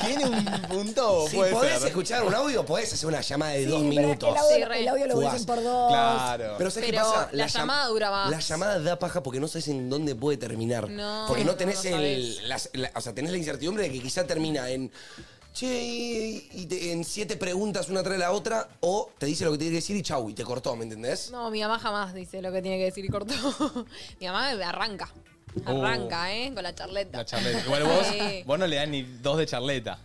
Speaker 1: Tiene un punto,
Speaker 3: Si
Speaker 1: Oh, puede
Speaker 3: podés
Speaker 1: ser.
Speaker 3: escuchar un audio, podés hacer una llamada de
Speaker 4: Sí,
Speaker 3: dos
Speaker 4: pero
Speaker 3: minutos.
Speaker 4: El audio,
Speaker 2: Sí, re.
Speaker 4: el audio lo
Speaker 3: Fugaz.
Speaker 4: vuelven por dos.
Speaker 1: Claro.
Speaker 3: Pero ¿sabes qué
Speaker 2: Pero
Speaker 3: pasa?
Speaker 2: la
Speaker 3: llam-
Speaker 2: llamada dura más.
Speaker 3: La llamada da paja porque no sabes en dónde puede terminar.
Speaker 2: No,
Speaker 3: porque
Speaker 2: no
Speaker 3: no tenés
Speaker 2: sabés.
Speaker 3: el. las- la- o sea, tenés la incertidumbre de que quizá termina en. Che, y, y te- en siete preguntas una tras la otra, o te dice lo que tiene que decir y chau, y te cortó, ¿me entendés?
Speaker 2: No, mi mamá jamás dice lo que tiene que decir y cortó. *laughs* mi mamá arranca.
Speaker 1: Oh.
Speaker 2: Arranca, ¿eh? Con la charleta.
Speaker 1: La charleta. Igual vos,
Speaker 2: Sí.
Speaker 1: vos no le das ni dos de charleta.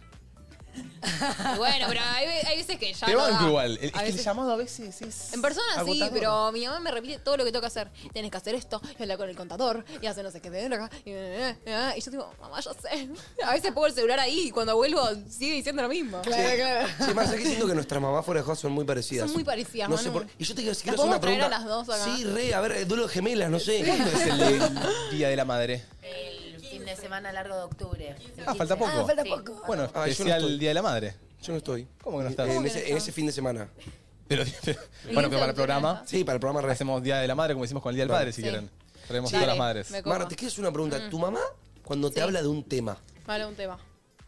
Speaker 2: Y Bueno, pero hay, ve- hay veces que ya.
Speaker 1: Te
Speaker 2: no
Speaker 1: banco
Speaker 2: da.
Speaker 1: igual. El- Es
Speaker 2: A
Speaker 1: que el
Speaker 2: veces-
Speaker 1: llamado a veces es.
Speaker 2: En persona sí,
Speaker 1: agotador.
Speaker 2: pero mi mamá me repite todo lo que tengo que hacer. Tienes que hacer esto, y hablar con el contador, y hacer no sé qué de acá, y, eh, eh, y yo digo, mamá, ya sé. *laughs* A veces pongo el celular ahí y cuando vuelvo sigue diciendo lo mismo.
Speaker 3: Che, Che, más que siento que nuestras mamás fuera de juego son muy parecidas.
Speaker 2: Son muy parecidas,
Speaker 3: No sé
Speaker 2: Manu.
Speaker 3: por- Y yo te quiero, si
Speaker 2: ¿Las
Speaker 3: quiero hacer
Speaker 2: podemos
Speaker 3: una pregunta.
Speaker 2: traer a las dos acá?
Speaker 3: Sí, re, a ver, eh, duelo de gemelas, no sé.
Speaker 1: ¿Cuándo es el de- día de la madre?
Speaker 6: El fin de semana largo de octubre.
Speaker 1: Ah, falta poco.
Speaker 4: Ah, falta
Speaker 6: Sí.
Speaker 4: poco.
Speaker 1: Bueno,
Speaker 3: Ah, yo no
Speaker 1: especial
Speaker 3: estoy.
Speaker 1: día de la madre.
Speaker 3: Yo no estoy. Eh,
Speaker 1: ¿Cómo que no estás?
Speaker 3: En,
Speaker 1: ¿Cómo que
Speaker 3: ese, en ese fin de semana.
Speaker 1: Pero, bueno, pero para el programa
Speaker 3: Sí, para el programa re.
Speaker 1: hacemos día de la madre como hicimos con el día del padre, si
Speaker 2: Sí.
Speaker 1: quieren. Traemos
Speaker 2: Dale,
Speaker 1: todas las madres.
Speaker 2: me-
Speaker 3: Marta, te quiero hacer una pregunta. ¿Tu mamá, cuando te habla de un tema,
Speaker 2: Vale, un tema.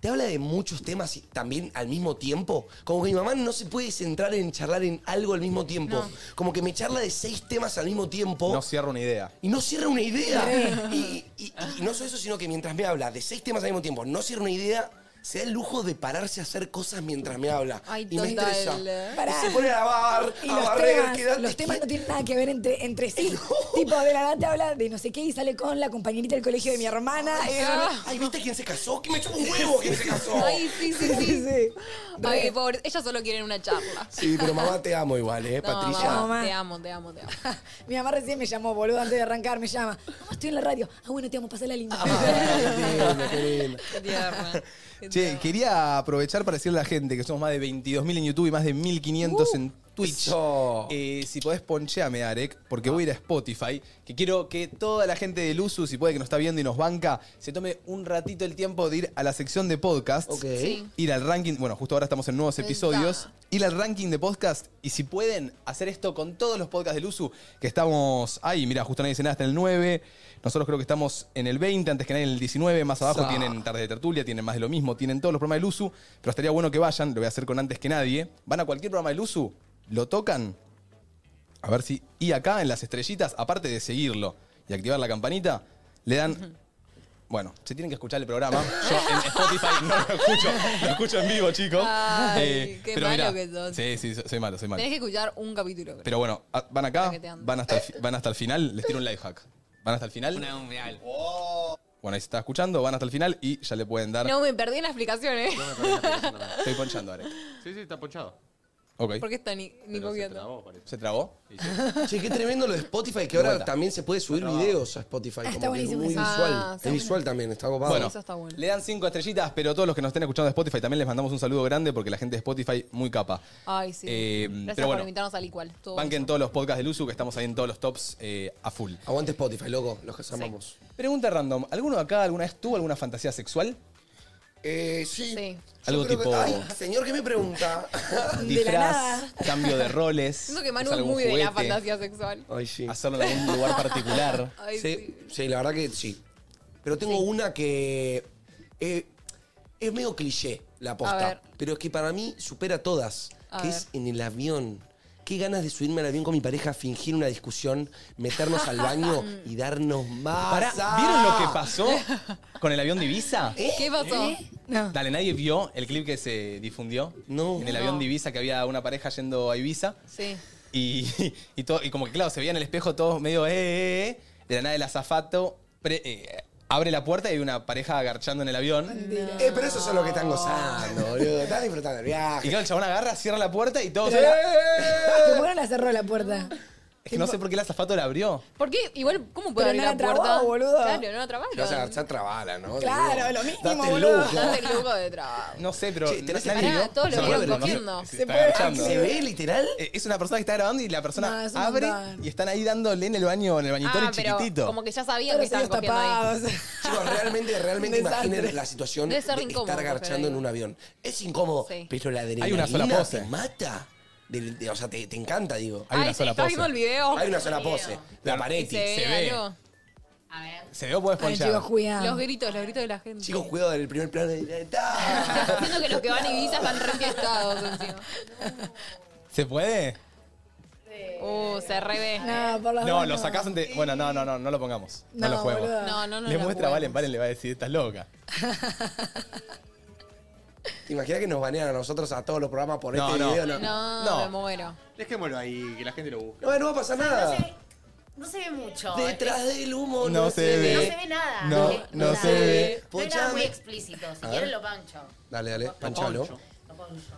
Speaker 3: te habla de muchos temas y también al mismo tiempo. Como que mi mamá no se puede centrar en charlar en algo al mismo tiempo. Como que me charla de seis temas al mismo tiempo.
Speaker 1: No cierro una idea.
Speaker 3: Y no cierra una idea. Y, y- y no solo eso, sino que mientras me habla de seis temas al mismo tiempo, no cierra una idea, se da el lujo de pararse a hacer cosas mientras me habla.
Speaker 2: Ay,
Speaker 3: y me
Speaker 2: total.
Speaker 3: estresa.
Speaker 4: Pará.
Speaker 3: Y se pone a lavar,
Speaker 4: Y
Speaker 3: a
Speaker 4: los
Speaker 3: barrer,
Speaker 4: temas,
Speaker 3: quedate
Speaker 4: los temas no
Speaker 3: quieto.
Speaker 4: tienen nada que ver entre, entre
Speaker 3: *laughs*
Speaker 4: sí. Tipo, de la nada te habla de no sé qué y sale con la compañerita del colegio de mi hermana. eh,
Speaker 3: Ay, ¿viste quién se casó? Que me echó un huevo quién se casó.
Speaker 2: *laughs* Ay, sí, sí, sí.
Speaker 4: sí.
Speaker 2: Ay, pobre. Ellas solo quieren una charla.
Speaker 3: Sí, pero mamá te amo igual, ¿eh,
Speaker 2: No,
Speaker 3: Patricia?
Speaker 2: mamá,
Speaker 4: Mamá.
Speaker 2: te amo, te amo, te amo.
Speaker 4: *laughs* Mi mamá recién me llamó, boludo, antes de arrancar, me llama. Mamá, estoy en la radio. Ah, bueno, te amo, pasala linda. *laughs*
Speaker 3: Ay, qué lindo, qué lindo.
Speaker 2: Qué tierna. Qué
Speaker 1: Che,
Speaker 2: tierna.
Speaker 1: quería aprovechar para decirle a la gente que somos más de 22.000 en YouTube y más de 1.500
Speaker 2: Uh,
Speaker 1: en Twitch.
Speaker 3: eso.
Speaker 1: Eh, si podés poncheame, Arek, porque voy a ir a Spotify, que quiero que toda la gente del USU, si puede que nos está viendo y nos banca, se tome un ratito el tiempo de ir a la sección de podcasts.
Speaker 3: Ok.
Speaker 2: Sí.
Speaker 1: Ir al ranking, bueno, justo ahora estamos en nuevos
Speaker 2: Pensá.
Speaker 1: episodios. Ir al ranking de podcast y si pueden hacer esto con todos los podcasts del USU, que estamos ahí, mira, justo nadie dice nada, está en el 9. Nosotros creo que estamos en el 20, antes que nadie en el 19. Más abajo
Speaker 3: Sa.
Speaker 1: tienen Tarde de Tertulia, tienen más de lo mismo, tienen todos los programas del USU. Pero estaría bueno que vayan, lo voy a hacer con antes que nadie. Van a cualquier programa del USU, lo tocan, a ver si. Y acá en las estrellitas, aparte de seguirlo y activar la campanita, le dan. Bueno, se tienen que escuchar el programa. Yo en Spotify no lo escucho. Lo escucho en vivo, chicos. Eh,
Speaker 2: Ay, qué malo que sos.
Speaker 1: Sí, sí, soy malo, soy malo.
Speaker 2: Tenés que escuchar un capítulo. creo.
Speaker 1: Pero bueno, a- van acá,
Speaker 2: Traqueteando.
Speaker 1: van hasta, el fi- van hasta el final, les tiro un life hack. Van hasta el final. Oh. Bueno, ahí se está escuchando, van hasta el final y ya le pueden dar.
Speaker 2: No, me perdí en la explicación, ¿eh?
Speaker 1: Estoy ponchando, Arek.
Speaker 7: Sí, sí, está ponchado.
Speaker 1: Ok.
Speaker 2: *laughs* Porque está ni, ni
Speaker 7: Pero se
Speaker 2: copiando.
Speaker 7: trabó, parece.
Speaker 1: ¿Se trabó?
Speaker 3: Che, qué tremendo lo de Spotify, que ahora
Speaker 1: vuelta.
Speaker 3: también se puede subir videos a Spotify.
Speaker 4: Ah, está
Speaker 3: como que es
Speaker 4: buenísimo
Speaker 3: muy
Speaker 4: eso.
Speaker 3: visual.
Speaker 2: Ah, está
Speaker 3: es visual también, está copado.
Speaker 1: Bueno,
Speaker 2: Eso está bueno.
Speaker 1: le dan cinco estrellitas, pero todos los que nos estén escuchando de Spotify también les mandamos un saludo grande porque la gente de Spotify muy capa.
Speaker 2: Ay, sí.
Speaker 1: Eh,
Speaker 2: Gracias
Speaker 1: pero
Speaker 2: por
Speaker 1: bueno,
Speaker 2: invitarnos al igual. Todo
Speaker 1: banquen todos los podcasts del USU que estamos ahí en todos los tops eh, a full.
Speaker 3: Aguante Spotify, loco, los que amamos.
Speaker 1: Pregunta random, ¿alguno de acá alguna vez tuvo alguna fantasía sexual?
Speaker 3: Eh, sí.
Speaker 2: Sí.
Speaker 3: Yo
Speaker 1: Algo
Speaker 3: creo que-
Speaker 1: tipo-
Speaker 3: Ay, señor, ¿qué
Speaker 2: *laughs*
Speaker 3: me pregunta?
Speaker 1: Disfraz,
Speaker 4: nada.
Speaker 1: cambio de roles.
Speaker 2: Siento que Manu
Speaker 1: usar
Speaker 2: es
Speaker 1: algún
Speaker 2: muy de la
Speaker 1: juguete, Oh.
Speaker 2: fantasía sexual.
Speaker 3: Ay, sí.
Speaker 1: Hacerlo en algún lugar particular.
Speaker 2: *laughs* Ay, sí.
Speaker 3: Sí, sí, la verdad que sí. Pero tengo una que eh, es medio cliché, la
Speaker 2: A
Speaker 3: posta.
Speaker 2: ver.
Speaker 3: Pero es que para mí supera todas.
Speaker 2: A
Speaker 3: que
Speaker 2: ver.
Speaker 3: es en el avión. Qué ganas de subirme al avión con mi pareja, fingir una discusión, meternos
Speaker 2: *laughs*
Speaker 3: al baño y darnos
Speaker 1: Pará,
Speaker 3: más.
Speaker 1: ¿Vieron lo que pasó con el avión de Ibiza?
Speaker 3: Eh.
Speaker 2: ¿Qué pasó?
Speaker 4: No.
Speaker 1: Dale, nadie vio el clip que se difundió
Speaker 3: No.
Speaker 1: en el avión de Ibiza que había una pareja yendo a Ibiza.
Speaker 2: Sí.
Speaker 1: Y, *laughs* y, todo- y como que, claro, se veía en el espejo todos medio, eh, eh, eh. De la nada el azafato pre- eh, abre la puerta y hay una pareja agarchando en el avión.
Speaker 3: Eh, pero eso es lo que están gozando, Ah, boludo. Están disfrutando del
Speaker 1: Y
Speaker 3: viaje.
Speaker 1: claro, el chabón agarra, cierra la puerta y
Speaker 3: eh,
Speaker 1: todos.
Speaker 4: Pero la-
Speaker 1: "Eh".
Speaker 4: Te ponen a cerrar la puerta.
Speaker 1: Es que no sé por qué el azafato la abrió.
Speaker 2: ¿Por qué? Igual, ¿cómo puede
Speaker 4: Pero
Speaker 2: abrir
Speaker 4: no
Speaker 2: la
Speaker 4: la trabó,
Speaker 2: puerta?
Speaker 4: boludo.
Speaker 2: Claro, no la trabaron.
Speaker 3: Te vas a agarchar trabala, ¿no?
Speaker 4: Claro,
Speaker 3: Digo,
Speaker 4: lo mínimo,
Speaker 3: date el
Speaker 4: boludo.
Speaker 3: lujo.
Speaker 2: Date el lujo de
Speaker 1: *laughs*
Speaker 2: trabajo.
Speaker 1: No sé, pero.
Speaker 3: Che, tenés
Speaker 1: nadie
Speaker 2: el-
Speaker 1: vio.
Speaker 2: Pará, todos lo
Speaker 1: Se
Speaker 2: vieron
Speaker 1: agarra,
Speaker 2: comiendo.
Speaker 1: se
Speaker 4: Se
Speaker 1: está
Speaker 4: puede-
Speaker 1: agachando.
Speaker 3: ¿Se ve literal?
Speaker 1: Eh, Es una persona que está grabando y la persona
Speaker 4: No, es un
Speaker 1: abre
Speaker 4: montón.
Speaker 1: y están ahí dándole en el baño, en el bañitorio
Speaker 2: Ah, pero
Speaker 1: chiquitito.
Speaker 2: como que ya sabían
Speaker 4: Todos
Speaker 2: que
Speaker 4: los
Speaker 2: estaban
Speaker 4: sellos
Speaker 2: copiando ahí.
Speaker 4: tapados.
Speaker 2: *laughs*
Speaker 3: Chicos, realmente, realmente
Speaker 4: Un desastre.
Speaker 3: imaginen la situación de
Speaker 2: Debe ser incómodo,
Speaker 3: estar
Speaker 2: pero
Speaker 3: garchando en
Speaker 2: ahí.
Speaker 3: un avión. Es incómodo,
Speaker 2: Sí.
Speaker 3: pero la adrenalina
Speaker 1: Hay una sola pose.
Speaker 3: te mata. Del- de- o sea, te, te encanta, digo.
Speaker 1: Hay una
Speaker 2: Ay,
Speaker 1: sola
Speaker 2: ¿estás
Speaker 1: pose.
Speaker 2: viendo el video?
Speaker 3: Hay una sola pose. La
Speaker 2: Y
Speaker 3: pared.
Speaker 2: Se ve,
Speaker 1: se ve.
Speaker 2: algo.
Speaker 6: A ver.
Speaker 1: Se veo, puedes
Speaker 4: Ay,
Speaker 1: ponchar.
Speaker 4: chicos, cuidado.
Speaker 2: Los gritos, los gritos de la gente.
Speaker 3: Chicos, cuidado del primer plano. de- ¡Ah!
Speaker 2: Siento que los que van a Ibiza están re enfiestados
Speaker 1: *laughs*
Speaker 2: encima.
Speaker 1: ¿Se puede?
Speaker 2: Uh, se re ve.
Speaker 4: No, por las
Speaker 1: No,
Speaker 4: dudas
Speaker 1: lo sacás antes. Bueno, no, no, no, no lo pongamos. No,
Speaker 4: Ah, No,
Speaker 1: lo juego.
Speaker 4: boludo.
Speaker 2: No, no, no.
Speaker 1: le
Speaker 2: lo
Speaker 1: muestra a Valen,
Speaker 2: juguemos.
Speaker 1: Valen le va a decir, estás loca.
Speaker 3: ¿Te imaginas que nos banean a nosotros a todos los programas por
Speaker 1: No,
Speaker 3: este
Speaker 1: no.
Speaker 3: video? No. no.
Speaker 2: No,
Speaker 1: No.
Speaker 2: me muero.
Speaker 7: Dejémoslo ahí, que la gente lo busque.
Speaker 3: no va a pasar nada.
Speaker 6: No se ve mucho.
Speaker 3: Detrás del humo
Speaker 1: No se
Speaker 6: No
Speaker 1: ve.
Speaker 6: se ve nada.
Speaker 1: No,
Speaker 6: Eh,
Speaker 1: no se ve.
Speaker 6: No hay nada muy
Speaker 3: Ponchame.
Speaker 6: explícito. Si quieren lo pancho.
Speaker 3: Dale, dale,
Speaker 7: Poncho.
Speaker 3: ponchalo.
Speaker 6: Lo poncho.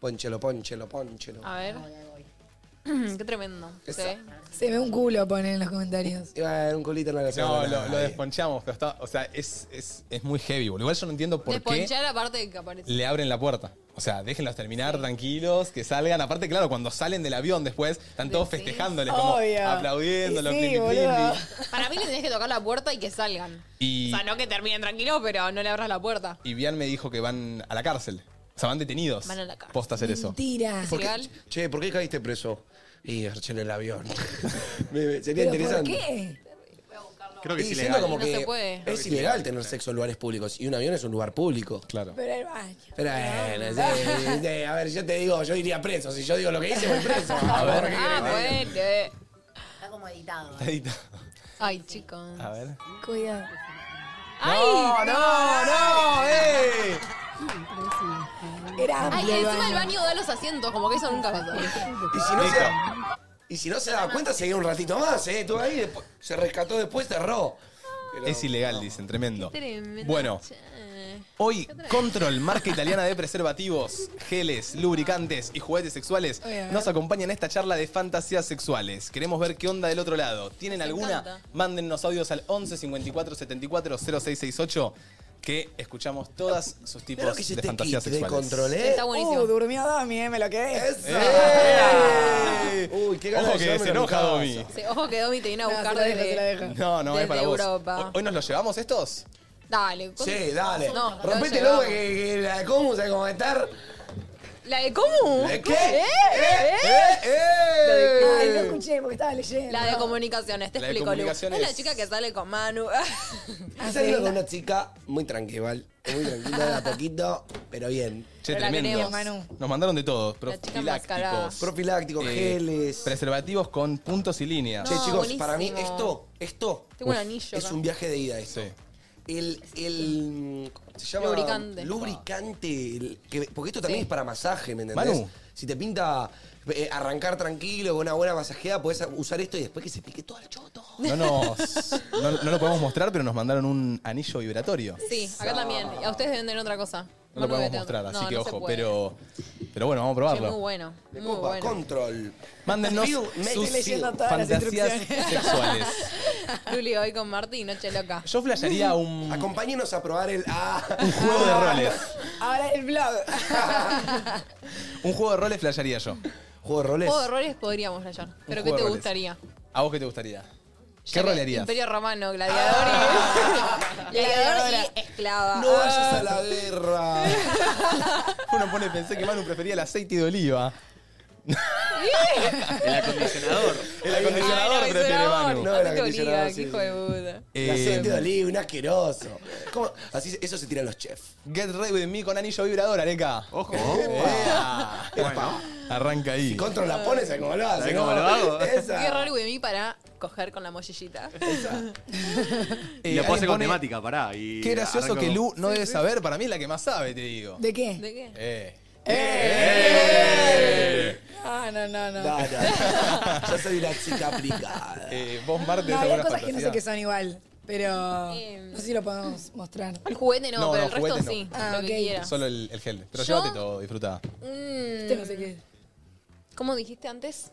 Speaker 3: Ponchelo, ponchelo, ponchelo.
Speaker 2: A ver.
Speaker 6: Voy, ahí voy.
Speaker 2: Qué tremendo.
Speaker 3: Esa.
Speaker 2: Sí.
Speaker 4: Se ve un culo, ponen en los comentarios.
Speaker 3: Iba a dar un culito en la
Speaker 1: No, lo, lo desponchamos, pero está. O sea, es, es, es muy heavy, boludo. Igual yo no entiendo por qué
Speaker 2: Desponchar la parte que aparece.
Speaker 1: le abren la puerta. O sea, déjenlos terminar tranquilos, que salgan. Aparte, claro, cuando salen del avión después, están todos
Speaker 2: Sí, sí.
Speaker 1: festejándoles, como
Speaker 4: Obvio.
Speaker 1: aplaudiéndolo,
Speaker 4: Y sí,
Speaker 1: cliqui, cliqui.
Speaker 4: boludo.
Speaker 2: Para mí le tenés que tocar la puerta y que salgan.
Speaker 1: Y-
Speaker 2: O sea, no que terminen tranquilos, pero no le abras la puerta.
Speaker 1: Y Bian me dijo que van a la cárcel. O sea, van detenidos.
Speaker 2: Van a la cárcel.
Speaker 1: Posta hacer eso.
Speaker 4: Mentira.
Speaker 2: ¿Es legal?
Speaker 3: Che, ¿por qué caíste preso? Y garché en
Speaker 2: *laughs*
Speaker 3: el avión. Me- me- Sería
Speaker 4: ¿Pero por
Speaker 3: interesante.
Speaker 4: qué?
Speaker 7: Creo
Speaker 3: Y
Speaker 7: que sí
Speaker 3: siendo
Speaker 7: le
Speaker 3: como
Speaker 2: No
Speaker 3: que
Speaker 2: se puede.
Speaker 3: Es ilegal tener sexo en lugares públicos. Y un avión es un lugar público.
Speaker 1: Claro.
Speaker 4: Pero el baño.
Speaker 3: Pero bueno,
Speaker 2: Ah.
Speaker 3: sí, sí, a ver, yo te digo, yo iría preso. Si yo digo lo que hice, voy preso. *laughs* A ver, ¿qué
Speaker 2: Ah,
Speaker 3: querés?
Speaker 2: bueno.
Speaker 6: Está como editado. ¿eh?
Speaker 1: Edita.
Speaker 2: Ay, chicos.
Speaker 1: A ver.
Speaker 4: Cuidado.
Speaker 2: ¡Ay!
Speaker 1: ¡No, no, no! ¡Eh!
Speaker 4: Era
Speaker 2: Ay, y
Speaker 4: amplio el
Speaker 2: encima
Speaker 4: baño.
Speaker 2: el baño da los asientos, como que eso nunca pasó.
Speaker 3: Y si no se da, y si no se daba cuenta, seguía un ratito más, ¿eh? Estuvo ahí, después- se rescató después, cerró. Pero-
Speaker 1: Es ilegal, dicen, tremendo.
Speaker 2: Tremendo.
Speaker 1: Bueno, hoy Control, marca italiana de preservativos, geles, lubricantes y juguetes sexuales,
Speaker 4: Voy a ver.
Speaker 1: nos acompañan en esta charla de fantasías sexuales. Queremos ver qué onda del otro lado. ¿Tienen
Speaker 2: Nos
Speaker 1: alguna?
Speaker 2: encanta.
Speaker 1: Mándennos audios al 11 54 74 0668 que escuchamos todas sus
Speaker 3: Claro
Speaker 1: tipos
Speaker 3: que
Speaker 1: de
Speaker 3: hiciste
Speaker 1: fantasías
Speaker 3: kit de
Speaker 1: sexuales.
Speaker 3: control, ¿eh?
Speaker 2: Está buenísimo.
Speaker 4: Uh, durmió Dami, eh, me lo quedé.
Speaker 1: ¡Eh!
Speaker 3: Uy, qué ganas
Speaker 1: Ojo
Speaker 3: de
Speaker 1: que se
Speaker 3: llevarme a mi
Speaker 1: enoja,
Speaker 3: casa.
Speaker 1: Domi.
Speaker 2: Sí, ojo que Domi te viene a
Speaker 4: No,
Speaker 2: buscar
Speaker 4: se la dejo,
Speaker 2: desde...
Speaker 4: se la dejo.
Speaker 1: No, no, es
Speaker 2: Desde
Speaker 1: para vos.
Speaker 2: Europa.
Speaker 1: ¿Hoy nos los llevamos estos?
Speaker 2: Dale. ¿cuándo-
Speaker 3: Sí, dale.
Speaker 2: No, no
Speaker 3: Rompete el
Speaker 2: llegamos.
Speaker 3: ojo que, que la de Comu sabe cómo va a estar.
Speaker 2: ¿La de cómo?
Speaker 3: ¿De qué?
Speaker 2: ¿Eh? ¿Eh?
Speaker 4: Ay, no
Speaker 3: ¡Eh! ¡Eh!
Speaker 4: escuché porque estaba leyendo.
Speaker 2: La de comunicaciones, te
Speaker 1: La de
Speaker 2: explico, Lu. Es
Speaker 1: comunicaciones.
Speaker 2: la chica que sale con Manu. *laughs*
Speaker 4: Ah, sí.
Speaker 3: Esa iba con una chica muy tranquila, muy tranquila, de a poquito, pero bien.
Speaker 1: Che,
Speaker 2: Pero la
Speaker 1: tremendo.
Speaker 2: queremos,
Speaker 4: Manu.
Speaker 1: Nos mandaron de todo.
Speaker 2: La chica enmascarada.
Speaker 1: Profilácticos.
Speaker 3: Profilácticos,
Speaker 1: eh,
Speaker 3: geles.
Speaker 1: Preservativos con puntos y líneas.
Speaker 3: Che,
Speaker 2: No,
Speaker 3: chicos, para mí
Speaker 2: buenísimo.
Speaker 3: esto, esto
Speaker 2: Tengo un
Speaker 1: Uf,
Speaker 2: anillo
Speaker 3: es
Speaker 2: acá.
Speaker 3: un viaje de ida esto.
Speaker 1: Sí.
Speaker 3: El, el se llama
Speaker 2: Lubricante.
Speaker 3: lubricante, el- que- porque esto también es para masaje, ¿me entendés?
Speaker 1: Manu.
Speaker 3: Si te pinta eh, arrancar tranquilo con una buena masajeada, podés usar esto y después que se pique todo el choto.
Speaker 1: No,
Speaker 3: *laughs*
Speaker 1: nos, no, no lo podemos mostrar, pero nos mandaron un anillo vibratorio.
Speaker 2: Sí, acá también. Y A ustedes deben tener otra cosa.
Speaker 1: No
Speaker 2: Manu
Speaker 1: lo podemos
Speaker 2: debe tener-
Speaker 1: mostrar, así
Speaker 2: No,
Speaker 1: que
Speaker 2: no se
Speaker 1: ojo,
Speaker 2: puede.
Speaker 1: pero, pero bueno, vamos a
Speaker 2: Che, muy
Speaker 1: probarlo.
Speaker 2: bueno,
Speaker 3: De
Speaker 2: muy
Speaker 3: copa,
Speaker 2: bueno.
Speaker 3: control.
Speaker 1: Mándennos
Speaker 3: Fiu, mete
Speaker 1: sus
Speaker 4: leyendo todas las
Speaker 1: fantasías
Speaker 4: instrucciones.
Speaker 1: sexuales.
Speaker 2: *laughs* Luli hoy con Marti y Noche Loca.
Speaker 1: Yo flasharía un,
Speaker 3: Acompáñenos a probar el. Ah.
Speaker 1: un juego de roles.
Speaker 4: Ahora el blog.
Speaker 1: Un juego de roles flasharía yo.
Speaker 3: Juego de roles.
Speaker 2: Juego de errores podríamos hallar. Pero ¿qué
Speaker 1: juego de
Speaker 2: te
Speaker 1: roles.
Speaker 2: gustaría?
Speaker 1: ¿A vos qué te gustaría? ¿Qué
Speaker 2: Ya que
Speaker 1: rol harías?
Speaker 2: Imperio romano,
Speaker 4: Ah.
Speaker 2: *laughs* gladiador y. gladiador y esclava. Ah.
Speaker 3: No vayas a
Speaker 2: *laughs*
Speaker 3: la guerra.
Speaker 1: Uno pone, pensé que Manu prefería el aceite de oliva.
Speaker 7: El acondicionador.
Speaker 1: El acondicionador
Speaker 2: Ay, no,
Speaker 1: prefiere
Speaker 2: eso
Speaker 1: Manu.
Speaker 3: No,
Speaker 2: No,
Speaker 3: el
Speaker 2: te
Speaker 3: acondicionador,
Speaker 2: obliga,
Speaker 3: sí.
Speaker 2: qué hijo de puta.
Speaker 3: El
Speaker 1: Eh,
Speaker 3: aceite de oliva, un asqueroso. ¿Cómo? Así, se- eso se tiran los chefs.
Speaker 1: Get ready with me con anillo vibrador, Areca.
Speaker 7: Ojo.
Speaker 1: Ea.
Speaker 7: Bueno,
Speaker 1: Arranca ahí.
Speaker 3: Y contra la pones, ¿sabes cómo lo haces?
Speaker 7: ¿Sabés cómo lo hago?
Speaker 3: Esa.
Speaker 2: Qué raro de mí para coger con la mollillita.
Speaker 1: Eh,
Speaker 7: y lo puedo
Speaker 1: alguien
Speaker 7: hacer con
Speaker 1: pone,
Speaker 7: temática, pará. Y
Speaker 1: Qué gracioso
Speaker 7: arranco
Speaker 1: que
Speaker 7: con-
Speaker 1: Lu no debe saber. Para mí es la que más sabe, te digo.
Speaker 4: ¿De qué?
Speaker 2: ¿De qué?
Speaker 1: Eh.
Speaker 4: Ah, no, no, no.
Speaker 3: No, no.
Speaker 1: *laughs*
Speaker 3: Yo soy una chica aplicada.
Speaker 1: Eh, vos, Marte,
Speaker 4: No,
Speaker 1: ¿tenés
Speaker 4: había
Speaker 1: alguna
Speaker 4: cosas que no sé
Speaker 1: fantasía?
Speaker 4: qué son igual, pero
Speaker 2: Eh.
Speaker 4: no sé si lo podemos mostrar.
Speaker 2: El juguete no,
Speaker 1: No,
Speaker 2: pero
Speaker 1: no,
Speaker 2: el resto
Speaker 1: juguete no.
Speaker 2: sí.
Speaker 4: Ah,
Speaker 2: lo
Speaker 4: ok.
Speaker 2: que quieras.
Speaker 1: Solo el, el gel. Pero
Speaker 2: Yo-
Speaker 1: llévate todo, disfrutá.
Speaker 2: *laughs* Mm,
Speaker 4: Este no sé qué es.
Speaker 2: ¿Cómo dijiste antes?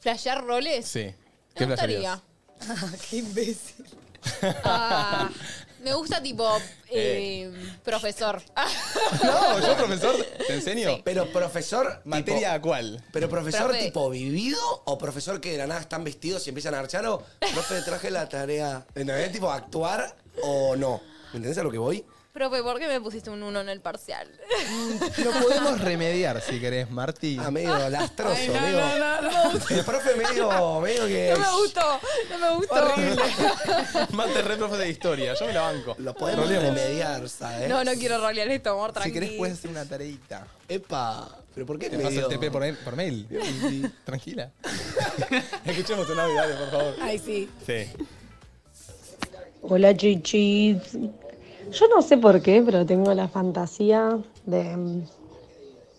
Speaker 2: ¿Flashear roles?
Speaker 1: Sí.
Speaker 2: Me
Speaker 1: ¿Qué flasharías?
Speaker 2: gustaría.
Speaker 4: Qué imbécil.
Speaker 2: Ah, me gusta
Speaker 1: *laughs*
Speaker 2: tipo eh, profesor. Ah,
Speaker 1: No, yo, profesor, te enseño.
Speaker 3: Pero profesor.
Speaker 1: ¿Materia a
Speaker 3: tipo-
Speaker 1: cuál?
Speaker 3: pero profesor
Speaker 2: Profe.
Speaker 3: tipo vivido o profesor que de la nada están vestidos y empiezan a archar o profe traje la tarea. ¿Entendés? Tipo actuar o no. ¿Me entendés a lo que voy?
Speaker 2: Profe, ¿por qué me pusiste un uno en el parcial?
Speaker 1: Lo podemos remediar si querés, Marti. *laughs*
Speaker 3: Ah, medio lastroso,
Speaker 4: *laughs* Ay, no,
Speaker 3: medio.
Speaker 4: no, no, no me gustó.
Speaker 3: El profe medio, medio que.
Speaker 2: No me gustó, no me gustó.
Speaker 1: Mate re profe de historia, yo me la banco.
Speaker 3: Lo podemos remediar, ¿sabes?
Speaker 2: No, no quiero rolear esto, amor,
Speaker 1: Si
Speaker 2: tranqui.
Speaker 1: querés, puedes hacer una tareita.
Speaker 3: Epa, pero ¿por qué
Speaker 1: Te paso
Speaker 3: medio?
Speaker 1: el TP por, em- por mail.
Speaker 3: *laughs*
Speaker 1: Tranquila. Escuchemos un audio, dale, por favor.
Speaker 4: Ay, sí.
Speaker 1: Sí.
Speaker 10: Hola chichis. Yo no sé por qué, pero tengo la fantasía de mm,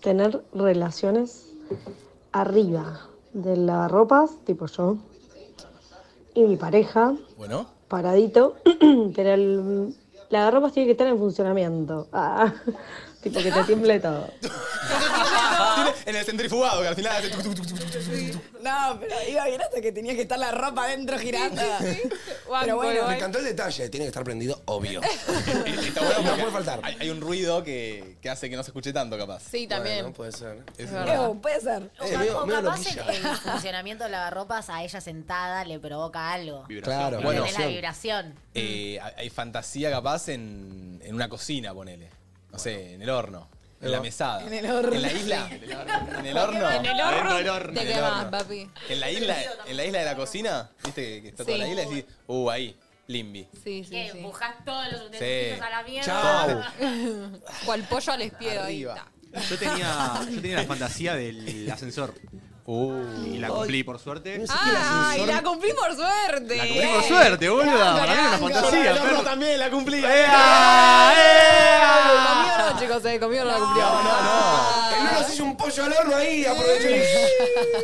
Speaker 10: tener relaciones arriba de las ropas, tipo yo, y mi pareja,
Speaker 4: *laughs*
Speaker 1: Bueno.
Speaker 10: paradito, *clears throat* pero el, la ropa tiene que estar en funcionamiento. Ah, *laughs* tipo que te tiemble todo.
Speaker 1: Tiene- en el centrifugado, que al final hace tuc, tuc, tuc, tuc, tuc, tuc, tuc.
Speaker 4: No, pero iba bien hasta que tenía que estar la ropa adentro girando.
Speaker 2: Banco,
Speaker 4: Pero bueno,
Speaker 3: Me
Speaker 2: igual.
Speaker 3: encantó el detalle, tiene que estar prendido, obvio.
Speaker 1: *laughs* Está bueno
Speaker 3: No
Speaker 1: porque
Speaker 3: puede faltar.
Speaker 1: Hay, hay un ruido que, que hace que no se escuche tanto, capaz.
Speaker 2: Sí, también.
Speaker 3: No puede ser.
Speaker 1: Es-
Speaker 4: Ew, Eh, puede ser.
Speaker 3: Eh,
Speaker 6: O,
Speaker 3: medio-
Speaker 6: o
Speaker 3: medio
Speaker 6: capaz el,
Speaker 3: loquilla.
Speaker 6: el funcionamiento del lavarropas a ella sentada le provoca algo.
Speaker 7: Vibración.
Speaker 3: Claro,
Speaker 1: Bueno.
Speaker 6: es la vibración.
Speaker 1: Eh, hay fantasía, capaz, en, en una cocina, ponele. No sé, en el horno. En la mesada.
Speaker 4: En el horno.
Speaker 1: En la isla.
Speaker 2: *laughs*
Speaker 1: En *laughs* el horno.
Speaker 7: Adentro del horno.
Speaker 2: Te
Speaker 1: En el
Speaker 2: quemás,
Speaker 1: horno.
Speaker 2: papi.
Speaker 1: En la isla, en la isla de la cocina, viste que, que está toda
Speaker 2: Sí.
Speaker 1: la isla y decís, uh, ahí, limbi.
Speaker 2: Sí, sí,
Speaker 6: Que
Speaker 2: sí.
Speaker 6: empujás todos los
Speaker 1: utensilios
Speaker 6: utensilios
Speaker 1: Sí. a
Speaker 6: a
Speaker 1: la
Speaker 6: la mierda.
Speaker 3: Chao.
Speaker 2: Cual pollo al espiedo ahí
Speaker 1: Arriba.
Speaker 2: está.
Speaker 7: Yo tenía, yo tenía la fantasía del ascensor.
Speaker 1: Uh,
Speaker 7: Y la cumplí, por suerte.
Speaker 2: ¡Ay, la cumplí por suerte!
Speaker 7: La cumplí por suerte, boludo. Para mí era una
Speaker 1: Yo en
Speaker 7: fantasía,
Speaker 1: el horno
Speaker 7: perro.
Speaker 1: también la cumplí.
Speaker 7: ¡Ea!
Speaker 2: Conmigo no No, chicos, eh, conmigo no la cumplió. Ah. No,
Speaker 3: no, no. nos hizo un pollo al horno ahí, aprovechó
Speaker 2: *laughs*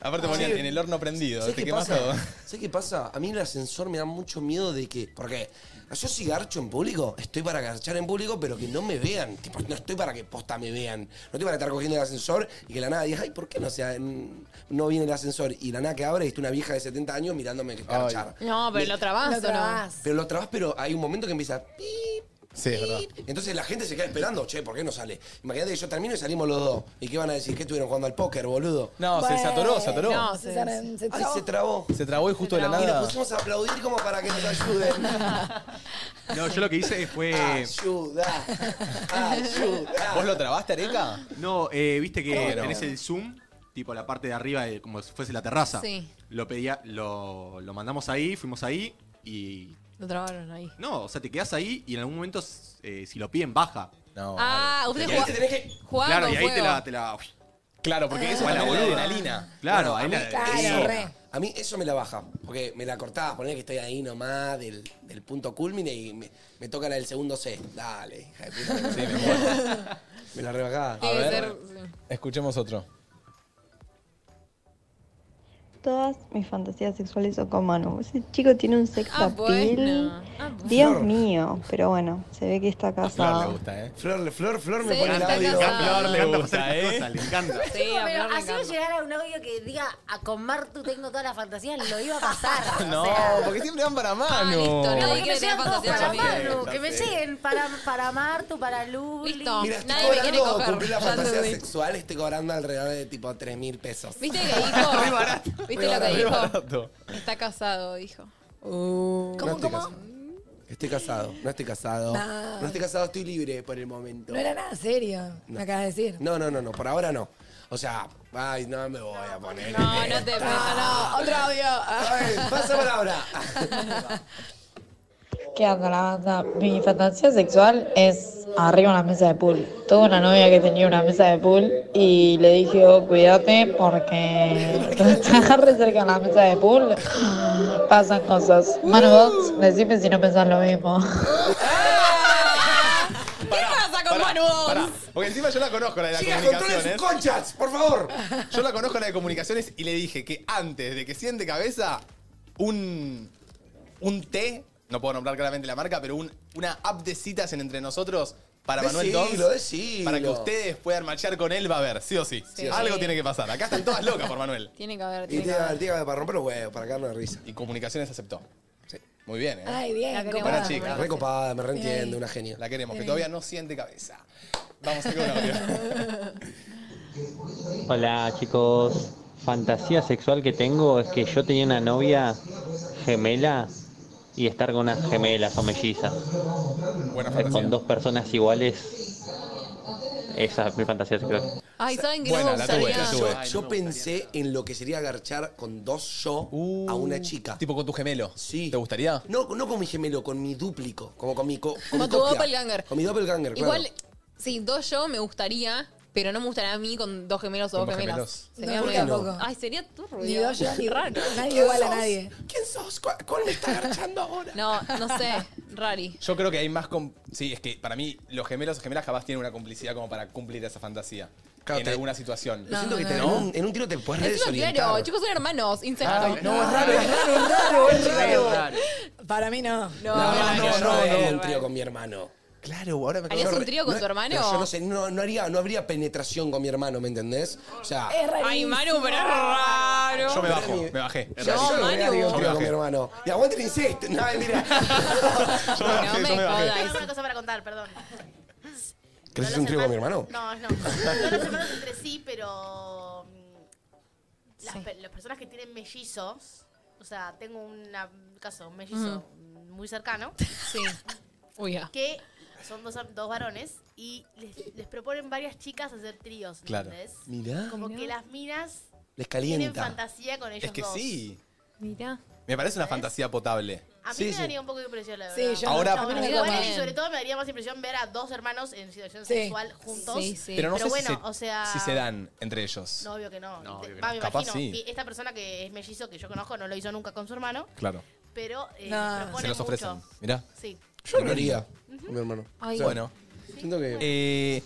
Speaker 1: Aparte
Speaker 3: Ah,
Speaker 1: ponían
Speaker 3: sí.
Speaker 1: en el horno prendido,
Speaker 3: ¿Sabes
Speaker 1: te
Speaker 3: qué
Speaker 1: quemás
Speaker 3: pasa?
Speaker 1: todo.
Speaker 3: ¿Sabes qué pasa? A mí el ascensor me da mucho miedo de que. Porque yo si garcho en público, estoy para garchar en público, pero que no me vean. Tipo, no estoy para que posta me vean. No estoy para estar cogiendo el ascensor y que la nada diga, ay, ¿por qué no, sea, en- no viene el ascensor? Y la nada que abre y está una vieja de 70 años mirándome garchar.
Speaker 2: No, pero
Speaker 3: Me-
Speaker 2: lo trabás,
Speaker 4: Lo
Speaker 2: ¿o no?
Speaker 4: trabás.
Speaker 3: Pero lo trabas, pero hay un momento que empieza. "Pip,
Speaker 1: Sí, es verdad.
Speaker 3: entonces la gente se queda esperando, che, ¿por qué no sale? Imagínate que yo termino y salimos los dos. ¿Y qué van a decir? ¿Qué estuvieron jugando al póker, boludo?
Speaker 1: No, se saturó, se saturó.
Speaker 2: No,
Speaker 4: Se,
Speaker 2: se-
Speaker 4: se, se
Speaker 3: Ay,
Speaker 4: trabó.
Speaker 3: se trabó.
Speaker 1: Se trabó y justo de la
Speaker 2: trabó.
Speaker 3: Y nos
Speaker 1: nada.
Speaker 3: pusimos a aplaudir como para que nos ayuden.
Speaker 7: No, yo lo que hice fue.
Speaker 3: Ayuda. Ayuda.
Speaker 1: Ah, ¿Vos lo trabaste, Areca?
Speaker 7: No, eh, viste que
Speaker 1: Claro.
Speaker 7: tenés el zoom, tipo la parte de arriba, de- como si fuese la terraza.
Speaker 2: Sí.
Speaker 7: Lo pedía, lo, lo mandamos ahí, fuimos ahí y.
Speaker 2: Lo trabaron ahí.
Speaker 7: No, o sea, te quedás ahí y en algún momento, eh, si lo piden, baja.
Speaker 1: No.
Speaker 2: Ah,
Speaker 7: Y
Speaker 2: ustedes
Speaker 7: ahí te
Speaker 2: jugaban
Speaker 7: tenés que.
Speaker 2: jugaban
Speaker 7: Claro,
Speaker 2: con
Speaker 7: y ahí te
Speaker 2: fuego.
Speaker 7: la, te la.
Speaker 1: *laughs* Claro, porque eso
Speaker 7: Ah.
Speaker 1: es la
Speaker 7: Boluda.
Speaker 1: adrenalina.
Speaker 7: Claro,
Speaker 3: Bueno,
Speaker 7: ahí la.
Speaker 3: a mí,
Speaker 4: claro,
Speaker 3: eso,
Speaker 4: re.
Speaker 3: a mí eso me la baja, porque me la cortás, poner que estoy ahí nomás del, del punto culmine y me, me toca la del segundo C. Dale, hija de puta. Sí, me, muero. *laughs* me la rebajás.
Speaker 1: A
Speaker 2: Debe
Speaker 1: ver.
Speaker 2: ser. sí.
Speaker 1: Escuchemos otro.
Speaker 10: Todas mis fantasías sexuales son con Manu. Ese chico tiene un sex
Speaker 2: Ah,
Speaker 10: appeal.
Speaker 2: bueno. Ah, bueno.
Speaker 10: Dios
Speaker 3: Flor.
Speaker 10: mío, pero bueno, se ve que está
Speaker 1: Flor le
Speaker 10: casado.
Speaker 1: gusta, ¿eh?
Speaker 3: Flor, Flor, Flor me
Speaker 2: Sí,
Speaker 3: pone el
Speaker 2: está
Speaker 3: audio.
Speaker 2: casada.
Speaker 7: Ah,
Speaker 1: Flor le
Speaker 7: encanta
Speaker 1: gusta,
Speaker 7: pasar estas
Speaker 1: ¿eh?
Speaker 7: cosas, le encanta.
Speaker 2: Sí,
Speaker 6: Pero
Speaker 2: a Flor le
Speaker 6: así no
Speaker 2: encanta.
Speaker 6: llegara un audio que diga a con Martu tengo todas las fantasías, lo iba a pasar.
Speaker 1: *laughs* No,
Speaker 6: Ah, o sea,
Speaker 1: porque siempre van para
Speaker 2: Ah,
Speaker 1: mano.
Speaker 6: no,
Speaker 2: listo, nadie
Speaker 6: que me
Speaker 2: quiere
Speaker 6: lleguen
Speaker 2: tener
Speaker 6: todos
Speaker 2: fantasía
Speaker 6: para
Speaker 1: conmigo.
Speaker 6: Manu, que me
Speaker 1: Está bien.
Speaker 6: lleguen para, para Martu, para Luli.
Speaker 2: Listo.
Speaker 3: Mira, estoy
Speaker 2: Nadie me quiere
Speaker 3: cobrando,
Speaker 2: coger,
Speaker 3: cumplir la
Speaker 2: ya
Speaker 3: fantasía
Speaker 2: entendí.
Speaker 3: sexual, estoy cobrando alrededor de tipo 3 mil pesos.
Speaker 2: ¿Viste que dijo?
Speaker 7: *laughs* Re barato.
Speaker 2: ¿Viste lo que
Speaker 1: Re
Speaker 2: dijo?
Speaker 1: barato.
Speaker 2: Está casado, dijo.
Speaker 7: Uh,
Speaker 3: no
Speaker 4: ¿Cómo,
Speaker 3: estoy
Speaker 4: cómo?
Speaker 3: casado. Estoy casado, no estoy casado.
Speaker 4: Nah.
Speaker 3: No estoy casado, estoy libre por el momento.
Speaker 4: No era nada serio, me acabas de decir.
Speaker 3: No, no, no, no, por ahora no. O sea, ay, no me voy a poner.
Speaker 2: No, no te
Speaker 4: Ah,
Speaker 2: no, no, otro audio. Ah.
Speaker 3: Ay,
Speaker 2: *laughs*
Speaker 3: pasa palabra.
Speaker 10: ¿Qué onda la banda? Mi fantasía sexual es arriba una mesa de pool. Tuve una novia que tenía una mesa de pool y le dije, oh, cuídate porque *laughs* cuando estás re cerca de la mesa de pool pasan cosas. Manu, vos decime si no pensás lo mismo.
Speaker 2: ¿Qué pasa con Manu?
Speaker 1: Pará, porque encima yo la conozco, la de la
Speaker 3: Chicas, controlen sus
Speaker 1: comunicaciones.
Speaker 3: conchas, por favor.
Speaker 1: Yo la conozco, la de comunicaciones, y le dije que antes de que siente cabeza, un, un té, no puedo nombrar claramente la marca, pero un- una app de citas en entre nosotros para Manuel
Speaker 3: Decilo,
Speaker 1: Dons.
Speaker 3: decilo.
Speaker 1: Para que ustedes puedan marchar con él, va a haber, sí o sí.
Speaker 2: Sí.
Speaker 1: Algo tiene que pasar. Acá están todas locas por Manuel.
Speaker 2: Tiene que haber,
Speaker 3: Y
Speaker 2: tiene
Speaker 3: te
Speaker 2: que haber.
Speaker 3: para romper los huevos, para cagarnos de risa.
Speaker 1: Y comunicaciones aceptó. Muy bien, ¿eh?
Speaker 4: Ay, bien,
Speaker 2: La queremos.
Speaker 4: copada.
Speaker 1: Buena chica.
Speaker 3: Re copada, me reentiende, una genia.
Speaker 1: La queremos, que todavía no siente cabeza. Vamos a ir con audio.
Speaker 11: Hola chicos, fantasía sexual que tengo es que yo tenía una novia gemela y estar con unas gemelas o mellizas,
Speaker 1: Buena
Speaker 11: Eh, con
Speaker 1: fantasía.
Speaker 11: dos personas iguales, esa es mi fantasía sexual.
Speaker 2: Ay, ¿saben que
Speaker 1: Buena,
Speaker 2: no me
Speaker 1: la tuve,
Speaker 2: gustaría?
Speaker 1: la tuve.
Speaker 3: Yo,
Speaker 7: Ay,
Speaker 3: yo
Speaker 7: no me
Speaker 3: pensé en lo que sería garchar con dos yo a una chica.
Speaker 1: Uh, Tipo con tu gemelo.
Speaker 3: Sí.
Speaker 1: ¿Te gustaría?
Speaker 3: No, no con mi gemelo, con mi dúplico. Como con mi, co- con mi
Speaker 2: Con tu
Speaker 3: copia.
Speaker 2: doppelganger.
Speaker 3: Con mi doppelganger, claro.
Speaker 2: Igual, sí, dos yo me gustaría, pero no me gustaría a mí con dos gemelos o
Speaker 1: Con
Speaker 2: dos
Speaker 1: dos
Speaker 2: gemelas.
Speaker 1: gemelos.
Speaker 2: Sería
Speaker 4: No,
Speaker 2: medio-
Speaker 4: ¿por qué no?
Speaker 2: Ay, sería turbio.
Speaker 4: Ni dos yo, ni raro. Nadie
Speaker 3: ¿Quién
Speaker 4: igual a
Speaker 3: sos?
Speaker 4: nadie.
Speaker 3: ¿Quién sos? ¿Cuál, cuál me está garchando ahora?
Speaker 2: No, no sé, rari.
Speaker 1: Yo creo que hay más. com- Sí, es que para mí los gemelos o gemelas jamás tienen una complicidad como para cumplir esa fantasía.
Speaker 3: Claro,
Speaker 1: en
Speaker 3: te-
Speaker 1: alguna situación.
Speaker 3: Yo siento que te- en, un, en un tiro
Speaker 2: *laughs*
Speaker 3: te puedes
Speaker 2: Encima,
Speaker 3: desorientar.
Speaker 2: claro, chicos son hermanos, incesto.
Speaker 1: Ay, Ah, no, es raro, es raro.
Speaker 3: *laughs*
Speaker 4: Para mí no.
Speaker 2: No,
Speaker 3: No,
Speaker 2: no,
Speaker 3: no, no, no,
Speaker 2: no,
Speaker 3: haría un
Speaker 2: no.
Speaker 3: trío con mi hermano.
Speaker 1: Claro, ahora me
Speaker 2: ¿Harías
Speaker 3: Yo
Speaker 2: un
Speaker 3: re-
Speaker 2: trío con
Speaker 3: no-
Speaker 2: tu hermano?
Speaker 3: no, yo no sé, no, no haría, no habría penetración con mi hermano, ¿me entendés? O sea,
Speaker 4: Es rarísimo.
Speaker 2: Ay, Manu, pero es raro.
Speaker 1: Yo me bajo, me bajé.
Speaker 3: yo- yo no voy a
Speaker 2: Manu.
Speaker 3: haría
Speaker 1: Yo
Speaker 3: un
Speaker 1: me
Speaker 3: trío con mi
Speaker 1: bajé.
Speaker 3: hermano. Y aguante el incesto. *laughs* No, mentira.
Speaker 1: Yo me
Speaker 2: No
Speaker 1: bajé,
Speaker 2: me
Speaker 1: yo me bajé.
Speaker 2: jodas.
Speaker 5: Tengo una cosa para contar, perdón.
Speaker 3: ¿Querés
Speaker 5: No
Speaker 3: hacer un
Speaker 5: los
Speaker 3: trío con mi hermano?
Speaker 5: hermanos- No, no. No los hermanos entre sí, pero. mm, Las,
Speaker 2: Sí.
Speaker 5: pe- las personas que tienen mellizos. O sea, tengo una- un caso, un mellizo muy cercano.
Speaker 2: Mm. Sí. Uy, ya.
Speaker 5: Que son dos, dos varones y les, les proponen varias chicas hacer tríos.
Speaker 1: Claro.
Speaker 5: ¿Entendés?
Speaker 3: Mirá,
Speaker 5: Como que las minas tienen
Speaker 3: les calienta.
Speaker 5: fantasía con ellos
Speaker 1: Es que
Speaker 5: dos.
Speaker 1: sí.
Speaker 2: Mirá.
Speaker 1: Me parece una fantasía potable.
Speaker 5: A mí
Speaker 3: Sí,
Speaker 5: me
Speaker 3: sí.
Speaker 5: daría un poco de impresión, la
Speaker 4: Sí,
Speaker 5: verdad.
Speaker 4: yo
Speaker 1: Ahora-
Speaker 4: no, a mí no me
Speaker 2: Igual
Speaker 4: copa.
Speaker 2: es-
Speaker 5: Y sobre todo me daría más impresión ver a dos hermanos en situación
Speaker 4: Sí.
Speaker 5: sexual juntos.
Speaker 2: Sí, sí.
Speaker 1: Pero no
Speaker 5: Pero
Speaker 1: sé si,
Speaker 5: bueno,
Speaker 1: se,
Speaker 5: o sea-
Speaker 1: si se dan entre ellos.
Speaker 5: No, obvio que no.
Speaker 7: No, obvio que
Speaker 5: Va,
Speaker 7: no.
Speaker 5: me
Speaker 1: Capaz
Speaker 5: imagino
Speaker 1: sí.
Speaker 5: que esta persona que es mellizo que yo conozco no lo hizo nunca con su hermano,
Speaker 1: Claro.
Speaker 5: pero eh,
Speaker 4: No.
Speaker 5: propone
Speaker 1: Se los ofrecen.
Speaker 5: mucho.
Speaker 1: Mirá.
Speaker 5: Sí.
Speaker 3: Yo lo haría, con mi hermano.
Speaker 1: Ay.
Speaker 3: O sea,
Speaker 1: Bueno.
Speaker 3: Siento que.
Speaker 1: Eh,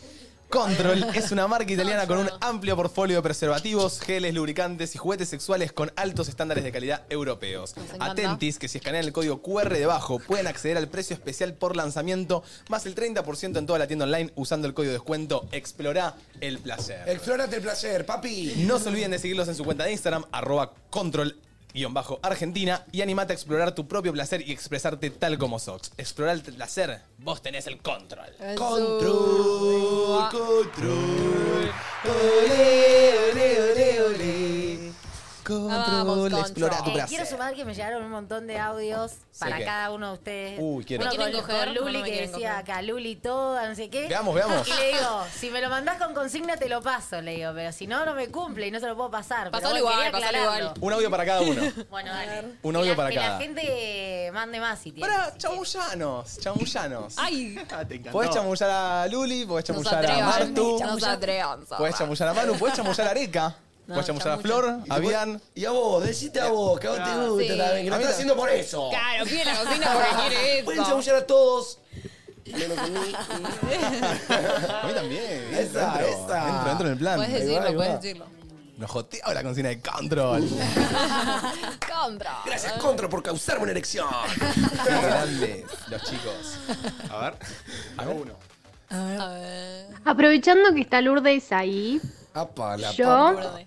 Speaker 1: Control es una marca italiana con un amplio portfolio de preservativos, geles, lubricantes y juguetes sexuales con altos estándares de calidad europeos.
Speaker 12: encanta.
Speaker 1: Atentis que si escanean el código QR debajo pueden acceder al precio especial por lanzamiento más el 30% en toda la tienda online usando el código de descuento Explora el placer.
Speaker 3: Explórate el placer, papi.
Speaker 1: No se olviden de seguirlos en su cuenta de Instagram, arroba control guión bajo Argentina y animate a explorar tu propio placer y expresarte tal como sos. Explorar el placer, vos tenés el control.
Speaker 2: Ah.
Speaker 5: Control,
Speaker 1: control.
Speaker 5: Ole, ole, ole, ole. Ah,
Speaker 1: Control, explora tu
Speaker 6: Eh, quiero
Speaker 1: placer.
Speaker 6: sumar que me llegaron un montón de audios para
Speaker 1: que-
Speaker 6: cada uno de ustedes.
Speaker 1: Uy, quiero.
Speaker 6: Uno
Speaker 1: ¿Me
Speaker 6: con,
Speaker 1: quieren coger?
Speaker 6: con
Speaker 2: No,
Speaker 6: Luli
Speaker 2: no me
Speaker 6: que
Speaker 2: quieren
Speaker 6: decía
Speaker 2: coger.
Speaker 6: acá Luli toda, no sé qué.
Speaker 1: Veamos, veamos.
Speaker 6: Y le digo, si me lo mandás con consigna te lo paso, le digo, pero si no, no me cumple y no se lo puedo pasar. Pero
Speaker 2: Pasalo
Speaker 6: bueno,
Speaker 2: igual,
Speaker 6: quería
Speaker 2: pasalo
Speaker 6: aclararlo.
Speaker 1: Un audio para cada uno.
Speaker 6: Bueno, dale.
Speaker 1: Un audio
Speaker 6: Que la-
Speaker 1: para
Speaker 6: que
Speaker 1: cada.
Speaker 6: la gente mande más si tiene.
Speaker 1: Pará, Ah, chamullanos, chamullanos.
Speaker 2: ¡Ay!
Speaker 7: Te encantó.
Speaker 1: Podés chamullar a Luli, podés
Speaker 2: Nos
Speaker 1: chamullar a
Speaker 2: atrevan,
Speaker 1: Martu,
Speaker 2: Nos atrevan.
Speaker 1: podés chamullar a Manu, podés chamullar a Areca,
Speaker 2: No,
Speaker 1: podés chamullar a Flor,
Speaker 2: chamullan.
Speaker 1: a Bian.
Speaker 3: Y a vos, decite a vos, que a vos te gusta
Speaker 2: sí.
Speaker 3: también, que
Speaker 1: A
Speaker 3: lo
Speaker 1: mí
Speaker 3: estás
Speaker 1: ta-
Speaker 3: haciendo por eso.
Speaker 2: Claro, pide la
Speaker 3: *laughs*
Speaker 2: cocina porque quiere eso.
Speaker 3: Pueden chamullar a todos. Menos
Speaker 2: *laughs*
Speaker 3: a mí.
Speaker 1: A mí también.
Speaker 3: Esa,
Speaker 1: entro,
Speaker 3: esa.
Speaker 1: Entro, entro en el plan.
Speaker 2: Puedes
Speaker 1: Ahí va,
Speaker 2: decirlo,
Speaker 1: ahí va.
Speaker 2: puedes decirlo.
Speaker 1: Nos joteaba la consigna de Control.
Speaker 2: Contra.
Speaker 3: Gracias, Contra, por causarme
Speaker 1: *laughs*
Speaker 3: una erección.
Speaker 1: Qué grandes los chicos.
Speaker 7: A ver. A uno.
Speaker 2: A ver.
Speaker 10: Aprovechando que está Lourdes ahí,
Speaker 3: Apa, la
Speaker 10: yo
Speaker 3: este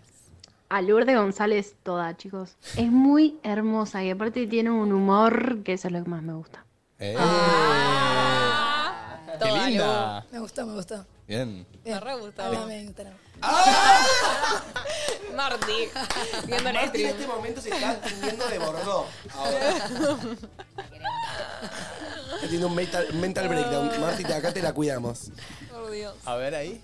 Speaker 10: a Lourdes González toda, chicos. Es muy hermosa y aparte tiene un humor que eso es lo que más me gusta.
Speaker 1: Qué linda.
Speaker 4: Me gustó, me gustó.
Speaker 1: Bien.
Speaker 4: Bien.
Speaker 2: Me re gustó. Ah.
Speaker 4: Hablame de Instagram.
Speaker 3: *laughs*
Speaker 2: Marty. Viendo el
Speaker 3: Martín en
Speaker 2: stream.
Speaker 3: este momento se está
Speaker 2: *laughs*
Speaker 3: tiñendo de bordó. Ahora. Está teniendo un mental, mental breakdown. Martín, acá te la cuidamos.
Speaker 2: Ah. Por Dios.
Speaker 1: A ver ahí.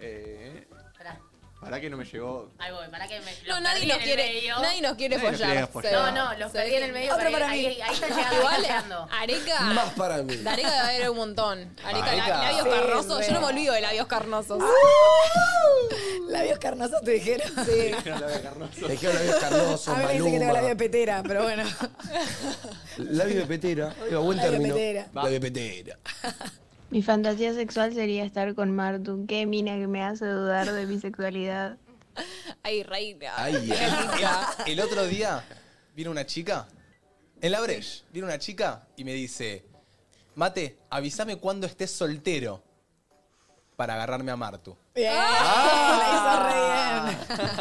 Speaker 7: Eh,
Speaker 6: Pará.
Speaker 7: para que no me llegó.
Speaker 6: Ahí voy, pará que me. los
Speaker 2: No, nadie
Speaker 6: perdí
Speaker 2: nos
Speaker 6: en el
Speaker 2: quiere,
Speaker 6: medio.
Speaker 2: nadie nos quiere
Speaker 7: Nadie nos quiere
Speaker 2: follar.
Speaker 7: follar.
Speaker 2: Se
Speaker 6: No,
Speaker 2: ve.
Speaker 6: no, los
Speaker 2: Se ve
Speaker 6: perdí en
Speaker 2: que-
Speaker 6: el medio.
Speaker 2: Otro
Speaker 6: pará,
Speaker 2: para
Speaker 6: ahí,
Speaker 2: mí.
Speaker 6: Ahí, ahí
Speaker 2: *laughs*
Speaker 6: está llegando. ahí
Speaker 2: Igual, eh,
Speaker 6: está llegando.
Speaker 1: *laughs*
Speaker 2: Areca.
Speaker 3: Más para mí.
Speaker 2: Areca debe haber un montón. Areca,
Speaker 1: Areca.
Speaker 2: la- labios
Speaker 1: Sí,
Speaker 2: carnosos. Yo no me
Speaker 4: re.
Speaker 2: olvido de labios
Speaker 1: *laughs*
Speaker 2: carnosos.
Speaker 4: Labios carnosos te dijeron. *laughs* Sí.
Speaker 3: Te dijeron labios carnosos,
Speaker 4: A mí me dice que tengo
Speaker 3: maluma.
Speaker 4: labio de petera, pero
Speaker 2: *laughs*
Speaker 4: bueno.
Speaker 3: Labio de petera. Iba buen
Speaker 4: Labio de
Speaker 3: término.
Speaker 4: petera.
Speaker 3: Labio de petera.
Speaker 13: Mi fantasía sexual sería estar con Martu. Qué mina que me hace dudar de mi sexualidad.
Speaker 2: Ay, reina.
Speaker 1: Ay, el- el, el otro día vino una chica, en la Breche, vino una chica y me dice, Mate, avísame cuando estés soltero para agarrarme a Martu.
Speaker 4: Bien.
Speaker 2: Ah.
Speaker 4: La hizo re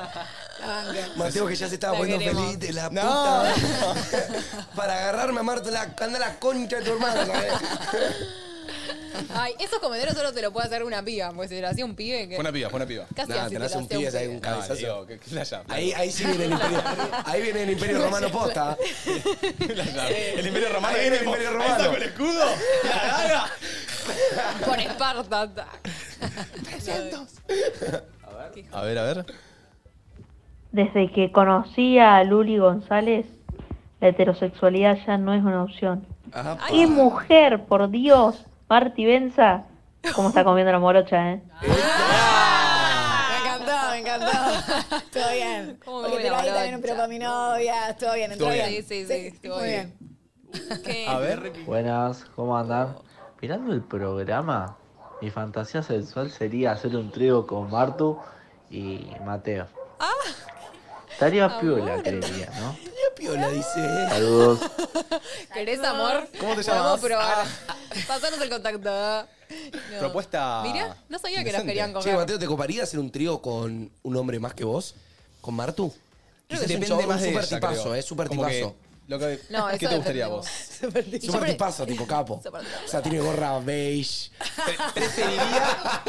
Speaker 3: Ah.
Speaker 4: bien. La banca.
Speaker 3: Mateo que ya se estaba
Speaker 4: La
Speaker 3: poniendo
Speaker 4: queremos.
Speaker 3: feliz de la
Speaker 1: No.
Speaker 3: puta. *laughs* Para agarrarme a Marta, la, anda la concha de tu hermana, ¿sabes?
Speaker 2: Ay, esos comederos solo te lo puede hacer una piba, porque si te lo hacía un pibe que.
Speaker 1: Fue
Speaker 2: *laughs*
Speaker 1: una piba, fue una piba.
Speaker 2: Casi
Speaker 3: Nah,
Speaker 2: así
Speaker 3: tenés
Speaker 2: te lo
Speaker 3: un
Speaker 2: hacía
Speaker 3: pibe, hay un
Speaker 1: No,
Speaker 3: cabezazo.
Speaker 1: digo, que- que playa, playa.
Speaker 3: Ahí, ahí sí viene el imperio. Ahí viene el imperio romano posta.
Speaker 1: El Imperio Romano
Speaker 3: Ahí viene el
Speaker 1: como-
Speaker 3: Imperio
Speaker 1: ahí está
Speaker 3: Romano.
Speaker 1: con el *laughs* escudo, la *laughs* daga.
Speaker 2: Con Esparta. ta.
Speaker 1: A ver, a ver.
Speaker 13: Desde que conocí a Luli González, la heterosexualidad ya no es una opción. ¡Qué mujer, por Dios! Marti Benza, ¿cómo está comiendo la morocha, eh?
Speaker 4: Me encantó, me encantó. Todo
Speaker 2: *laughs*
Speaker 4: bien.
Speaker 2: ¿Cómo me
Speaker 4: Porque te
Speaker 2: voy la
Speaker 4: la di
Speaker 2: brocha?
Speaker 4: también, pero para mi novia. Todo bien, entró
Speaker 2: Todo
Speaker 4: bien.
Speaker 2: bien. Sí, sí, sí, estuvo
Speaker 4: muy
Speaker 2: bien.
Speaker 4: bien.
Speaker 2: ¿Qué?
Speaker 1: A ver.
Speaker 14: Buenas, ¿cómo andan?
Speaker 2: Oh.
Speaker 14: Mirando el programa, mi fantasía sexual sería hacer un trío con Martu y Mateo.
Speaker 2: Ah.
Speaker 14: Estaría
Speaker 2: *laughs*
Speaker 14: piola, creería, ¿no?
Speaker 3: Qué piola, dice.
Speaker 14: Saludos.
Speaker 2: ¿Querés amor?
Speaker 1: ¿Cómo te
Speaker 2: Podemos
Speaker 1: llamas? Ah,
Speaker 2: probar. Pasanos Ah, el contacto. No.
Speaker 3: Ah,
Speaker 1: Propuesta.
Speaker 2: Mirá, no sabía que nos
Speaker 1: indecente.
Speaker 2: querían
Speaker 3: Che,
Speaker 2: coger.
Speaker 3: Mateo, ¿te coparía hacer un trío con un hombre más que vos? ¿Con Martu?
Speaker 1: Creo
Speaker 3: Quizás
Speaker 1: que
Speaker 3: un
Speaker 1: depende
Speaker 3: chabón,
Speaker 1: más
Speaker 3: un
Speaker 1: de
Speaker 3: super
Speaker 1: ella,
Speaker 3: tipazo,
Speaker 1: creo.
Speaker 3: eh, super
Speaker 1: Como que-
Speaker 3: tipazo.
Speaker 1: lo que-
Speaker 2: No, eso
Speaker 1: ¿Qué te
Speaker 2: depende
Speaker 1: gustaría a
Speaker 2: de
Speaker 1: vos?
Speaker 3: *laughs*
Speaker 2: yo
Speaker 3: Super
Speaker 2: pre-
Speaker 3: tipazo, tipo capo.
Speaker 2: Super tipazo.
Speaker 3: O sea, tiene gorra beige.
Speaker 1: Preferiría,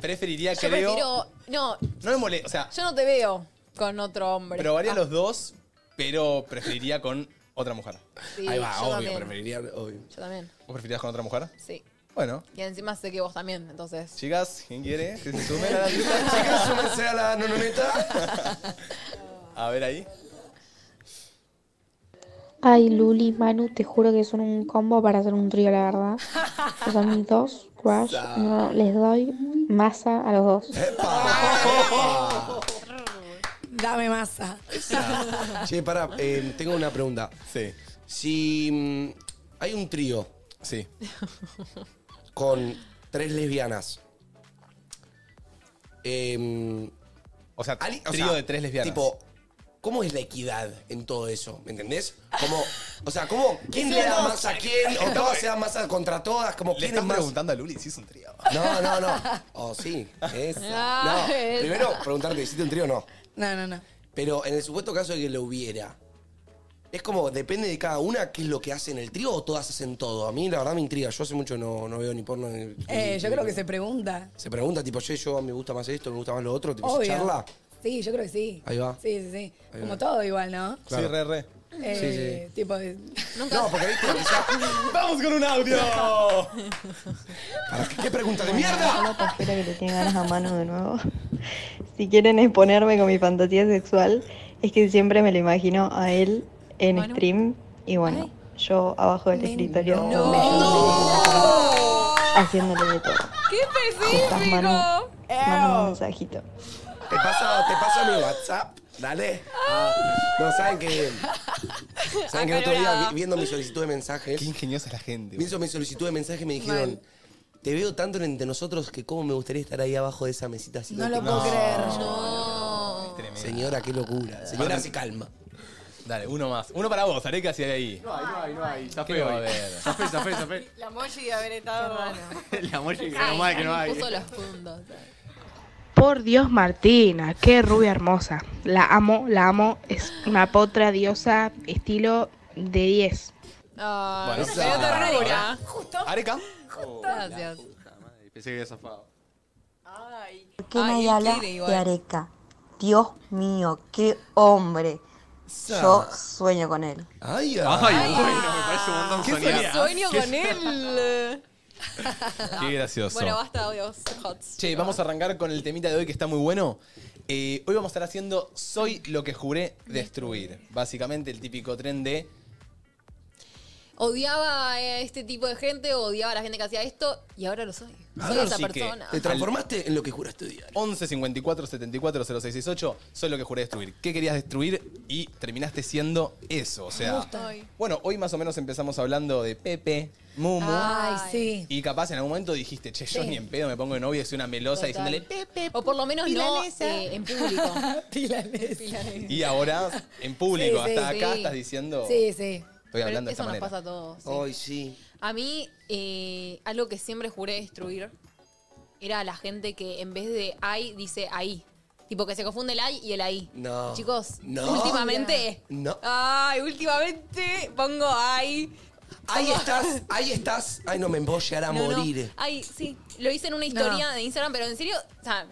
Speaker 1: preferiría
Speaker 2: Yo
Speaker 1: creo.
Speaker 2: prefiero. No,
Speaker 1: No me molesta, o sea,
Speaker 2: yo no te veo con otro hombre.
Speaker 1: probaría
Speaker 2: Ah,
Speaker 1: los dos, pero preferiría con otra mujer.
Speaker 2: sí,
Speaker 3: Ahí va,
Speaker 2: yo
Speaker 3: obvio,
Speaker 2: también.
Speaker 3: preferiría, obvio.
Speaker 2: Yo también,
Speaker 1: ¿Vos preferirías con otra mujer?
Speaker 2: sí.
Speaker 1: Bueno,
Speaker 2: Y encima sé que vos también, entonces.
Speaker 1: chicas,
Speaker 2: *laughs*
Speaker 1: ¿quién quiere? Que se sumen a la lista.
Speaker 3: Chicas, súmense a la nononeta.
Speaker 2: *laughs*
Speaker 1: A ver ahí.
Speaker 15: Ay, Luli, Manu, te juro que son un combo para hacer un trío, la verdad. O sea, mis dos crush, no, les doy masa a los dos.
Speaker 2: Ah.
Speaker 4: Dame masa.
Speaker 3: *laughs* Che, pará, eh, tengo una pregunta.
Speaker 1: Sí.
Speaker 3: Si mm, hay un trío
Speaker 1: Sí.
Speaker 3: Con tres lesbianas. em,
Speaker 1: o sea, trío de tres lesbianas.
Speaker 3: Tipo, ¿cómo es la equidad en todo eso? ¿Me entendés? Como, o sea, ¿cómo? ¿Quién
Speaker 1: Sí,
Speaker 3: le da
Speaker 1: no.
Speaker 3: más a quién? ¿O todas se dan más a- contra todas? Como,
Speaker 1: Le
Speaker 3: ¿quién es
Speaker 1: estás
Speaker 3: más?
Speaker 1: preguntando a Luli si es un trío.
Speaker 3: No, no, no. Oh, sí. Esa.
Speaker 4: Ah,
Speaker 3: No,
Speaker 4: esa.
Speaker 3: primero preguntarte, ¿hiciste un trío o no?
Speaker 4: No, no, no.
Speaker 3: Pero en el supuesto caso de que lo hubiera, es como, depende de cada una qué es lo que hace en el trío o todas hacen todo. A mí la verdad me intriga, yo hace mucho no, no veo ni porno. ni-
Speaker 4: Eh,
Speaker 3: ni-
Speaker 4: yo creo que se pregunta.
Speaker 3: Se pregunta, tipo, che, yo me gusta más esto, me gusta más lo otro, tipo,
Speaker 4: Obvio.
Speaker 3: se charla.
Speaker 4: Sí, yo creo que sí.
Speaker 3: Ahí va.
Speaker 4: Sí, sí, sí.
Speaker 3: Ah. Ahí
Speaker 4: Como
Speaker 3: va.
Speaker 4: todo igual, ¿no?
Speaker 3: Claro.
Speaker 1: re, re.
Speaker 4: Eh, *laughs* Tipo de...
Speaker 3: No, porque viste, quizá-
Speaker 1: ¡Vamos con un audio!
Speaker 2: Ah.
Speaker 3: ¿Para qué, qué pregunta de
Speaker 12: Bueno,
Speaker 3: mierda?
Speaker 12: solo Espero que le tengan ganas a mano de nuevo. *laughs* Si quieren exponerme con mi fantasía sexual, es que siempre me lo imagino a él en stream. Y bueno, yo abajo del escritorio me haciéndole de todo.
Speaker 2: ¡Qué
Speaker 12: Estás, Manu,
Speaker 2: específico!
Speaker 12: Mando un mensajito.
Speaker 3: Te pasa, te pasa mi WhatsApp, dale. No, saben que. Saben que el otro día,
Speaker 1: Acalorada.
Speaker 3: vi- viendo mi solicitud de mensajes. Qué
Speaker 1: ingeniosa la gente.
Speaker 3: Viendo mi solicitud de mensajes, me dijeron. Te veo tanto entre nosotros que cómo me gustaría estar ahí abajo de esa mesita. haciendo
Speaker 4: No lo
Speaker 3: tiempo".
Speaker 4: puedo creer.
Speaker 2: Oh.
Speaker 3: Señora, qué locura. Señora,
Speaker 1: Aparte-
Speaker 3: se calma.
Speaker 1: Dale, uno más. Uno para vos, Areca, si hay ahí.
Speaker 8: No hay, no hay, no hay.
Speaker 1: ¿Qué
Speaker 7: feo
Speaker 1: va a
Speaker 7: ahí.
Speaker 1: haber?
Speaker 7: Está feo, está feo, está feo.
Speaker 8: La mochi de haber estado.
Speaker 2: *laughs*
Speaker 7: La mochi, menos mal que no hay.
Speaker 2: Puso los puntos.
Speaker 16: Por Dios, Martina, qué rubia hermosa. La amo, la amo. Es una potra diosa, estilo de 10.
Speaker 2: Ah,
Speaker 7: Bueno,
Speaker 2: me
Speaker 7: sí.
Speaker 2: dio ternura.
Speaker 1: Areca.
Speaker 2: Gracias.
Speaker 7: Pensé que había zafado.
Speaker 17: ¿Por qué
Speaker 2: Ay,
Speaker 17: nadie
Speaker 2: es
Speaker 17: habla
Speaker 2: tigre igual.
Speaker 17: de Areca? Dios mío, qué hombre. Yo sueño con él.
Speaker 3: Ay,
Speaker 7: Ay, bueno, me parece un montón
Speaker 2: ¿Qué
Speaker 7: soñar.
Speaker 2: Sueño
Speaker 1: ¿Qué-
Speaker 2: con él.
Speaker 1: *laughs* Qué gracioso.
Speaker 2: Bueno, basta, odios. Hots.
Speaker 1: Che, vamos a arrancar con el temita de hoy que está muy bueno. Eh, hoy vamos a estar haciendo Soy lo que juré destruir. Básicamente el típico tren de
Speaker 2: Odiaba a este tipo de gente, odiaba a la gente que hacía esto y ahora lo soy. Soy
Speaker 1: Ahora
Speaker 2: Ah. esa
Speaker 1: Ah, sí que
Speaker 2: persona.
Speaker 1: te transformaste
Speaker 3: en lo que juraste odiar.
Speaker 1: 11 54 74 0668, soy lo que juré destruir. ¿Qué querías destruir? Y terminaste siendo eso. O
Speaker 2: Me
Speaker 1: sea,
Speaker 2: gusta.
Speaker 1: bueno, hoy más o menos empezamos hablando de Pepe, Mumu.
Speaker 2: Ay, sí.
Speaker 1: Y capaz en algún momento dijiste, che, yo
Speaker 2: Sí.
Speaker 1: ni en pedo me pongo de novia y soy una melosa diciéndole. "Pe-".
Speaker 2: o por lo menos no
Speaker 16: Pilanesa.
Speaker 2: eh, en público.
Speaker 1: *laughs*
Speaker 4: Pilanesa.
Speaker 1: Y ahora, en público,
Speaker 2: Sí, sí,
Speaker 1: hasta acá
Speaker 2: sí.
Speaker 1: estás diciendo.
Speaker 2: Sí, sí.
Speaker 1: Estoy hablando de
Speaker 2: eso
Speaker 1: esta
Speaker 2: nos
Speaker 1: manera.
Speaker 2: pasa a todos. sí.
Speaker 3: Ay, sí.
Speaker 2: A mí, eh, algo que siempre juré destruir era la gente que en vez de ay dice ahí. Tipo que se confunde el ay y el ahí.
Speaker 3: No.
Speaker 2: Chicos,
Speaker 3: No.
Speaker 2: últimamente.
Speaker 3: No.
Speaker 2: Ay, últimamente pongo ay.
Speaker 3: Ahí
Speaker 2: Pongo-
Speaker 3: estás, ahí estás. Ay, no me voy a llegar a
Speaker 2: No, no.
Speaker 3: morir.
Speaker 2: *laughs* Ay, sí. Lo hice en una historia de Instagram, pero en serio, o sea,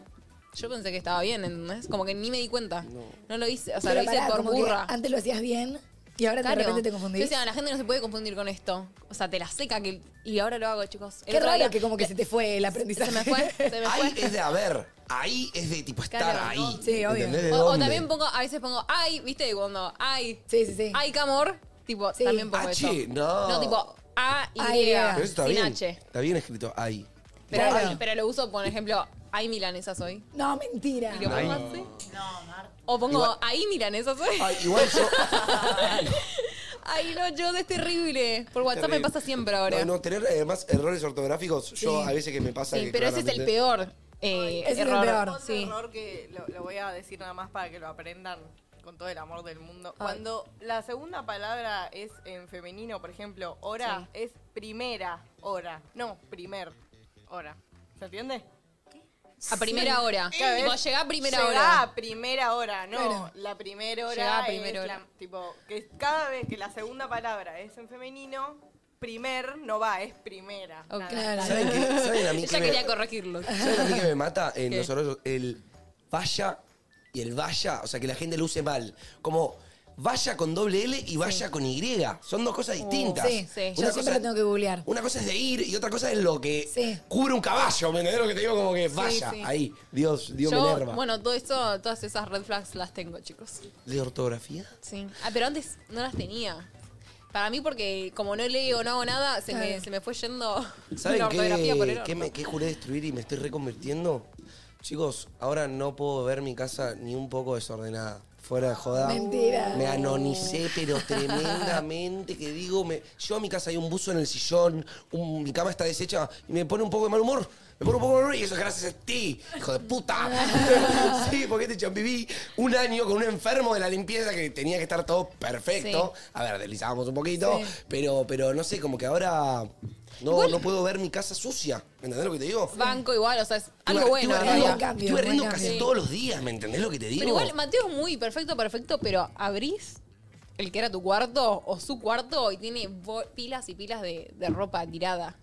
Speaker 2: yo pensé que estaba bien, ¿entendés? Como que ni me di cuenta. No, lo hice, o sea,
Speaker 4: Pero
Speaker 2: lo hice
Speaker 4: pará,
Speaker 2: por
Speaker 4: como que
Speaker 2: burra.
Speaker 4: Antes lo hacías bien y ahora
Speaker 2: Claro.
Speaker 4: de repente te
Speaker 2: Yo
Speaker 4: confundís.
Speaker 2: decía, la gente no se puede confundir con esto. O sea, te la seca que. Y ahora lo hago, chicos. El
Speaker 4: Qué
Speaker 2: otro
Speaker 4: raro
Speaker 2: día-
Speaker 4: que como que se te fue el aprendizaje.
Speaker 2: Se me fue, se me
Speaker 3: Ahí
Speaker 2: fue.
Speaker 3: es de haber. Ahí es de tipo estar
Speaker 2: Claro,
Speaker 3: ahí.
Speaker 2: ¿no?
Speaker 3: ¿Entendés de
Speaker 2: O- o,
Speaker 3: dónde?
Speaker 2: también pongo, a veces pongo, ay, viste, cuando, ay. Sí, sí, sí. Ay, camor. Tipo, también pongo
Speaker 3: H,
Speaker 2: eso.
Speaker 3: Ah, no. Ah,
Speaker 2: No, tipo, A
Speaker 4: Ay,
Speaker 2: y
Speaker 3: Pero eso está
Speaker 2: sin
Speaker 3: bien.
Speaker 2: H.
Speaker 3: Está bien escrito ahí.
Speaker 2: Pero, pero lo uso, por ejemplo, ay milanesas hoy.
Speaker 4: No, mentira.
Speaker 2: Y lo pongo
Speaker 3: Ay.
Speaker 2: así. O pongo
Speaker 3: Igual-
Speaker 2: ahí milanesas hoy.
Speaker 3: Ay, igual yo.
Speaker 2: *laughs* Ay, no, yo es terrible. Por WhatsApp me
Speaker 3: Terrible.
Speaker 2: pasa siempre ahora.
Speaker 3: No, no, tener además errores ortográficos, yo
Speaker 2: Sí.
Speaker 3: a veces que me pasa
Speaker 2: sí,
Speaker 3: que
Speaker 2: pero ese es el
Speaker 3: claramente-
Speaker 2: peor. eh,
Speaker 4: Ese es el
Speaker 2: error.
Speaker 4: peor.
Speaker 2: Sí.
Speaker 8: error que lo, lo voy a decir nada más para que lo aprendan con todo el amor del mundo. Cuando la segunda palabra es en femenino, por ejemplo, hora, es primera hora. No, primer hora. ¿Se entiende?
Speaker 2: A primera hora.
Speaker 8: Claro,
Speaker 2: Tipo,
Speaker 8: es-
Speaker 2: llegá a primera
Speaker 8: llegá
Speaker 2: hora.
Speaker 8: a primera hora, no.
Speaker 2: Claro.
Speaker 8: La primera hora.
Speaker 2: Llegá a
Speaker 8: es
Speaker 2: primera hora.
Speaker 8: la- tipo, que cada vez que la segunda palabra es en femenino, primer no va, es primera. Nada.
Speaker 3: ¿Saben qué? ¿Saben a mí
Speaker 2: Ella
Speaker 3: qué me-
Speaker 2: quería corregirlo.
Speaker 3: ¿Saben a mí que me mata
Speaker 2: *laughs*
Speaker 3: en
Speaker 2: ¿Qué?
Speaker 3: los horarios? El vaya y el vaya, o sea, que la gente lo use mal. Como vaya con doble L y vaya con Y. Son dos
Speaker 2: Uh,
Speaker 3: cosas distintas.
Speaker 4: Sí, sí. Yo
Speaker 3: Una,
Speaker 4: siempre
Speaker 3: cosa,
Speaker 4: lo tengo que googlear.
Speaker 3: una cosa es de ir y otra cosa es lo que
Speaker 4: Sí.
Speaker 3: cubre un caballo, ¿me entendés lo que te digo? Como que vaya,
Speaker 2: sí.
Speaker 3: ahí. Dios, Dios me
Speaker 2: Yo,
Speaker 3: enerva.
Speaker 2: bueno, todo eso, todas esas red flags las tengo, chicos.
Speaker 3: ¿De ortografía?
Speaker 2: Sí. Ah, pero antes no las tenía. Para mí, porque como no leo, no hago nada, se, me,
Speaker 3: Claro.
Speaker 2: se me fue yendo
Speaker 3: *laughs*
Speaker 2: *laughs*
Speaker 3: ¿Saben
Speaker 2: la ortografía por el
Speaker 3: qué,
Speaker 2: orto.
Speaker 3: qué me, qué juré destruir y me estoy reconvirtiendo? Chicos, ahora no puedo ver mi casa ni un poco desordenada. Fuera de joda.
Speaker 4: Mentira.
Speaker 3: Me anonicé, pero tremendamente que digo, me- yo a mi casa hay un buzo en el sillón, un- mi cama está deshecha y me pone un poco de mal humor. Me pone un poco de mal humor y eso es gracias a ti, hijo
Speaker 2: *laughs*
Speaker 3: de puta. sí, porque este chabón viví un año con un enfermo de la limpieza que tenía que estar todo perfecto.
Speaker 2: Sí.
Speaker 3: A ver, deslizábamos un poquito,
Speaker 2: Sí.
Speaker 3: pero, pero no sé, como que ahora no,
Speaker 2: Igual-
Speaker 3: no puedo ver mi casa sucia. ¿Entendés lo que te digo?
Speaker 2: Banco igual, o sea, es
Speaker 3: Estuve-
Speaker 2: algo bueno.
Speaker 3: estuve
Speaker 2: en
Speaker 3: riendo-
Speaker 2: realidad.
Speaker 3: Estuve riendo casi todos los días, ¿me entendés lo que te digo?
Speaker 2: Pero igual, Mateo es muy perfecto, perfecto, pero abrís el que era tu cuarto o su cuarto y tiene bo- pilas y pilas de, de ropa tirada.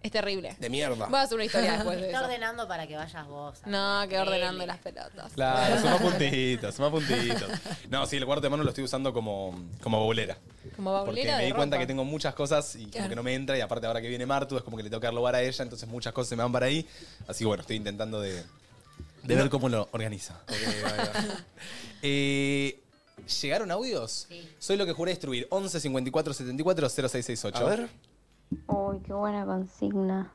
Speaker 2: Es terrible.
Speaker 3: De mierda.
Speaker 2: Voy a hacer una historia después de
Speaker 6: Está
Speaker 2: eso.
Speaker 6: ordenando para que vayas vos.
Speaker 2: No, que ordenando las pelotas.
Speaker 3: *laughs*
Speaker 1: Claro, suma puntitos, suma puntitos. No, sí, el cuarto de mano lo estoy usando como, como bolera.
Speaker 2: Como
Speaker 1: Porque
Speaker 2: baulera
Speaker 1: me
Speaker 2: de
Speaker 1: di cuenta
Speaker 2: ropa.
Speaker 1: que tengo muchas cosas y como
Speaker 2: Claro.
Speaker 1: que no me entra. Y aparte ahora que viene Martu es como que le tengo que dar lugar a ella, entonces muchas cosas se me van para ahí. Así que bueno, estoy intentando de, de ver cómo lo organiza. *laughs* Eh, ¿Llegaron audios? Soy lo que juré destruir. 11 54 74 0668.
Speaker 3: A ver.
Speaker 18: Uy, qué buena consigna.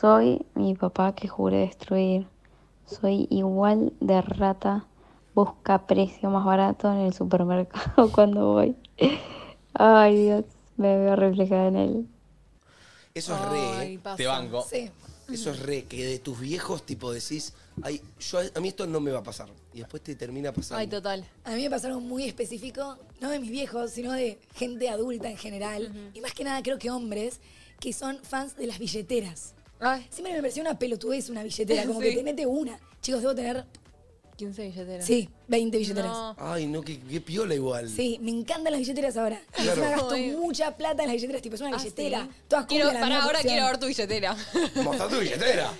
Speaker 18: Soy mi papá que juré destruir. Soy igual de rata. Busca precio más barato en el supermercado *laughs* cuando voy. Ay, Dios, me veo reflejada en él.
Speaker 3: Eso es re.
Speaker 18: Ay,
Speaker 3: ¿eh?
Speaker 18: pasa. Te banco. Sí.
Speaker 3: Eso es re, que de tus viejos tipo decís, ay, yo a, a mí esto no me va a pasar. Y después te termina pasando.
Speaker 2: total.
Speaker 4: A mí me pasó algo muy específico, no de mis viejos, sino de gente adulta en general. Y más que nada, creo que hombres que son fans de las billeteras. Siempre me pareció una pelotudez una billetera,
Speaker 2: *laughs*
Speaker 4: como
Speaker 2: Sí.
Speaker 4: que tenete una. Chicos, debo tener,
Speaker 2: 15 billeteras.
Speaker 4: sí, 20 billeteras.
Speaker 3: Ay, no, qué, qué piola igual.
Speaker 4: Sí, me encantan las billeteras ahora. Y
Speaker 3: Claro.
Speaker 4: encima gasto mucha plata en las billeteras, tipo, es una billetera. Todas
Speaker 2: Ah, Quiero,
Speaker 4: cumplen la
Speaker 2: pará,
Speaker 4: misma
Speaker 2: ahora
Speaker 4: función.
Speaker 2: quiero ver tu billetera.
Speaker 3: Mostrá tu
Speaker 2: *laughs*
Speaker 3: billetera.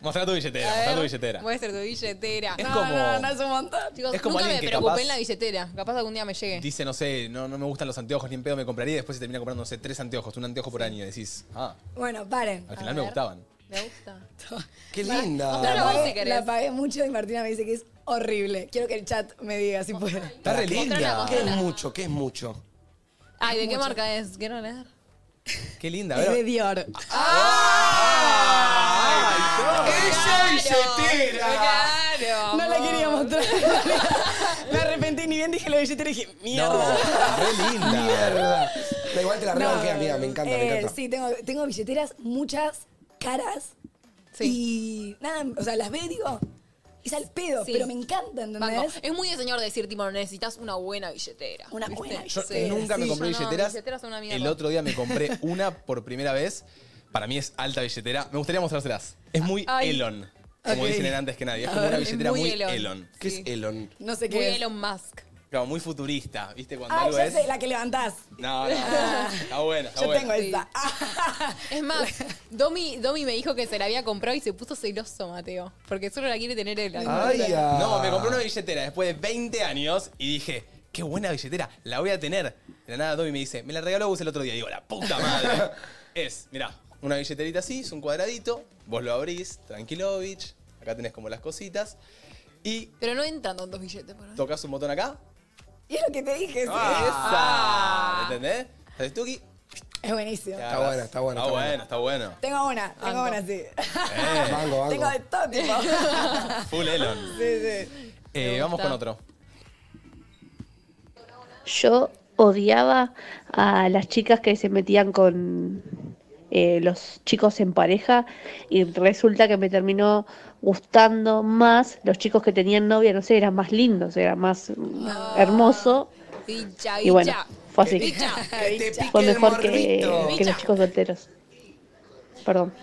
Speaker 1: Mostrá tu billetera,
Speaker 2: A
Speaker 1: mostrá tu
Speaker 2: ver,
Speaker 1: billetera.
Speaker 2: Muestra tu billetera.
Speaker 1: Es
Speaker 2: no,
Speaker 1: como-
Speaker 2: no, no, es un montón. Chicos,
Speaker 1: Es como
Speaker 2: nunca me
Speaker 1: alguien que
Speaker 2: preocupé
Speaker 1: capaz-
Speaker 2: en la billetera. Capaz algún día me llegue.
Speaker 1: Dice, no sé, no, no me gustan los anteojos ni en pedo, me compraría y después se termina comprando, no sé, tres anteojos, un anteojo por año. Y decís, ah,
Speaker 4: Bueno, paren.
Speaker 1: al final me gustaban.
Speaker 2: Me gusta.
Speaker 4: *laughs*
Speaker 3: Qué
Speaker 4: Va,
Speaker 1: linda.
Speaker 4: La,
Speaker 1: Mostralo vos, si
Speaker 4: pagué,
Speaker 1: querés.
Speaker 4: la pagué mucho y Martina me dice que es horrible. Quiero que el chat me diga si puede.
Speaker 3: Está re linda.
Speaker 4: Mostrala,
Speaker 3: ¿Qué es
Speaker 4: mostrala.
Speaker 3: mucho? ¿Qué es mucho?
Speaker 2: Ay, ¿de qué
Speaker 4: Mucho.
Speaker 2: marca es? Quiero leer.
Speaker 1: Qué linda,
Speaker 4: Es
Speaker 1: ¿verdad?
Speaker 4: de Dior.
Speaker 2: ¡Claro!
Speaker 4: No la quería mostrar. *laughs* Me arrepentí ni bien dije la billetera y dije,
Speaker 3: *laughs*
Speaker 4: mierda.
Speaker 3: re linda. Mierda. Da igual te la
Speaker 4: No.
Speaker 3: rebanqué, amiga, me encanta, me
Speaker 4: Eh,
Speaker 3: encanta.
Speaker 4: Sí, tengo, tengo billeteras, muchas caras. Y nada, o sea, las ve, digo, es al pedo,
Speaker 2: Sí.
Speaker 4: pero me encanta,
Speaker 2: Banco.
Speaker 4: ¿entendés?
Speaker 2: Es muy de señor decir, tipo, necesitas una buena billetera. Una buena
Speaker 1: Yo nunca me compré billeteras. El otro día me compré una por primera vez. Para mí es alta billetera. Me gustaría mostrárselas. Es muy
Speaker 2: Ay.
Speaker 1: Elon. Como
Speaker 2: Ok.
Speaker 1: dicen en antes que nadie. Es
Speaker 2: A
Speaker 1: como
Speaker 2: ver,
Speaker 1: una
Speaker 2: es
Speaker 1: billetera
Speaker 2: muy
Speaker 1: muy,
Speaker 2: Elon.
Speaker 1: Elon.
Speaker 3: ¿Qué es Elon?
Speaker 4: No sé qué
Speaker 2: Muy
Speaker 4: es.
Speaker 2: Elon Musk.
Speaker 1: Claro, muy futurista. ¿Viste cuando
Speaker 4: Ah,
Speaker 1: algo
Speaker 4: ya
Speaker 1: es?
Speaker 4: sé, la que levantás.
Speaker 1: No, no. Está bueno, está
Speaker 4: Yo
Speaker 1: bueno.
Speaker 4: tengo esa.
Speaker 2: Es *laughs* más, Domi, Domi me dijo que se la había comprado y se puso celoso, Mateo. Porque solo la quiere tener él.
Speaker 3: ah.
Speaker 1: No, me compré una billetera después de 20 años y dije, qué buena billetera, la voy a tener. De la nada Domi me dice, me la regaló vos el otro día. Digo, la puta *laughs* madre. es, mirá, una billeterita así, es un cuadradito, vos lo abrís, tranquilovich, acá tenés como las cositas y
Speaker 2: Pero no entran tantos billetes por ahí.
Speaker 1: tocas un botón acá.
Speaker 4: Y es lo que te dije, sí.
Speaker 3: Ah.
Speaker 4: Ah.
Speaker 1: ¡Esa! ¿Me entendés? ¿Sabes tú aquí?
Speaker 4: Es buenísimo.
Speaker 1: Está bueno, está bueno. Está Ah, bueno, está bueno.
Speaker 4: Tengo una, tengo una, sí.
Speaker 1: Eh,
Speaker 4: *laughs* Tengo de todo tipo.
Speaker 1: Full Elon.
Speaker 4: sí, sí.
Speaker 1: Eh, vamos con otro.
Speaker 19: Yo odiaba a las chicas que se metían con eh, los chicos en pareja y resulta que me terminó gustando más los chicos que tenían novia, no sé, eran más lindos, era más mm, hermoso
Speaker 2: Bicha, bicha.
Speaker 19: y bueno, fue así.
Speaker 4: *laughs*
Speaker 2: Bicha.
Speaker 19: Fue mejor que,
Speaker 2: morrito.
Speaker 19: que los chicos solteros. Perdón.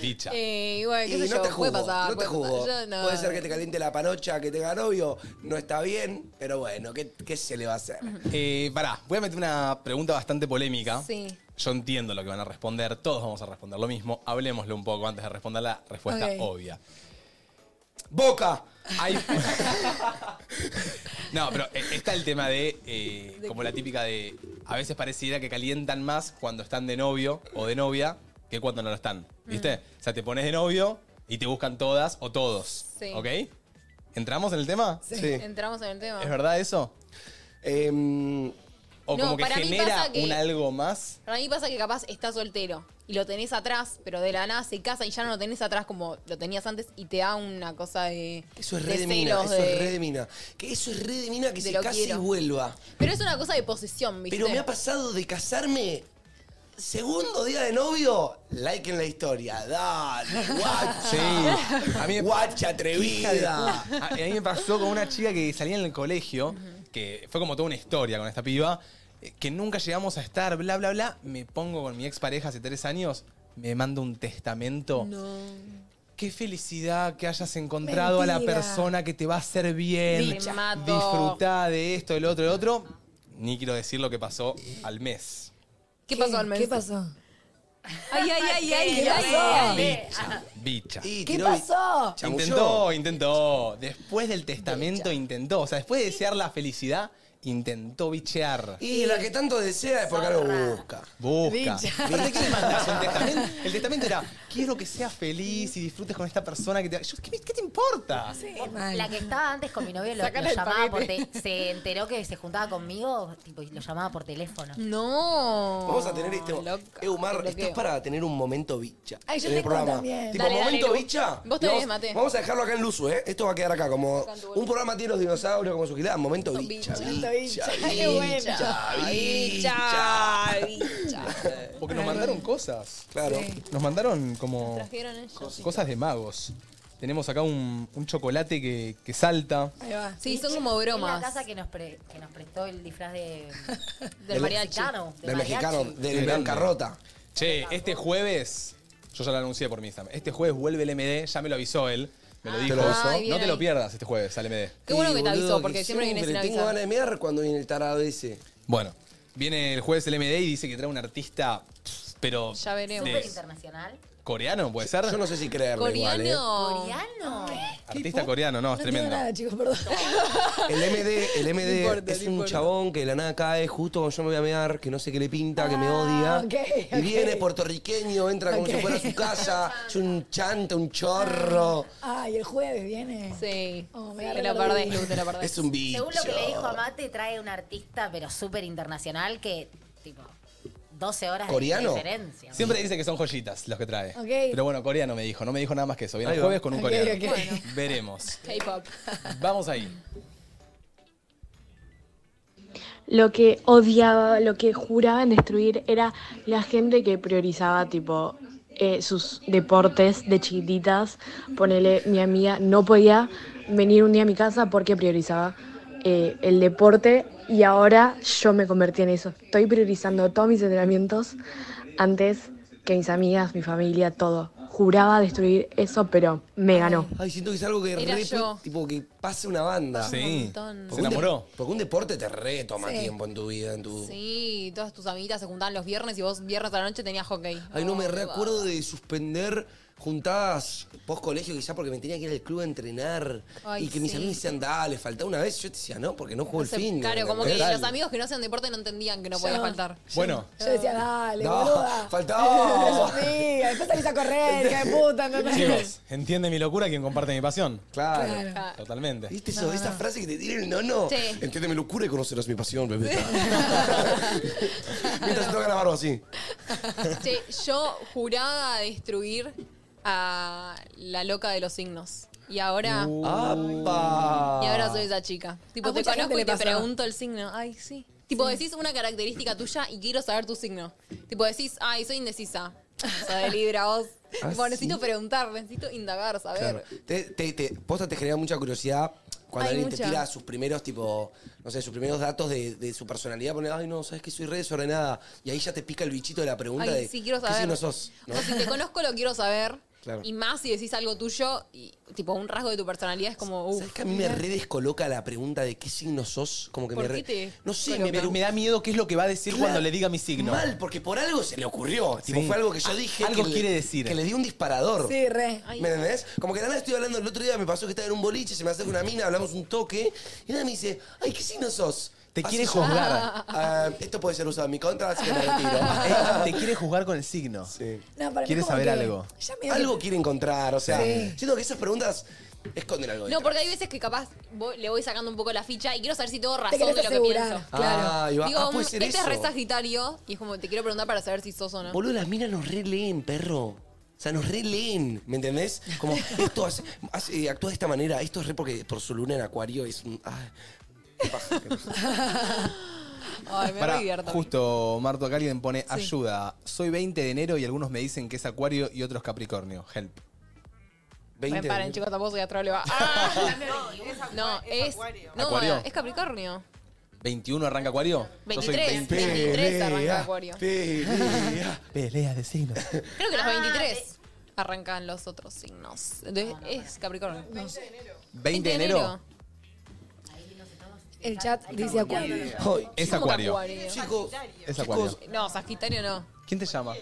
Speaker 1: Dicha.
Speaker 2: Eh, igual, qué
Speaker 3: Y
Speaker 2: sé
Speaker 3: no
Speaker 2: yo,
Speaker 3: te
Speaker 2: puede
Speaker 3: juzgo,
Speaker 2: pasar.
Speaker 3: no te
Speaker 2: puede
Speaker 3: juzgo.
Speaker 2: pasar. Yo no.
Speaker 3: Puede ser que te caliente la panocha, que tenga novio, no está bien, pero bueno, ¿qué, qué se le va a hacer?
Speaker 1: Eh, pará, voy a meter una pregunta bastante polémica.
Speaker 2: *laughs* Sí.
Speaker 1: Yo entiendo lo que van a responder, todos vamos a responder lo mismo. Hablemoslo un poco antes de responder la respuesta
Speaker 2: Ok.
Speaker 1: obvia.
Speaker 3: ¡Boca!
Speaker 1: Hay- *laughs* no, pero eh, está el tema de, eh, como la típica de, a veces pareciera que calientan más cuando están de novio o de novia que cuando no lo están, ¿viste?
Speaker 2: Mm.
Speaker 1: O sea, te pones de novio y te buscan todas o todos,
Speaker 2: Sí.
Speaker 1: ¿ok? ¿Entramos en el tema?
Speaker 2: Entramos en el tema.
Speaker 1: ¿Es verdad eso?
Speaker 3: Em,
Speaker 1: O
Speaker 2: No,
Speaker 1: como que
Speaker 2: para mí
Speaker 1: genera
Speaker 2: pasa que-
Speaker 1: un algo más.
Speaker 2: Para mí pasa que capaz está soltero y lo tenés atrás, pero de la nada se casa y ya no lo tenés atrás como lo tenías antes y te da una cosa de.
Speaker 3: Eso es re de mina,
Speaker 2: celos,
Speaker 3: eso
Speaker 2: de-
Speaker 3: es re de mina. Que eso es re de mina que
Speaker 2: de
Speaker 3: se
Speaker 2: lo
Speaker 3: case
Speaker 2: quiero.
Speaker 3: y vuelva.
Speaker 2: Pero es una cosa de posesión, ¿viste?
Speaker 3: Pero me ha pasado de casarme. Segundo día de novio, like en la historia. Dale, guacha.
Speaker 1: *laughs* Sí. A mí me-
Speaker 3: Guacha
Speaker 1: Hija de
Speaker 3: atrevida.
Speaker 1: puta. A, a mí me pasó con una chica que salía en el colegio, que fue como toda una historia con esta piba, eh, que nunca llegamos a estar, bla, bla, bla. Me pongo con mi expareja hace tres años, me mando un testamento. Qué felicidad que hayas encontrado a la
Speaker 2: Mentira.
Speaker 1: persona que te va a hacer bien.
Speaker 2: Te mato.
Speaker 1: Disfrutá de esto, del otro, del otro. Ni quiero decir lo que pasó al mes.
Speaker 2: ¿Qué, pasó al mes? ¿Qué pasó? Ay, ay, ay, ay,
Speaker 4: ¿Qué
Speaker 2: ay,
Speaker 4: pasó?
Speaker 2: ay, ay.
Speaker 1: Bicha, bicha.
Speaker 4: ¿Qué pasó?
Speaker 1: Intentó, intentó. Después del testamento intentó. O sea, después de desear la felicidad, intentó bichear.
Speaker 3: Y la que tanto desea es porque algo busca.
Speaker 1: Busca.
Speaker 3: Bicha.
Speaker 1: Aparte, ¿qué le mandás? El testamento, el testamento era, quiero que seas feliz y disfrutes con esta persona que te... Yo, ¿qué, me- qué te importa?
Speaker 6: La que estaba antes con mi novio lo,
Speaker 1: Sacale
Speaker 6: lo
Speaker 1: el
Speaker 6: llamaba por
Speaker 1: paquete.
Speaker 6: te- se enteró que se juntaba conmigo tipo, y lo llamaba por teléfono.
Speaker 2: No.
Speaker 3: Vamos a tener este. Eumar,
Speaker 6: Bloqueo.
Speaker 3: estás para tener un momento bicha.
Speaker 6: Ay, yo
Speaker 3: en el
Speaker 6: tengo
Speaker 3: programa.
Speaker 6: también.
Speaker 3: Tipo,
Speaker 6: Dale, dale,
Speaker 3: momento
Speaker 6: Lu.
Speaker 3: bicha.
Speaker 2: Vos tenés,
Speaker 3: vamos,
Speaker 2: Mate.
Speaker 3: vamos a dejarlo acá en Luzu, ¿eh? Esto va a quedar acá como un programa tiene los dinosaurios como su gilada. Momento bicha. bicha, bicha,
Speaker 2: Qué bueno.
Speaker 3: bicha.
Speaker 1: Porque nos mandaron cosas.
Speaker 3: Claro.
Speaker 1: Nos mandaron como
Speaker 2: Trajeron ellos.
Speaker 1: cosas de magos. Tenemos acá un, un chocolate que, que salta.
Speaker 2: Sí, son como bromas.
Speaker 6: Es la casa que nos, pre- que nos prestó el disfraz
Speaker 2: *laughs*
Speaker 6: de,
Speaker 2: Del mariachi.
Speaker 6: mexicano, de
Speaker 1: Del mexicano,
Speaker 6: mariachi.
Speaker 1: del bancarrota. Che, este jueves, yo ya lo anuncié por mi Instagram, este jueves vuelve el MD, ya me lo avisó él, me lo
Speaker 3: Ah,
Speaker 1: dijo.
Speaker 3: ¿Te lo avisó? Ay,
Speaker 2: bien
Speaker 1: no te lo
Speaker 2: ahí.
Speaker 1: pierdas este jueves al MD.
Speaker 2: Qué bueno
Speaker 3: Y,
Speaker 2: que te
Speaker 3: boludo,
Speaker 2: avisó, porque siempre viene sin
Speaker 3: Tengo
Speaker 2: avisar.
Speaker 3: ganas de mirar cuando viene el tarado ese.
Speaker 1: Bueno, viene el jueves el MD y dice que trae un artista, pff, pero
Speaker 2: Ya veremos.
Speaker 1: de-
Speaker 6: internacional.
Speaker 1: coreano, ¿puede ser? Yo
Speaker 3: no sé si creerlo
Speaker 5: ¿eh?
Speaker 2: Coreano.
Speaker 6: ¿Coreano?
Speaker 1: Artista coreano, no, es ¿eh? tremendo.
Speaker 4: Nada, chicos, perdón.
Speaker 3: El MD, el MD
Speaker 4: No importa,
Speaker 3: es
Speaker 4: no
Speaker 3: un
Speaker 4: importa.
Speaker 3: chabón que de la nada cae justo cuando yo me voy a mear, que no sé qué le pinta, que me odia.
Speaker 4: ok,
Speaker 3: Y viene
Speaker 4: ok.
Speaker 3: puertorriqueño, entra como
Speaker 4: Ok.
Speaker 3: si fuera a su casa, es un chanta, un chorro.
Speaker 4: Ay, el jueves viene.
Speaker 2: Sí.
Speaker 4: me
Speaker 2: Te
Speaker 4: la
Speaker 2: lo perdés, Lu, te lo perdés.
Speaker 3: Es un bicho.
Speaker 6: Según lo que le dijo a Mate, trae un artista, pero súper internacional, que tipo 12 horas
Speaker 1: ¿Coreano?
Speaker 6: de diferencia.
Speaker 1: Siempre dice que son joyitas los que trae.
Speaker 6: Ok.
Speaker 1: Pero bueno, coreano me dijo, no me dijo nada más que eso. Viene
Speaker 3: Ahí
Speaker 1: el
Speaker 3: va.
Speaker 1: jueves con un
Speaker 3: Ok,
Speaker 1: coreano.
Speaker 3: ok. Bueno.
Speaker 1: Veremos.
Speaker 2: K-pop.
Speaker 1: Vamos ahí.
Speaker 16: Lo que odiaba, lo que juraban destruir era la gente que priorizaba tipo eh, sus deportes de chiquititas. Ponele, mi amiga no podía venir un día a mi casa porque priorizaba eh, el deporte y ahora yo me convertí en eso. Estoy priorizando todos mis entrenamientos antes que mis amigas, mi familia, todo. Juraba destruir eso, pero me ganó.
Speaker 3: Ay, siento que es algo que
Speaker 2: Era
Speaker 3: re-
Speaker 2: yo.
Speaker 3: tipo que pasa una banda.
Speaker 2: Pasa un Sí. montón.
Speaker 3: Porque
Speaker 2: Se
Speaker 3: un de-
Speaker 2: enamoró.
Speaker 3: porque un deporte te re toma
Speaker 2: Sí.
Speaker 3: tiempo en tu vida, en tu.
Speaker 2: Sí, todas tus amiguitas se juntaban los viernes y vos viernes a la noche tenías hockey.
Speaker 3: Ay, no me
Speaker 2: Oh,
Speaker 3: recuerdo de suspender juntadas post colegio, quizá porque me tenía que ir al club a entrenar.
Speaker 2: Ay,
Speaker 3: y que mis
Speaker 2: sí.
Speaker 3: amigos decían, dale, faltá una vez. Yo te decía, no, porque no juego el
Speaker 2: Se-
Speaker 3: fin.
Speaker 2: Claro, como que los
Speaker 3: amigos
Speaker 2: amigos que no hacían deporte no entendían que no podía
Speaker 4: Yo-
Speaker 2: faltar.
Speaker 1: Bueno.
Speaker 4: Yo decía, dale,
Speaker 1: No,
Speaker 3: *laughs*
Speaker 4: boluda.
Speaker 1: faltó.
Speaker 2: *laughs*
Speaker 4: Sí, después salís a correr, hija de puta. ¿entendés?
Speaker 1: Chicos, entiende mi locura quien comparte mi pasión.
Speaker 3: Claro.
Speaker 4: Claro.
Speaker 1: Totalmente.
Speaker 3: ¿Viste eso, esa frase que te tiene el nono?
Speaker 4: Sí.
Speaker 3: Entiéndeme locura y conocerás mi pasión,
Speaker 2: *laughs*
Speaker 3: bebé. *laughs* Mientras se toca la barba así.
Speaker 2: Che, yo juraba destruir a la loca de los signos. Y ahora.
Speaker 3: Uh. ¡Apa!
Speaker 2: Y ahora soy esa chica. Tipo,
Speaker 4: A
Speaker 2: te
Speaker 4: mucha
Speaker 2: conozco
Speaker 4: gente
Speaker 2: y te
Speaker 4: le pasó.
Speaker 2: pregunto el signo. Ay, sí. Tipo,
Speaker 4: Sí.
Speaker 2: decís una característica tuya y quiero saber tu signo. Tipo, decís, ay, soy indecisa. O sea, de Libra vos.
Speaker 3: Ah,
Speaker 2: Tipo, necesito
Speaker 3: sí.
Speaker 2: preguntar, necesito indagar, saber.
Speaker 3: Claro. Te, te, te- posta te genera mucha curiosidad cuando
Speaker 2: Ay,
Speaker 3: alguien te
Speaker 2: mucha.
Speaker 3: tira sus primeros, tipo, no sé, sus primeros datos de, de su personalidad. Pone, ay, no, sabes que soy re desordenada. Y ahí ya te pica el bichito de la pregunta
Speaker 2: Ay,
Speaker 3: de
Speaker 2: sí, quiero
Speaker 3: qué
Speaker 2: saber.
Speaker 3: signo sos. ¿no?
Speaker 2: O si te conozco, lo quiero saber.
Speaker 3: Claro.
Speaker 2: Y más si decís algo tuyo, y, tipo, un rasgo de tu personalidad es como. Uh,
Speaker 3: ¿Sabes que a mí me re descoloca la pregunta de qué signo sos? Como que
Speaker 2: ¿Por
Speaker 3: me re-
Speaker 2: qué te
Speaker 3: No sé,
Speaker 1: me,
Speaker 3: me,
Speaker 1: me da miedo qué es lo que va a decir
Speaker 3: Claro.
Speaker 1: cuando le diga mi signo.
Speaker 3: Mal, porque por algo se le ocurrió. Tipo,
Speaker 1: Sí.
Speaker 3: fue algo que yo dije.
Speaker 1: Algo
Speaker 3: que le-
Speaker 1: quiere decir.
Speaker 3: Que le di un disparador.
Speaker 4: Sí, re.
Speaker 3: ¿Me entendés? Como que de la nada estoy hablando, el otro día me pasó que estaba en un boliche, se me acerca una mina, hablamos un toque, y nada me dice, ay, ¿qué signo sos?
Speaker 1: Te
Speaker 3: Así
Speaker 1: quiere
Speaker 3: yo-
Speaker 1: juzgar.
Speaker 3: Ah, esto puede ser usado en mi contra, así que me *laughs* retiro.
Speaker 1: Eh, Te quiere juzgar con el signo.
Speaker 4: No, para mí
Speaker 1: Quiere
Speaker 4: como
Speaker 1: saber
Speaker 4: que
Speaker 1: algo.
Speaker 4: ya
Speaker 3: Algo quiere encontrar, o sea.
Speaker 4: Sí.
Speaker 3: Siento que esas preguntas esconden
Speaker 2: No,
Speaker 3: algo. detrás.
Speaker 2: porque hay veces que capaz voy- le voy sacando un poco la ficha y quiero saber si tengo razón
Speaker 4: querés
Speaker 2: de lo que
Speaker 4: asegurar,
Speaker 2: pienso.
Speaker 3: claro. Ah, y va-
Speaker 2: Digo,
Speaker 3: ah, puede
Speaker 2: mm,
Speaker 3: ser
Speaker 2: este es
Speaker 3: eso.
Speaker 2: re sagitario y es como, te quiero preguntar para saber si sos o no.
Speaker 3: Boludo, las minas nos releen, perro. O sea, nos releen, ¿me entendés? *laughs* Como, esto hace- hace- actúa de esta manera, esto es re porque por su luna en acuario es un... ah, qué paja, qué paja.
Speaker 2: Ay, me
Speaker 1: Pará,
Speaker 2: re divierto.
Speaker 1: justo Marto acá alguien pone ayuda. Soy 20 de enero y algunos me dicen que es acuario y otros capricornio. Help.
Speaker 2: Me paren, chicos, tampoco soy astrólogos. *laughs* ¡Ah! no, es, no,
Speaker 1: Acuario.
Speaker 2: es Capricornio.
Speaker 1: 21 arranca acuario.
Speaker 2: 23, 23 arranca Acuario.
Speaker 1: Pelea. Pelea de signos.
Speaker 2: Creo que los 23 arrancan los otros signos. Entonces, es Capricornio.
Speaker 1: 20 de enero.
Speaker 4: El chat dice acuario.
Speaker 1: Ay, es
Speaker 2: ¿Cómo que
Speaker 1: acuario.
Speaker 3: Chicos,
Speaker 1: Es acuario.
Speaker 2: No, Sagitario no.
Speaker 1: ¿Quién te llama?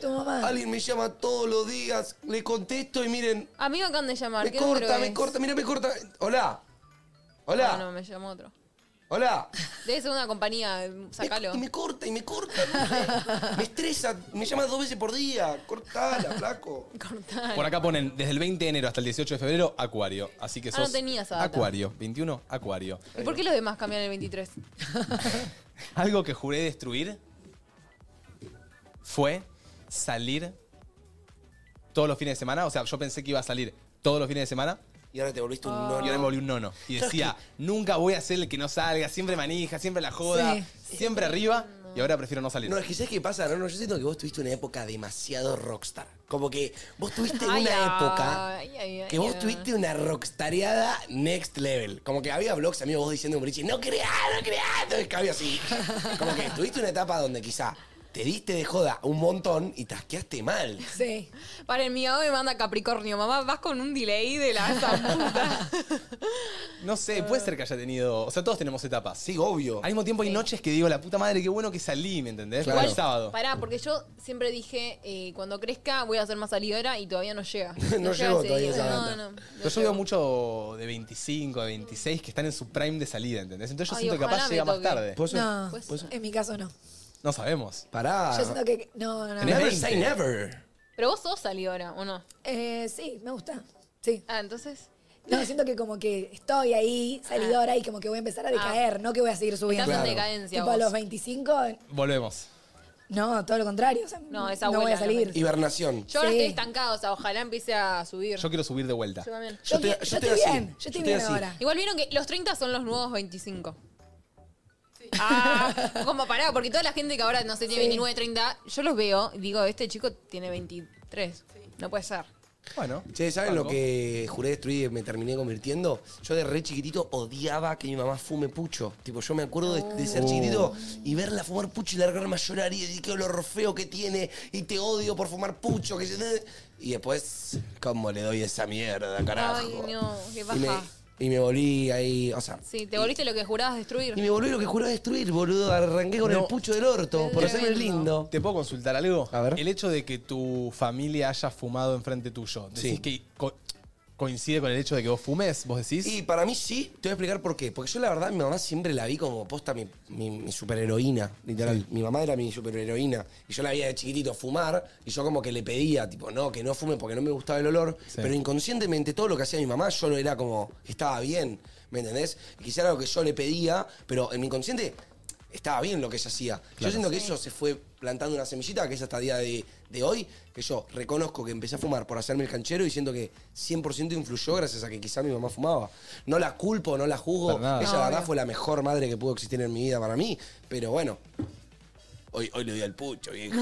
Speaker 3: Alguien me llama todos los días, le contesto y miren,
Speaker 2: A mí me acaban de llamar.
Speaker 3: me
Speaker 2: ¿qué
Speaker 3: corta,
Speaker 2: número
Speaker 3: me
Speaker 2: es?
Speaker 3: corta, mira, me corta. Hola,
Speaker 2: Ah,
Speaker 3: hola,
Speaker 2: no, me llamó otro.
Speaker 3: hola.
Speaker 2: Debe ser una compañía, eh, sacalo.
Speaker 3: Y me corta, y me corta. Me estresa, me llama dos veces por día.
Speaker 2: *laughs*
Speaker 3: Cortala, flaco.
Speaker 1: Por acá ponen desde el 20 de enero hasta el 18 de febrero acuario. Así que
Speaker 2: Ah,
Speaker 1: sos
Speaker 2: no tenía esa data.
Speaker 1: acuario. 21 acuario.
Speaker 2: ¿Y por qué los demás cambian el 23?
Speaker 1: Algo que juré destruir fue salir todos los fines de semana. O sea, yo pensé que iba a salir todos los fines de semana.
Speaker 3: Y ahora te volviste
Speaker 2: Ah.
Speaker 3: un
Speaker 1: Y
Speaker 3: nono.
Speaker 1: ahora me volví un nono. Y decía, nunca voy a ser el que no salga, siempre manija, siempre la joda, siempre arriba. Y ahora prefiero no salir.
Speaker 3: No, es que ¿sabes qué pasa? No, no, yo siento que vos tuviste una época demasiado rockstar. Como que vos tuviste una
Speaker 2: Ay,
Speaker 3: época
Speaker 2: ay, ay, ay,
Speaker 3: que vos
Speaker 2: ay.
Speaker 3: tuviste una rockstareada next level. Como que había blogs, amigo, vos diciendo, Brichi, no creá, no creá. Entonces cambio así. Como que tuviste una etapa donde quizá te diste de joda un montón y tasqueaste mal.
Speaker 2: Sí. Para el mi mamá me manda Capricornio. Mamá, vas con un delay de la
Speaker 1: No sé, puede ser que haya tenido. O sea, todos tenemos etapas.
Speaker 3: Sí, obvio.
Speaker 1: Al mismo tiempo hay noches que digo, la puta madre, qué bueno que salí, ¿me entendés? Como
Speaker 2: Igual,
Speaker 1: el sábado.
Speaker 2: Pará, porque yo siempre dije, eh, cuando crezca voy a ser más salidora y todavía *laughs* no
Speaker 3: *laughs*
Speaker 2: llega. llega
Speaker 1: No llegó
Speaker 3: Ah,
Speaker 2: ese
Speaker 1: todavía
Speaker 2: día.
Speaker 1: esa
Speaker 2: No,
Speaker 1: data.
Speaker 2: no.
Speaker 1: Pero yo veo mucho de 25, de 26 que están en su prime de salida, ¿entendés? Entonces yo
Speaker 4: Ay,
Speaker 1: siento que
Speaker 4: ojalá
Speaker 1: capaz
Speaker 4: me
Speaker 1: llega más
Speaker 4: toque.
Speaker 1: tarde.
Speaker 4: No, en mi caso no.
Speaker 1: No sabemos.
Speaker 3: Pará.
Speaker 4: Yo siento que. No, no, no.
Speaker 1: Tenés 20.
Speaker 2: Pero vos sos salidora, ¿o no?
Speaker 4: Eh, sí, me gusta. Sí.
Speaker 2: Ah, entonces.
Speaker 4: No, siento que como que estoy ahí, salidora, y como que voy a empezar a decaer, no que voy a seguir subiendo.
Speaker 2: Ah. Estás en Claro. decadencia
Speaker 4: Tipo, a
Speaker 2: vos.
Speaker 4: los 25,
Speaker 1: Volvemos.
Speaker 4: no, todo lo contrario. o sea,
Speaker 2: No, es
Speaker 4: voy
Speaker 2: abuela,
Speaker 4: a salir.
Speaker 3: Hibernación.
Speaker 2: Yo ahora estoy estancada, o sea, ojalá empiece a subir.
Speaker 1: Yo quiero subir de vuelta.
Speaker 2: Yo también.
Speaker 1: Yo estoy- yo estoy así. Yo estoy así.
Speaker 2: Igual vieron que los 30 son los nuevos 25. Ah, *laughs* como pará, porque toda la gente que ahora no sé, tiene
Speaker 4: Sí.
Speaker 2: 29, 30, yo los veo y digo, este chico tiene 23. No puede ser.
Speaker 1: Bueno.
Speaker 3: Che, ¿saben
Speaker 1: banco.
Speaker 3: lo que juré destruir y me terminé convirtiendo? Yo de re chiquitito odiaba que mi mamá fume pucho. Tipo, yo me acuerdo de, de ser
Speaker 5: Uh.
Speaker 1: Oh.
Speaker 3: chiquitito
Speaker 4: Uh.
Speaker 3: y verla fumar pucho y largarme a llorar y decir qué olor feo que tiene y te odio por fumar pucho. Que... se- Y después, ¿cómo le doy esa mierda, carajo?
Speaker 2: Ay, no, qué
Speaker 3: y, me,
Speaker 2: baja.
Speaker 3: y me volví ahí, o sea...
Speaker 2: Sí, te volviste lo que jurabas destruir.
Speaker 3: Y me volví lo que juré destruir, boludo. Arranqué con
Speaker 1: No.
Speaker 3: el pucho del orto, por hacerme el lindo.
Speaker 1: ¿Te puedo consultar algo? A ver. El hecho de que tu familia haya fumado enfrente tuyo, ¿decís
Speaker 3: Sí.
Speaker 1: que co- coincide con el hecho de que vos fumes? ¿Vos decís?
Speaker 3: Y para mí sí, te voy a explicar por qué. Porque yo la verdad, mi mamá siempre la vi como posta mi, mi- mi superheroína, literal. Mi mamá era mi superheroína. Y yo la veía de chiquitito fumar y yo como que le pedía, tipo, no, que no fume porque no me gustaba el olor. Pero inconscientemente todo lo que hacía mi mamá, yo lo era como, que estaba bien, ¿me entendés? Y quizá era lo que yo le pedía, pero en mi inconsciente estaba bien lo que ella hacía. Yo
Speaker 1: Claro.
Speaker 3: siento que
Speaker 1: Sí.
Speaker 3: eso se fue plantando una semillita que es hasta el día de, de hoy, que yo reconozco que empecé a fumar por hacerme el canchero y siento que 100% influyó gracias a que quizá mi mamá fumaba. No la culpo, no la juzgo.
Speaker 1: Para nada.
Speaker 3: Ella,
Speaker 1: No,
Speaker 3: la verdad,
Speaker 1: obvio.
Speaker 3: fue la mejor madre que pudo existir en mi vida para mí, pero bueno. Hoy, hoy le doy al
Speaker 1: *laughs*
Speaker 3: pucho, viejo.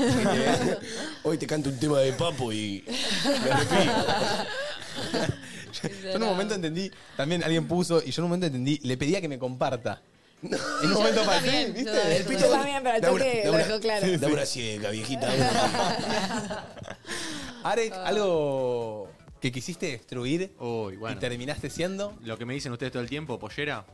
Speaker 3: hoy te canto un tema de papo y.
Speaker 1: *laughs* Yo en un momento entendí, también alguien puso, y yo en un momento entendí, le pedía que me comparta. En un
Speaker 4: yo
Speaker 1: momento para
Speaker 4: también, yo
Speaker 1: ¿viste?
Speaker 4: también,
Speaker 1: El
Speaker 4: yo
Speaker 1: picho-
Speaker 4: también. También, pero *laughs* al
Speaker 1: Laura,
Speaker 4: toque lo
Speaker 1: Laura.
Speaker 4: dejó claro.
Speaker 1: Sí, sí.
Speaker 3: Da una ciega, viejita.
Speaker 1: *laughs* Arek, algo que quisiste destruir y terminaste siendo. Oh.
Speaker 7: Lo que me dicen ustedes todo el tiempo, pollera.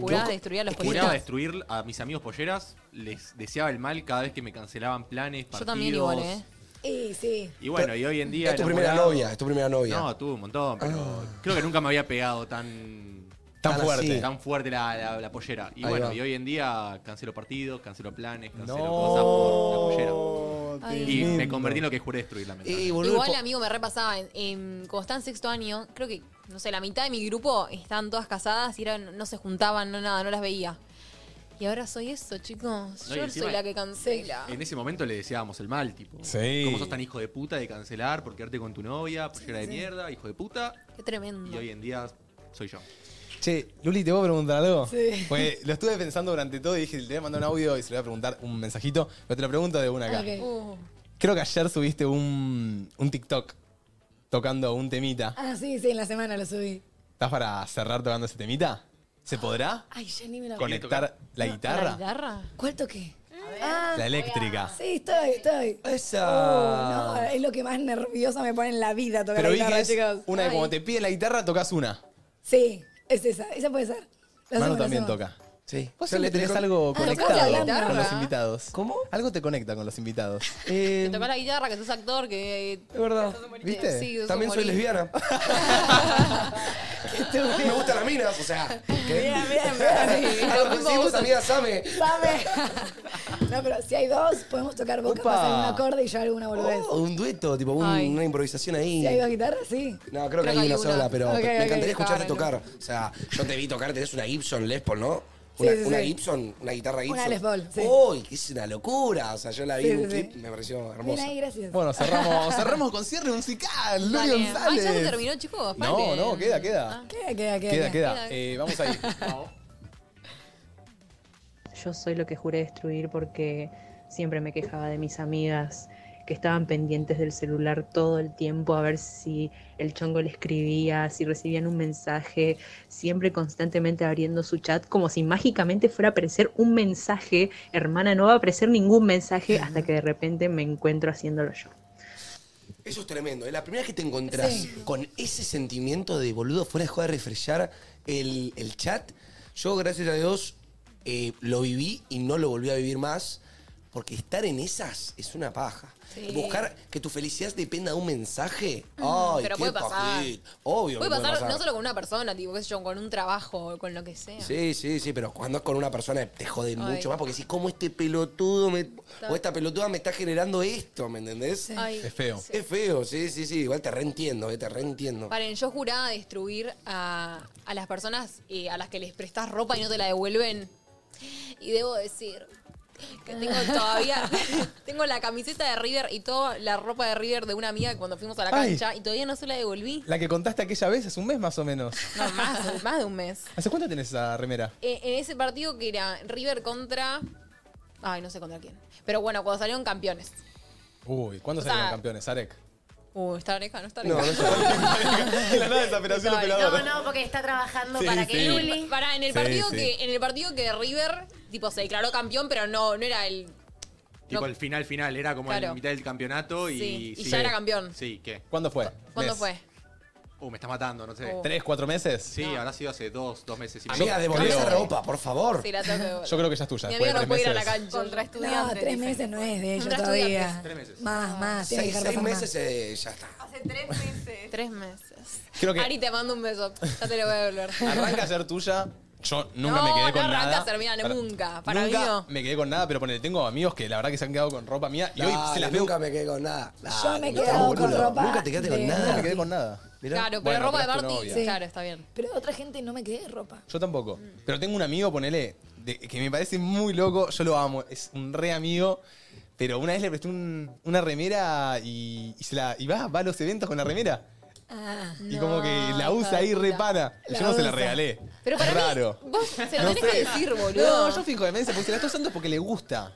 Speaker 2: Jurabas destruir a los
Speaker 7: Yo Juraba
Speaker 2: pollitos.
Speaker 7: destruir a mis amigos polleras, les deseaba el mal cada vez que me cancelaban planes, partidos.
Speaker 2: Yo también igual, ¿eh?
Speaker 4: Y sí.
Speaker 7: Y bueno, y hoy en día...
Speaker 3: Es tu primera
Speaker 7: enamorado-
Speaker 3: novia, es tu primera novia.
Speaker 7: No, tuve un montón, pero creo que nunca me había pegado tan
Speaker 1: Tan fuerte.
Speaker 7: Tan fuerte la, la- la pollera. Y
Speaker 1: Ahí
Speaker 7: bueno,
Speaker 1: va.
Speaker 7: y hoy en día cancelo partidos, cancelo planes, cancelo
Speaker 1: No,
Speaker 7: cosas por la pollera. Y
Speaker 1: Ay.
Speaker 7: me
Speaker 1: tremendo.
Speaker 7: convertí en lo que juré destruir, lamentablemente.
Speaker 2: Igual, amigo, me repasaba. En, en- cuando estaba en sexto año, creo que, no sé, la mitad de mi grupo estaban todas casadas y eran, no se juntaban, no nada, no las veía. Y ahora soy eso, chicos.
Speaker 7: No, y
Speaker 2: Yo
Speaker 7: encima-
Speaker 2: soy la que cancela.
Speaker 7: En ese momento le deseábamos el mal, tipo.
Speaker 1: Sí.
Speaker 7: ¿Cómo sos tan hijo de puta de cancelar por quedarte con tu novia, pollera de
Speaker 2: sí.
Speaker 7: mierda, hijo de puta?
Speaker 2: Qué tremendo.
Speaker 7: Y hoy en día soy yo.
Speaker 1: Che, Luli, ¿te puedo preguntar algo?
Speaker 7: Sí.
Speaker 1: Porque lo estuve pensando durante todo y dije, le voy a mandar un audio y se le voy a preguntar un mensajito, pero te lo pregunto de una acá.
Speaker 2: Uh.
Speaker 4: Ok.
Speaker 1: Creo que ayer subiste un, un TikTok tocando un temita.
Speaker 4: Ah, sí, sí, en la semana lo subí.
Speaker 1: ¿Estás para cerrar tocando ese temita? ¿Se podrá
Speaker 4: Ay, ya ni me lo
Speaker 1: conectar la guitarra?
Speaker 2: guitarra?
Speaker 4: ¿Cuál toqué?
Speaker 1: La,
Speaker 4: Ah,
Speaker 1: eléctrica.
Speaker 4: sí, estoy, estoy.
Speaker 1: Esa.
Speaker 4: Oh, no, es lo que más nerviosa me pone en la vida tocar
Speaker 1: Pero
Speaker 4: la
Speaker 1: vi que
Speaker 4: guitarra,
Speaker 1: es
Speaker 4: chicos.
Speaker 1: una que
Speaker 4: Ay.
Speaker 1: cuando te piden la guitarra tocas una.
Speaker 4: Sí, es esa, esa puede ser. La
Speaker 1: Mano
Speaker 4: hacemos, la
Speaker 1: también
Speaker 4: hacemos.
Speaker 1: toca. Sí. Vos
Speaker 4: Yo
Speaker 1: siempre
Speaker 4: le
Speaker 1: tenés
Speaker 4: tengo-
Speaker 1: algo
Speaker 4: Ah, ¿tocás la
Speaker 1: conectado
Speaker 4: guitarra?
Speaker 1: con los invitados. ¿Cómo? Eh, Algo te conecta con los *laughs* invitados.
Speaker 2: Que tocas la guitarra, que sos actor, que. eh, Es
Speaker 1: verdad.
Speaker 3: ¿Viste?
Speaker 2: Sí, sos
Speaker 3: También soy
Speaker 2: humorista.
Speaker 3: lesbiana. Ah. me gustan las minas, o sea. Bien, bien, *laughs*
Speaker 4: bien.
Speaker 3: Algo coincidimos, amiga, Same.
Speaker 4: Sabe. *laughs* No, pero si hay dos, podemos tocar vos
Speaker 3: Opa.
Speaker 4: capaz algún acorde y yo alguna boludez.
Speaker 3: O un dueto, tipo un-
Speaker 4: Ay.
Speaker 3: una improvisación
Speaker 4: Si hay
Speaker 3: ahí.
Speaker 4: dos guitarras, sí.
Speaker 3: Oh, No, creo que hay una sola, pero
Speaker 4: Ok,
Speaker 3: me
Speaker 4: ok,
Speaker 3: encantaría escucharte
Speaker 4: claro.
Speaker 3: tocar. O sea, yo te vi tocar, tenés una Gibson Les Paul, ¿no? Una,
Speaker 4: Sí, sí,
Speaker 3: una
Speaker 4: sí.
Speaker 3: Gibson, una guitarra Gibson.
Speaker 4: Una Les Paul, sí.
Speaker 3: Uy, que es una locura. O sea, yo la vi
Speaker 4: Sí,
Speaker 3: en un
Speaker 4: sí, sí.
Speaker 3: clip, me pareció
Speaker 4: Bien
Speaker 3: hermosa.
Speaker 4: ahí, gracias. *laughs*
Speaker 1: Bueno, cerramos, cerramos con cierre musical. Luli
Speaker 2: Dale.
Speaker 1: González.
Speaker 2: Ay, Ah, ya se terminó, chicos.
Speaker 1: No,
Speaker 2: paren.
Speaker 1: no, queda, queda.
Speaker 4: Queda, queda, queda.
Speaker 1: Queda, queda. Eh, vamos ahí.
Speaker 20: Yo soy lo que juré destruir porque siempre me quejaba de mis amigas que estaban pendientes del celular todo el tiempo a ver si el chongo le escribía, si recibían un mensaje, siempre constantemente abriendo su chat como si mágicamente fuera a aparecer un mensaje. Hermana, no va a aparecer ningún mensaje hasta que de repente me encuentro haciéndolo yo.
Speaker 3: Eso es tremendo. Es la primera vez que te encontrás con ese sentimiento de boludo fuera de joda de refrescar el, el chat. Yo, gracias a Dios, eh, lo viví y no lo volví a vivir más. Porque estar en esas es una paja.
Speaker 2: Sí.
Speaker 3: Buscar que tu felicidad dependa de un mensaje.
Speaker 2: Mm,
Speaker 3: Ay,
Speaker 2: pero
Speaker 3: qué
Speaker 2: puede pasar.
Speaker 3: pajit. Obvio
Speaker 2: Puede
Speaker 3: que
Speaker 2: pasar, no solo con una persona, tipo, qué sé yo, con un trabajo, con lo que sea.
Speaker 3: Sí, sí, sí, pero cuando es con una persona te jode
Speaker 2: Ay.
Speaker 3: mucho más porque decís, ¿cómo este pelotudo me- o esta pelotuda me está generando esto? ¿Me entendés?
Speaker 2: Ay,
Speaker 3: es feo. Es feo, sí, sí, sí. Igual te reentiendo, eh, te reentiendo.
Speaker 2: Paren, yo juraba destruir a, a las personas eh, a las que les prestás ropa y no te la devuelven. Y debo decir que tengo todavía, *laughs* tengo la camiseta de River y toda la ropa de River de una amiga cuando fuimos a la
Speaker 1: Ay.
Speaker 2: cancha y todavía no se la devolví.
Speaker 1: La que contaste aquella vez hace un mes más o menos.
Speaker 2: No, más, más de un mes.
Speaker 1: ¿Hace cuánto tenés esa remera?
Speaker 2: *laughs* Eh, en ese partido que era River contra... Ay, no sé contra quién. Pero bueno, cuando salieron campeones.
Speaker 1: Uy, ¿cuándo
Speaker 2: O
Speaker 1: salieron
Speaker 2: sea-
Speaker 1: campeones, Arek? *laughs*
Speaker 2: Uh, está oreja, no está
Speaker 1: No,
Speaker 2: oreja.
Speaker 1: no
Speaker 2: *laughs*
Speaker 1: está. la nada desapelación
Speaker 6: No,
Speaker 1: operadora.
Speaker 6: no, porque está trabajando
Speaker 1: Sí,
Speaker 6: para que
Speaker 1: sí.
Speaker 6: Luli.
Speaker 2: Pará, en el
Speaker 1: Sí,
Speaker 2: partido
Speaker 1: sí.
Speaker 2: que en el partido que River tipo se declaró campeón, pero no no era el
Speaker 7: Tipo el final final, era como
Speaker 2: Claro.
Speaker 7: la mitad del campeonato y.
Speaker 2: Sí, y ya era campeón.
Speaker 7: Sí, ¿qué?
Speaker 1: ¿Cuándo fue?
Speaker 2: ¿Cuándo
Speaker 1: Mes.
Speaker 2: fue?
Speaker 7: Uh, me estás matando, no sé.
Speaker 1: Oh. ¿Tres, cuatro meses?
Speaker 7: Sí, habrá sido hace dos, dos meses y medio.
Speaker 1: Amiga, devolví esa ropa,
Speaker 3: por favor.
Speaker 2: Sí, la tengo que devolver.
Speaker 1: Yo creo que ya es tuya.
Speaker 2: Mi
Speaker 1: después
Speaker 2: amigo
Speaker 1: de
Speaker 2: no puede
Speaker 1: tres
Speaker 2: ir a la
Speaker 1: meses.
Speaker 2: cancha. Contra
Speaker 4: No,
Speaker 2: estudiantes.
Speaker 4: tres meses no es de ellos
Speaker 2: Contra
Speaker 4: todavía.
Speaker 2: estudiantes. Tres meses.
Speaker 4: Más, más. tiene que
Speaker 3: Seis,
Speaker 4: dejar
Speaker 3: seis
Speaker 4: pasar más.
Speaker 3: meses eh, ya está.
Speaker 2: Tres meses.
Speaker 1: Creo que-
Speaker 2: Ari, te mando un beso. Ya te lo voy a
Speaker 1: *laughs*
Speaker 2: devolver.
Speaker 1: Arranca a ser tuya. Yo nunca
Speaker 2: no,
Speaker 1: me quedé con
Speaker 2: no
Speaker 1: nada.
Speaker 2: arranca a ser mía
Speaker 1: Para-
Speaker 2: nunca. Para
Speaker 1: nunca
Speaker 2: mí no.
Speaker 1: me quedé con nada, pero ponele, tengo amigos que la verdad que se han quedado con ropa mía y hoy
Speaker 3: Dale,
Speaker 1: se las veo.
Speaker 3: nunca me quedé con nada. Dale,
Speaker 4: me he
Speaker 3: no,
Speaker 4: quedado
Speaker 3: boludo,
Speaker 4: con ropa
Speaker 3: Nunca Ah, te quedaste con
Speaker 4: de-
Speaker 1: Nunca
Speaker 3: nada.
Speaker 1: me quedé con nada.
Speaker 2: Claro, pero
Speaker 1: Bueno,
Speaker 2: ropa de
Speaker 1: pero es tu
Speaker 2: Martín.
Speaker 1: novia.
Speaker 2: Claro, está bien.
Speaker 4: Pero de otra gente no me quedé ropa.
Speaker 1: Yo tampoco.
Speaker 2: Mm.
Speaker 1: Pero tengo un amigo, ponele, de- que me parece muy loco. Yo lo amo. Es un re amigo. Pero una vez le presté un- una remera y, y se la, y va, va a los eventos con la remera.
Speaker 4: Ah,
Speaker 1: y como que la usa ahí repana.
Speaker 4: La
Speaker 1: Yo no se la
Speaker 4: usa.
Speaker 1: regalé.
Speaker 4: Pero
Speaker 2: para mí-
Speaker 1: Raro.
Speaker 2: Vos se lo
Speaker 1: No
Speaker 2: tenés que
Speaker 1: sé.
Speaker 2: decir, boludo.
Speaker 1: No, yo fijo de mensa, porque se la estoy usando porque le gusta.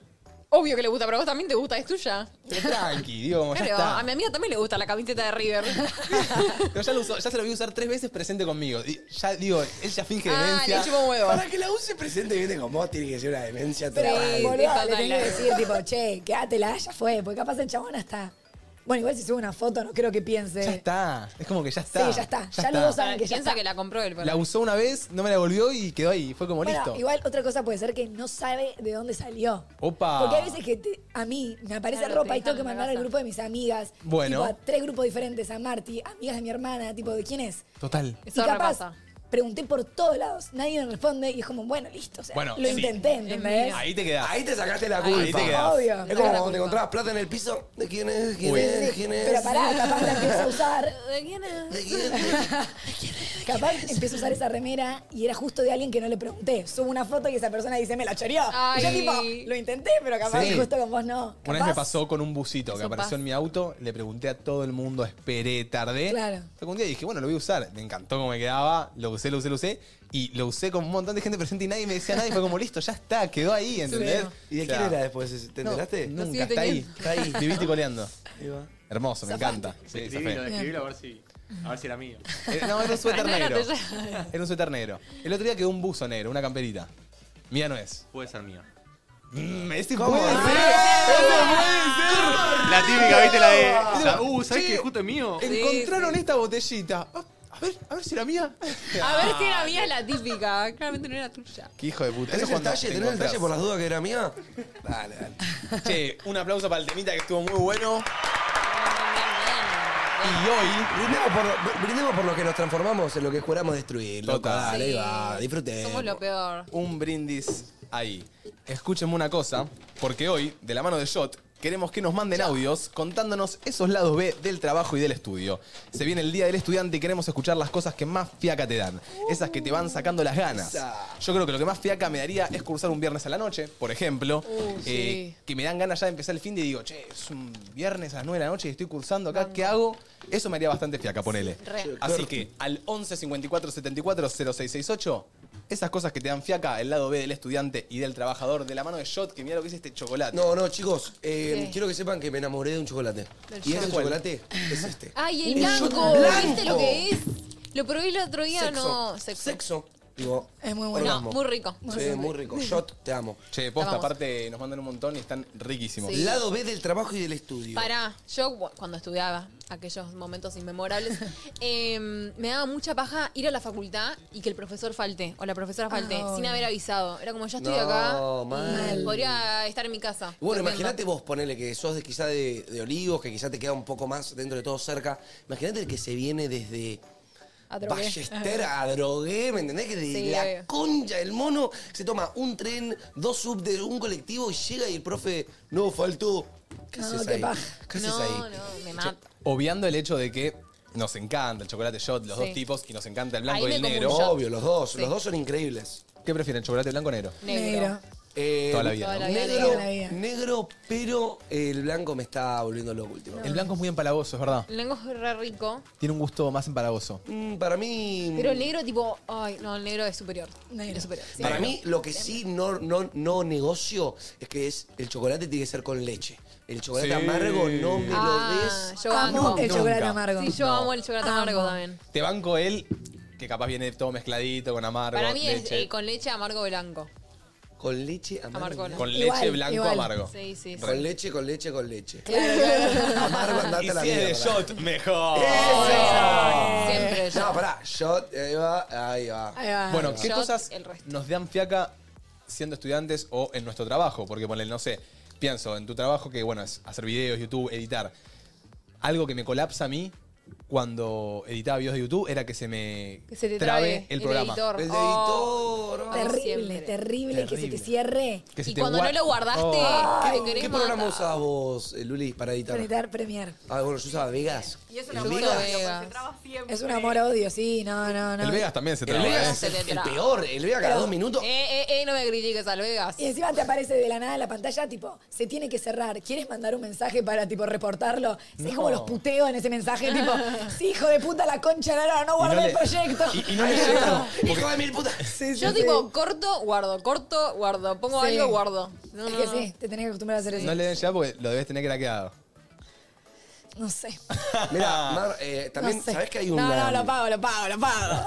Speaker 2: Obvio que le gusta, pero a vos también te gusta, es tuya.
Speaker 1: Pero tranqui, digo, como
Speaker 2: Claro,
Speaker 1: ya
Speaker 2: a mi amiga también le gusta la camiseta de River.
Speaker 1: está. Pero ya, lo usó, ya se lo voy a usar tres veces presente conmigo. Y ya digo, él ya finge
Speaker 2: Ah,
Speaker 1: demencia.
Speaker 2: le chupa un huevo.
Speaker 3: Para que la use presente y viene con vos, tiene que ser una demencia
Speaker 4: Pero,
Speaker 3: total.
Speaker 4: boludo, le tenés que decir, tipo, che, quédatela, ya fue. Porque capaz el chabón hasta... Bueno, igual si sube una foto, no creo que piense.
Speaker 1: Ya está. Es como que ya está.
Speaker 4: Sí, ya está. Ya, los dos saben que ya
Speaker 2: Piensa
Speaker 4: está.
Speaker 2: que la compró él.
Speaker 1: La usó una vez, no me la volvió y quedó ahí. Fue como
Speaker 4: Bueno,
Speaker 1: listo.
Speaker 4: igual otra cosa puede ser que no sabe de dónde salió.
Speaker 1: Opa.
Speaker 4: Porque hay veces que te- a mí me aparece
Speaker 2: Claro, te
Speaker 4: ropa y tengo
Speaker 2: dejan
Speaker 4: que
Speaker 2: en la
Speaker 4: mandar al
Speaker 2: casa.
Speaker 4: grupo de mis amigas.
Speaker 1: Bueno.
Speaker 4: Tipo, a tres grupos diferentes, a Marty, amigas de mi hermana, tipo, ¿de quién es?
Speaker 1: Total.
Speaker 4: y capaz pregunté por todos lados, nadie me responde y es como, bueno, listo, o sea,
Speaker 3: Bueno,
Speaker 4: lo
Speaker 3: sí.
Speaker 4: intenté, ¿entendés?
Speaker 1: Ahí te quedas.
Speaker 3: Ahí te sacaste la
Speaker 1: Ahí
Speaker 3: culpa.
Speaker 1: te quedás. Obvio,
Speaker 3: Es
Speaker 4: saca la
Speaker 3: como cuando
Speaker 4: culpa.
Speaker 3: te encontrabas plata en el piso. ¿De quién es? ¿Quién
Speaker 1: Uy.
Speaker 3: es? ¿Quién es?
Speaker 4: Pero pará, capaz la empiezo *laughs*
Speaker 3: *laughs*
Speaker 4: a usar. ¿De quién es? Capaz empiezo a usar esa remera y era justo de alguien que no le pregunté. Subo una foto y esa persona dice, me la choreó. Y yo
Speaker 2: Ay.
Speaker 4: tipo, lo intenté, pero capaz
Speaker 1: Sí.
Speaker 4: justo con vos no.
Speaker 1: Una vez me pasó con un busito que
Speaker 4: Eso
Speaker 1: apareció
Speaker 4: pasa.
Speaker 1: en mi auto, le pregunté a todo el mundo, esperé, tardé.
Speaker 4: Claro.
Speaker 1: Hasta que un día dije, bueno, lo voy a usar. Me encantó cómo me quedaba, lo usé, lo usé, lo usé. Y lo usé con un montón de gente presente y nadie me decía nada y fue como, listo, ya está, quedó ahí, ¿entendés?
Speaker 3: Sí. ¿Y de
Speaker 1: O sea,
Speaker 3: quién era después? ese? ¿Te
Speaker 1: no,
Speaker 3: enteraste?
Speaker 1: nunca, está ahí, está
Speaker 3: *laughs*
Speaker 1: ahí, viviste y coleando. Hermoso, me encanta. Sí,
Speaker 7: Escribilo,
Speaker 1: zafé.
Speaker 7: escribilo a ver si. A ver si era mío.
Speaker 1: Eh, No, era un suéter
Speaker 7: No, no,
Speaker 1: negro.
Speaker 7: te ya-
Speaker 1: Era un suéter negro. El otro día quedó un buzo negro, una camperita. Mía no es.
Speaker 7: Puede ser mío.
Speaker 1: Mm, este
Speaker 7: ¿Cómo?
Speaker 1: puede
Speaker 7: ¡Ah!
Speaker 1: ser. ¡Este puede ser!
Speaker 7: La típica, viste, la de.
Speaker 1: Pero,
Speaker 7: la- uh, ¿sabes
Speaker 1: che,
Speaker 7: qué? Justo es mío.
Speaker 1: Encontraron esta botellita. Ah, A ver, *laughs* a ver si Ah. era mía.
Speaker 2: A ver si era mía es la típica. Claramente no era tuya.
Speaker 1: Qué hijo de puta.
Speaker 3: ¿Tenés
Speaker 1: Eso
Speaker 3: el
Speaker 1: cuando
Speaker 3: talle?
Speaker 1: te
Speaker 3: ¿Tenés el
Speaker 1: encontrás.
Speaker 3: talle por las dudas que era mía? Dale, dale.
Speaker 1: Che, un aplauso para el temita que estuvo muy bueno. Y hoy.
Speaker 3: Brindemos por, brindemos por lo que nos transformamos en lo que juramos destruir. loco.
Speaker 1: Total.
Speaker 3: Dale, ahí
Speaker 1: Sí.
Speaker 3: va,
Speaker 1: Eh,
Speaker 3: disfruten.
Speaker 2: Somos lo peor.
Speaker 1: Un brindis ahí. Escúchenme una cosa, porque hoy, de la mano de Shot, queremos que nos manden audios contándonos esos lados B del trabajo y del estudio. Se viene el día del estudiante y queremos escuchar las cosas que más fiaca te dan, esas que te van sacando las ganas.
Speaker 3: Esa.
Speaker 1: Yo creo que lo que más fiaca me daría es cursar un viernes a la noche, por ejemplo,
Speaker 3: Uh,
Speaker 1: eh, que me dan ganas ya de empezar el fin de y digo, che, es un viernes a las 9 de la noche y estoy cursando acá, ¿qué hago? Eso me haría bastante fiaca, ponele.
Speaker 2: Re.
Speaker 1: Así que al 11 54 74 0668, esas cosas que te dan fiaca, el lado B del estudiante y del trabajador, de la mano de Shot, que mira lo que es este chocolate.
Speaker 3: No, no, chicos, eh,
Speaker 1: ¿Qué?
Speaker 3: quiero que sepan que me enamoré de un chocolate.
Speaker 2: Del
Speaker 3: Y ese
Speaker 2: chocolate.
Speaker 3: chocolate es este.
Speaker 2: Ay, el
Speaker 3: El
Speaker 2: blanco.
Speaker 3: shot
Speaker 2: ¿Viste
Speaker 3: blanco.
Speaker 2: lo que es? Lo probé el otro día,
Speaker 3: Sexo.
Speaker 2: no. Sexo.
Speaker 3: Sexo. Digo,
Speaker 2: Es muy bueno.
Speaker 3: orgasmo.
Speaker 2: No, muy rico.
Speaker 3: Sí, muy rico. Shot, te amo.
Speaker 1: Che, posta, aparte nos mandan un montón y están riquísimos.
Speaker 2: Sí.
Speaker 3: Lado B del trabajo y del estudio.
Speaker 2: Pará, yo cu- cuando estudiaba aquellos momentos inmemorables, em, me daba mucha paja ir a la facultad y que el profesor falte o la
Speaker 4: Ah,
Speaker 2: profesora falte
Speaker 3: Ay.
Speaker 2: sin haber avisado. Era como, ya estoy
Speaker 3: No,
Speaker 2: acá,
Speaker 3: mal.
Speaker 2: y podría estar en mi casa.
Speaker 3: Bueno,
Speaker 2: durmiendo.
Speaker 3: imagínate vos, ponele que sos de, quizá de, de Olivos, que quizá te queda un poco más dentro de todo cerca. Imagínate el que se viene desde
Speaker 2: A drogué.
Speaker 3: Ballester a Drogué, ¿me entendés? Que de
Speaker 2: Sí,
Speaker 3: la
Speaker 2: obvio.
Speaker 3: concha del mono se toma un tren, dos subtes, un colectivo y llega y el profe, no, faltó. ¿Qué
Speaker 2: No,
Speaker 3: haces
Speaker 2: qué
Speaker 3: ahí?
Speaker 2: paja.
Speaker 3: ¿Qué haces
Speaker 2: No,
Speaker 3: ahí?
Speaker 2: no, me mata.
Speaker 1: Obviando el hecho de que nos encanta el chocolate Shot, los
Speaker 2: Sí.
Speaker 1: dos tipos, y nos encanta el blanco
Speaker 2: Ahí
Speaker 1: y el
Speaker 2: me como
Speaker 1: negro.
Speaker 2: un shot.
Speaker 3: Obvio, los dos,
Speaker 2: los Sí. dos
Speaker 3: son increíbles.
Speaker 1: ¿Qué prefieren, chocolate blanco o negro?
Speaker 2: Negro.
Speaker 3: Eh,
Speaker 1: Toda la vida, Toda ¿no? la vida,
Speaker 3: negro,
Speaker 2: toda la vida.
Speaker 3: negro, pero el blanco me está volviendo loco últimamente.
Speaker 1: El blanco es muy empalagoso, es verdad.
Speaker 2: *laughs* El negro es re rico,
Speaker 1: Tiene un gusto más empalagoso.
Speaker 3: Mm, para mí.
Speaker 2: pero el negro tipo, ay, no, el negro es superior. Es superior. sí.
Speaker 3: mm, Para mí, lo que sí no, no, no negocio es que es el chocolate tiene que ser con leche. El chocolate
Speaker 1: Sí.
Speaker 3: amargo no me lo des.
Speaker 2: Ah, yo amo.
Speaker 1: Amo el chocolate Nunca. amargo.
Speaker 2: Sí, yo
Speaker 1: No.
Speaker 2: amo el chocolate amargo también.
Speaker 1: Te banco él, que capaz viene todo mezcladito con amargo.
Speaker 2: Para mí es
Speaker 1: leche.
Speaker 2: eh, con leche amargo blanco.
Speaker 3: Con leche amargo.
Speaker 2: Amargo, no.
Speaker 1: Con leche Igual, blanco igual. amargo.
Speaker 2: Sí, sí, sí.
Speaker 3: Con leche, con leche, con leche.
Speaker 1: amargo,
Speaker 3: andate
Speaker 1: y
Speaker 3: a la
Speaker 1: si es de
Speaker 3: mierda.
Speaker 1: shot, mejor.
Speaker 2: Siempre
Speaker 3: No, pará. Shot, ahí va, ahí va.
Speaker 2: Ahí va.
Speaker 1: Bueno, ¿qué
Speaker 2: Shot,
Speaker 1: cosas
Speaker 2: el resto.
Speaker 1: nos dan fiaca siendo estudiantes o en nuestro trabajo? Porque ponele, no sé, pienso en tu trabajo que, bueno, es hacer videos, YouTube, editar. Algo que me colapsa a mí cuando editaba videos de YouTube era que se me
Speaker 4: Que se te trabe
Speaker 1: el
Speaker 4: el
Speaker 1: programa.
Speaker 4: editor.
Speaker 1: El
Speaker 4: El
Speaker 1: de
Speaker 4: de
Speaker 3: editor.
Speaker 4: Terrible, terrible, que se te
Speaker 3: Terrible.
Speaker 4: cierre.
Speaker 1: Que se
Speaker 2: Y
Speaker 1: te
Speaker 2: cuando
Speaker 1: gua-
Speaker 2: no lo guardaste,
Speaker 3: Oh.
Speaker 2: que te querés
Speaker 3: ¿Qué programa
Speaker 2: matar.
Speaker 3: usabas vos, eh, Luli, para editar?
Speaker 4: Para editar Premiere.
Speaker 3: Ah, bueno, yo usaba Vegas.
Speaker 8: Y es
Speaker 3: ¿El
Speaker 8: una buena
Speaker 3: Vegas?
Speaker 8: idea, porque se traba siempre.
Speaker 4: Es un amor-odio, sí, no, no, no.
Speaker 1: El Vegas también se
Speaker 3: El
Speaker 1: traba.
Speaker 3: Vegas
Speaker 1: ¿eh?
Speaker 3: es el- el
Speaker 2: traba.
Speaker 3: peor. El Vegas cada
Speaker 4: Pero-
Speaker 3: dos minutos.
Speaker 2: Eh, eh, eh, no me critiques al Vegas.
Speaker 4: Y encima te aparece de la nada en la pantalla, tipo, se tiene que cerrar. ¿Quieres mandar un mensaje para, tipo, reportarlo? Sí,
Speaker 1: No.
Speaker 4: como los puteo en ese mensaje, *laughs* tipo, sí, hijo de puta, la concha, de la lora, no
Speaker 1: Y no
Speaker 4: guardé
Speaker 1: le-
Speaker 4: el proyecto.
Speaker 1: Y, y no le llega.
Speaker 3: Hijo de mil putas.
Speaker 2: Yo tipo, corto, guardo, corto, guardo. Pongo
Speaker 4: Sí.
Speaker 2: algo, guardo. No,
Speaker 4: Es
Speaker 2: no,
Speaker 4: que
Speaker 2: no.
Speaker 4: sí, te tenés que acostumbrar a hacer eso.
Speaker 1: No le den ya porque lo debes tener craqueado.
Speaker 4: No sé.
Speaker 1: Ah,
Speaker 3: Mirá, Mar, eh, también,
Speaker 4: No sé.
Speaker 3: ¿sabés que hay una.
Speaker 4: No, no, lo pago, lo pago, lo pago.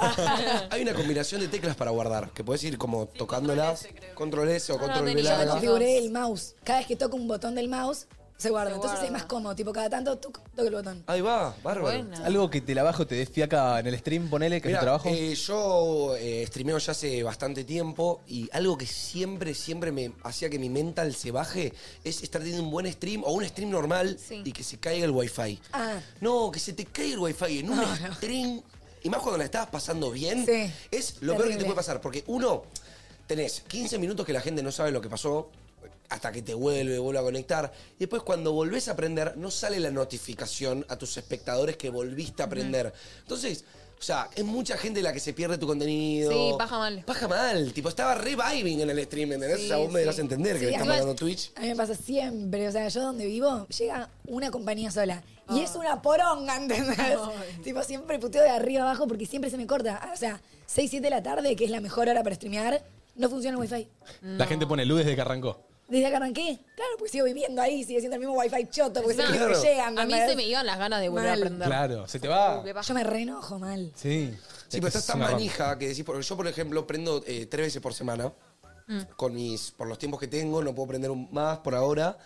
Speaker 3: Hay una combinación de teclas para guardar, que puedes ir como tocándolas. Control S o
Speaker 4: Ah, No, no,
Speaker 3: control
Speaker 4: yo me
Speaker 3: V larga.
Speaker 4: configuré el mouse. Cada vez que toco un botón del mouse, se guarda. Entonces es
Speaker 2: guarda.
Speaker 4: más cómodo. Tipo, cada tanto tuc, toco el botón.
Speaker 3: Ahí va, bárbaro.
Speaker 4: Buena.
Speaker 1: Algo que te la bajo, te des fiaca en el stream, ponele, que es
Speaker 3: Mirá,
Speaker 1: tu trabajo.
Speaker 3: eh, yo eh, streameo ya hace bastante tiempo y algo que siempre, siempre me hacía que mi mental se baje es estar teniendo un buen stream o un stream normal y que se caiga el wifi.
Speaker 4: Ah.
Speaker 3: No, que se te caiga el wifi en un stream y más cuando la estabas pasando bien, es lo peor que te
Speaker 4: terrible.
Speaker 3: puede pasar. Porque uno, tenés 15 minutos que la gente no sabe lo que pasó, hasta que te vuelve, vuelve a conectar. Y después cuando volvés a aprender, no sale la notificación a tus espectadores que volviste a aprender. Entonces, o sea, es mucha gente la que se pierde tu contenido.
Speaker 2: Sí, paja mal.
Speaker 3: Paja mal, tipo, estaba reviving en el stream, ¿entendés?
Speaker 4: Sí,
Speaker 3: o sea, vos me
Speaker 4: sí.
Speaker 3: dirás entender que
Speaker 4: Sí,
Speaker 3: le estás
Speaker 4: además-
Speaker 3: mandando Twitch.
Speaker 4: A mí me pasa siempre, o sea, yo donde vivo llega una compañía sola y
Speaker 2: Ah.
Speaker 4: es una poronga, ¿entendés?
Speaker 2: *laughs*
Speaker 4: Tipo, siempre puteo de arriba abajo porque siempre se me corta. Ah, O sea, 6, 7 de la tarde, que es la mejor hora para streamear, no funciona el wifi.
Speaker 2: Mm.
Speaker 1: La gente pone luz desde
Speaker 4: *laughs*
Speaker 1: que arrancó.
Speaker 4: Desde que arranqué, claro, porque sigo viviendo ahí, sigue siendo el mismo wifi choto, porque siempre
Speaker 1: Claro.
Speaker 4: me llegan.
Speaker 2: A mí
Speaker 4: ¿entendés?
Speaker 2: se me iban las ganas de volver
Speaker 4: Mal. Ah.
Speaker 2: a aprender.
Speaker 1: Claro, se te va.
Speaker 4: Yo me reenojo mal.
Speaker 1: Sí.
Speaker 3: Sí, pero estás
Speaker 1: está
Speaker 3: tan manija que decís, porque yo, por ejemplo, prendo eh, tres veces por semana.
Speaker 4: Mm.
Speaker 3: Con mis, por los tiempos que tengo, no puedo prender un- más por ahora.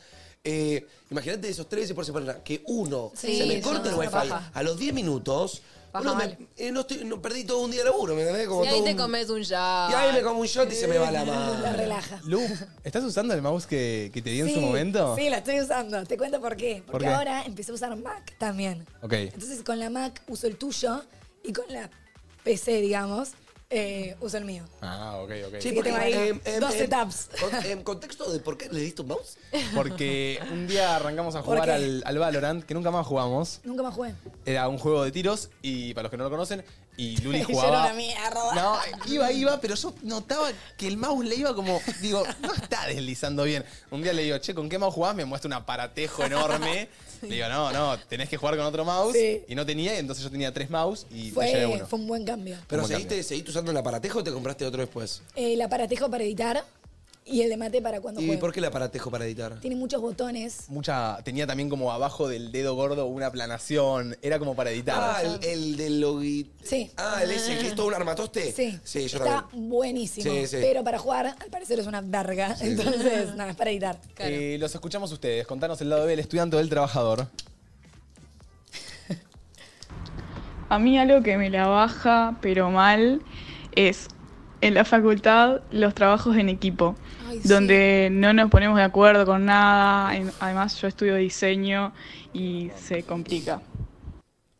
Speaker 3: Eh, Imagínate esos tres veces por semana, que uno
Speaker 1: Sí,
Speaker 3: se me
Speaker 1: eso
Speaker 3: corta
Speaker 1: es
Speaker 3: el
Speaker 1: una
Speaker 3: wifi
Speaker 1: paja.
Speaker 3: a los 10 minutos.
Speaker 2: Paja
Speaker 3: boludo, me-
Speaker 2: mal.
Speaker 3: eh, no estoy- no, perdí todo un día de laburo, ¿me entendés? Como
Speaker 2: Y ahí
Speaker 3: todo
Speaker 2: te
Speaker 3: un-
Speaker 2: comes un ya.
Speaker 3: y ahí me como un shot y se me
Speaker 2: *laughs*
Speaker 3: va la mano.
Speaker 4: Relaja.
Speaker 1: Lu, ¿estás usando el mouse que, que te di en
Speaker 4: Sí,
Speaker 1: su momento?
Speaker 4: Sí, la estoy usando. Te cuento por qué. Porque
Speaker 1: ¿Por qué?
Speaker 4: ahora empecé a usar Mac también.
Speaker 1: Ok.
Speaker 4: Entonces con la Mac uso el tuyo y con la PC, digamos, eh, uso el mío.
Speaker 1: Ah, ok, ok.
Speaker 4: Sí, porque tengo ahí
Speaker 3: em, em,
Speaker 4: 12
Speaker 3: em,
Speaker 4: tabs.
Speaker 3: con- em, contexto de por qué le diste un mouse.
Speaker 1: Porque un día arrancamos a
Speaker 4: ¿Por
Speaker 1: jugar
Speaker 4: qué?
Speaker 1: al, al Valorant, que nunca más jugamos.
Speaker 4: *laughs* Nunca más jugué.
Speaker 1: Era un juego de tiros y para los que no lo conocen, y
Speaker 4: *laughs*
Speaker 1: Luli
Speaker 4: Yo
Speaker 1: jugaba.
Speaker 4: era una mierda.
Speaker 1: No, iba, iba, pero yo notaba que el mouse le iba como, digo, no está deslizando bien. Un día le digo, che, ¿con qué mouse jugás? Me muestra un
Speaker 4: *laughs*
Speaker 1: aparatejo enorme. Le digo, no, no, tenés que jugar con otro mouse.
Speaker 4: Sí.
Speaker 1: Y no tenía, y entonces yo tenía tres mouse y te llevé
Speaker 4: Fue,
Speaker 1: uno.
Speaker 4: fue un buen cambio. Eh,
Speaker 3: Pero
Speaker 1: ¿Cómo
Speaker 3: seguiste, seguiste usando el aparatejo o te compraste otro después.
Speaker 4: El aparatejo para editar y el de mate para cuando
Speaker 3: ¿Y
Speaker 4: juego.
Speaker 3: por qué el aparatejo para editar?
Speaker 4: Tiene muchos botones.
Speaker 1: Mucha, tenía también como abajo del dedo gordo una planación. Era como para editar.
Speaker 3: Ah, el, el del logui-
Speaker 4: Sí.
Speaker 3: Ah, el ese, que es todo un armatoste.
Speaker 4: Sí.
Speaker 3: Sí, yo
Speaker 4: Está
Speaker 3: también.
Speaker 4: buenísimo.
Speaker 1: Sí, sí.
Speaker 4: Pero para jugar, al parecer es una verga.
Speaker 1: sí.
Speaker 4: Entonces, nada, es para editar.
Speaker 1: Eh, los escuchamos ustedes. Contanos el lado B, el estudiante o del trabajador.
Speaker 21: A mí algo que me la baja, pero mal, es en la facultad los trabajos en equipo,
Speaker 4: Ay, sí.
Speaker 21: donde no nos ponemos de acuerdo con nada. en- Además, yo estudio diseño y se complica.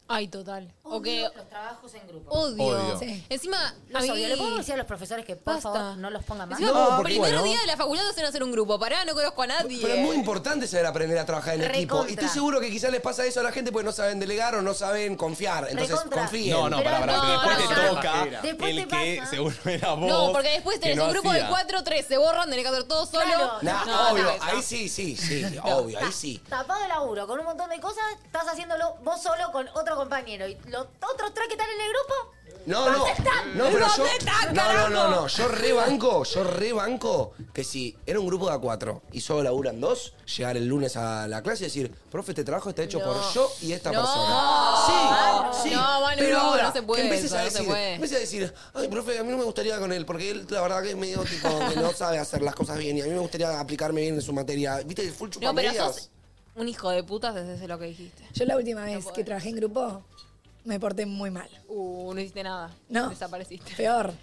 Speaker 2: Ay, total. O que
Speaker 6: Los trabajos en grupo.
Speaker 3: Oh.
Speaker 2: odio.
Speaker 21: Odio.
Speaker 6: Sí.
Speaker 2: Encima,
Speaker 6: Los
Speaker 2: a mí-
Speaker 6: odio. ¿Le podemos decir a los profesores que, por favor, no los pongan más?
Speaker 2: Encima,
Speaker 3: No, porque
Speaker 2: primer
Speaker 3: bueno.
Speaker 2: día de la facultad hacen hacer un grupo. Pará, no conozco a nadie.
Speaker 3: Pero es muy importante saber aprender a trabajar en
Speaker 2: Recontra.
Speaker 3: equipo. Y estoy seguro que quizás les pasa eso a la gente porque no saben delegar o no saben confiar. Entonces,
Speaker 2: Recontra.
Speaker 3: confíen.
Speaker 1: No, no, pará, pará, que después te toca
Speaker 2: Después
Speaker 1: el
Speaker 2: te
Speaker 1: que
Speaker 2: pasa.
Speaker 1: seguro era vos.
Speaker 2: No, porque después
Speaker 1: que
Speaker 2: tenés
Speaker 1: no
Speaker 2: un grupo de
Speaker 1: hacía.
Speaker 2: cuatro o tres. Se borran, tenés que hacer todo solo.
Speaker 3: Nah,
Speaker 2: No,
Speaker 3: obvio,
Speaker 2: no, no.
Speaker 3: ahí sí, sí,
Speaker 2: *laughs*
Speaker 3: sí, obvio, ahí sí.
Speaker 6: Tapado el laburo, con un montón de cosas, estás haciéndolo vos solo con otro compañero. Y los otros tres que están en el grupo,
Speaker 3: No, no.
Speaker 6: aceptan.
Speaker 3: No, pero
Speaker 6: No
Speaker 3: yo.
Speaker 6: aceptan,
Speaker 3: No, no, no,
Speaker 6: carajo.
Speaker 3: no. Yo rebanco, yo rebanco que si era un grupo de A4 y solo laburan dos, llegar el lunes a la clase y decir, profe, este trabajo está hecho por yo y esta
Speaker 2: No.
Speaker 3: persona. Sí, sí.
Speaker 2: No, bueno,
Speaker 3: pero
Speaker 2: no,
Speaker 3: ahora,
Speaker 2: no se puede
Speaker 3: que empieces
Speaker 2: eso,
Speaker 3: a
Speaker 2: no se
Speaker 3: decir,
Speaker 2: puede.
Speaker 3: empieces a decir, ay, profe, a mí no me gustaría con él, porque él la verdad que es medio tipo que no sabe hacer las cosas bien y a mí me gustaría aplicarme bien en su materia. ¿Viste? Full
Speaker 2: No, pero
Speaker 3: chupamedias.
Speaker 2: sos un hijo de puta desde lo que dijiste.
Speaker 4: Yo la última vez que trabajé en grupo me porté muy mal.
Speaker 2: Uh, no hiciste nada.
Speaker 4: No.
Speaker 2: Desapareciste.
Speaker 4: Peor.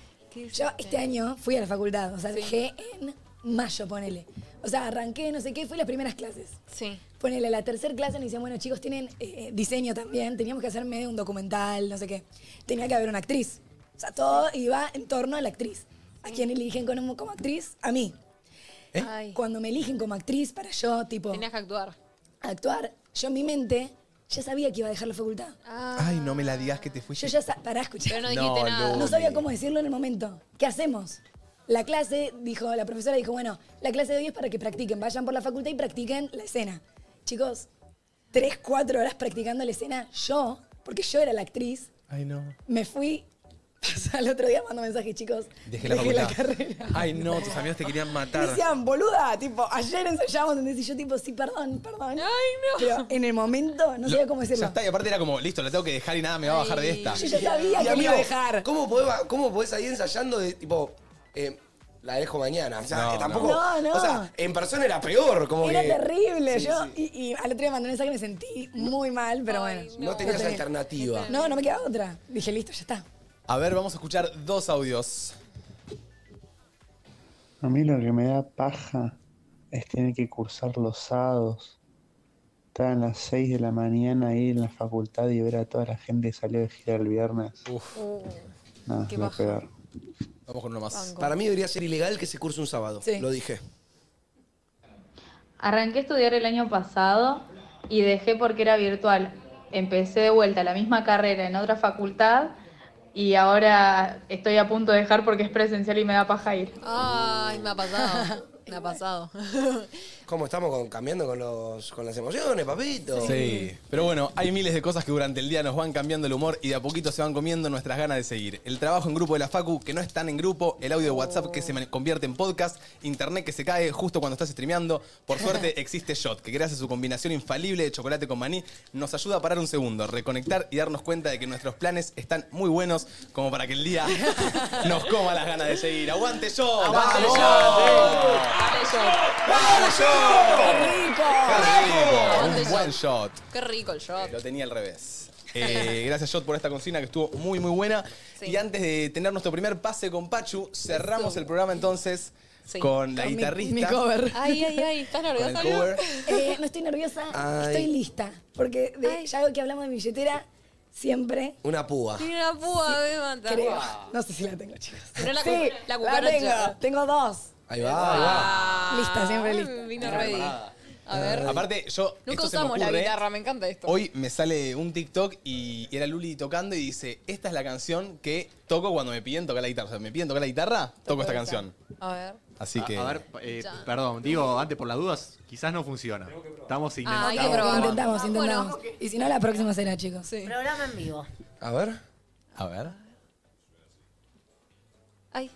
Speaker 4: Yo este año fui a la facultad, o sea, dejé en mayo, ponele. O sea, arranqué, no sé qué, fui a las primeras clases.
Speaker 2: Sí.
Speaker 4: Ponele, a la tercera clase nos dicen, bueno, chicos, tienen eh, diseño también, teníamos que hacer medio un documental, no sé qué. Tenía que haber una actriz. O sea, todo iba en torno a la actriz. ¿A quién eligen como, como actriz? A mí. Cuando me eligen como actriz para yo, tipo,
Speaker 2: Tenías que actuar.
Speaker 4: actuar, yo en mi mente ya sabía que iba a dejar la facultad.
Speaker 2: Ah.
Speaker 1: Ay, no me la digas que te
Speaker 4: Yo
Speaker 1: fuiste.
Speaker 4: ya sa- pará, escuchá.
Speaker 1: Pero no dijiste No, nada.
Speaker 4: No
Speaker 1: Luli.
Speaker 4: sabía cómo decirlo en el momento. ¿Qué hacemos? La clase, dijo, la profesora dijo, bueno, la clase de hoy es para que practiquen, vayan por la facultad y practiquen la escena. Chicos, tres, cuatro horas practicando la escena, yo, porque yo era la actriz,
Speaker 1: Ay, no.
Speaker 4: me fui. *laughs* al otro día mando mensaje, chicos.
Speaker 1: Dejé la facultad.
Speaker 4: carrera.
Speaker 1: Ay, no, tus amigos te querían
Speaker 4: Me
Speaker 1: matar.
Speaker 4: decían, boluda, tipo, ayer ensayamos, ¿entendés? Y yo, tipo, sí, perdón, perdón. Ay, no. Pero en el momento no sabía cómo
Speaker 1: Ya
Speaker 4: decirlo.
Speaker 1: está, y aparte era como, listo, la tengo que dejar y nada me va a bajar de esta.
Speaker 4: Yo ya sabía
Speaker 3: Y,
Speaker 4: que me iba a
Speaker 3: amigo,
Speaker 4: dejar.
Speaker 3: ¿Cómo podés, cómo podés ahí ensayando de tipo, eh, la dejo mañana? O sea,
Speaker 1: No,
Speaker 3: que tampoco.
Speaker 4: no. No, no.
Speaker 3: O sea, en persona era peor, como
Speaker 4: Era
Speaker 3: que.
Speaker 4: terrible.
Speaker 3: Sí,
Speaker 4: yo,
Speaker 3: sí.
Speaker 4: Y, y al otro día mandé un mensaje y me sentí muy mal, pero bueno.
Speaker 3: No tenías
Speaker 4: tenía.
Speaker 3: alternativa.
Speaker 4: No, no me queda otra. Dije, listo, ya está.
Speaker 1: A ver, vamos a escuchar dos audios.
Speaker 22: A mí lo que me da paja es tener que cursar los sábados,
Speaker 9: estar a las 6 de la mañana ahí en la facultad y ver a toda la gente que salió de gira el viernes.
Speaker 1: Uf.
Speaker 9: No,
Speaker 1: qué
Speaker 9: lo
Speaker 1: baja.
Speaker 9: peor.
Speaker 1: Vamos con uno más.
Speaker 3: Para mí debería ser ilegal que se curse un sábado. Lo dije.
Speaker 22: Arranqué a estudiar el año pasado y dejé porque era virtual. Empecé de vuelta la misma carrera en otra facultad y ahora estoy a punto de dejar porque es presencial y me da paja ir.
Speaker 2: Ay, me ha *laughs* pasado. Me ha pasado.
Speaker 3: ¿Cómo estamos con- cambiando con, los, con las emociones, papito?
Speaker 1: Sí, pero bueno, hay miles de cosas que durante el día nos van cambiando el humor y de a poquito se van comiendo nuestras ganas de seguir. El trabajo en grupo de la Facu, que no están en grupo, el audio de WhatsApp que se man- convierte en podcast, internet que se cae justo cuando estás streameando. Por suerte existe Shot, que gracias a su combinación infalible de chocolate con maní, nos ayuda a parar un segundo, reconectar y darnos cuenta de que nuestros planes están muy buenos como para que el día nos coma las ganas de seguir. ¡Aguante Shot!
Speaker 5: ¡Aguante
Speaker 1: ¡Vamos!
Speaker 5: Shot!
Speaker 1: Ah, ¡Vamos, Shot!
Speaker 5: ¡Qué rico!
Speaker 2: *laughs*
Speaker 1: ¡Qué rico!
Speaker 2: ¡Aguante
Speaker 1: Un buen shot.
Speaker 2: Qué rico el shot.
Speaker 1: Lo tenía al revés. Eh, *laughs* gracias, Jot, por esta consigna que estuvo muy, muy buena. Y antes de tener nuestro primer pase con Pachu, cerramos el programa entonces
Speaker 2: Sí.
Speaker 1: con la
Speaker 2: Con mi-
Speaker 1: guitarrista.
Speaker 2: mi cover. Ay, ay, ay, ¿estás nerviosa,
Speaker 1: Con el cover.
Speaker 4: Eh, no estoy nerviosa,
Speaker 3: Ay.
Speaker 4: estoy lista. Porque de- ya algo que hablamos de billetera, siempre.
Speaker 3: Una púa.
Speaker 2: Tiene una púa, me mata.
Speaker 4: Creo. No sé si la tengo, chicos.
Speaker 2: Pero la,
Speaker 4: sí,
Speaker 2: la
Speaker 4: la tengo.
Speaker 2: cucaracha.
Speaker 4: Tengo dos.
Speaker 3: Ahí va, ahí va.
Speaker 4: Lista, siempre
Speaker 2: Ay,
Speaker 4: lista.
Speaker 2: Vino ready. Ah, A ver.
Speaker 1: Ah. Aparte, yo.
Speaker 2: Nunca
Speaker 1: esto se me
Speaker 2: usamos la
Speaker 1: ocurre.
Speaker 2: guitarra, me encanta esto.
Speaker 1: Hoy me sale un TikTok y era Luli tocando y dice: Esta es la canción que toco cuando me piden tocar la guitarra. O sea, me piden tocar la guitarra, toco esta canción.
Speaker 2: A ver.
Speaker 1: Así que.
Speaker 7: A ver, eh, perdón, digo, antes por las dudas, quizás no funciona. Estamos intentando.
Speaker 2: Ah,
Speaker 4: hay que probar. Intentamos, intentamos. Y si no, la próxima será, chicos.
Speaker 6: Programa en vivo.
Speaker 3: A ver.
Speaker 1: A ver.
Speaker 2: Ay.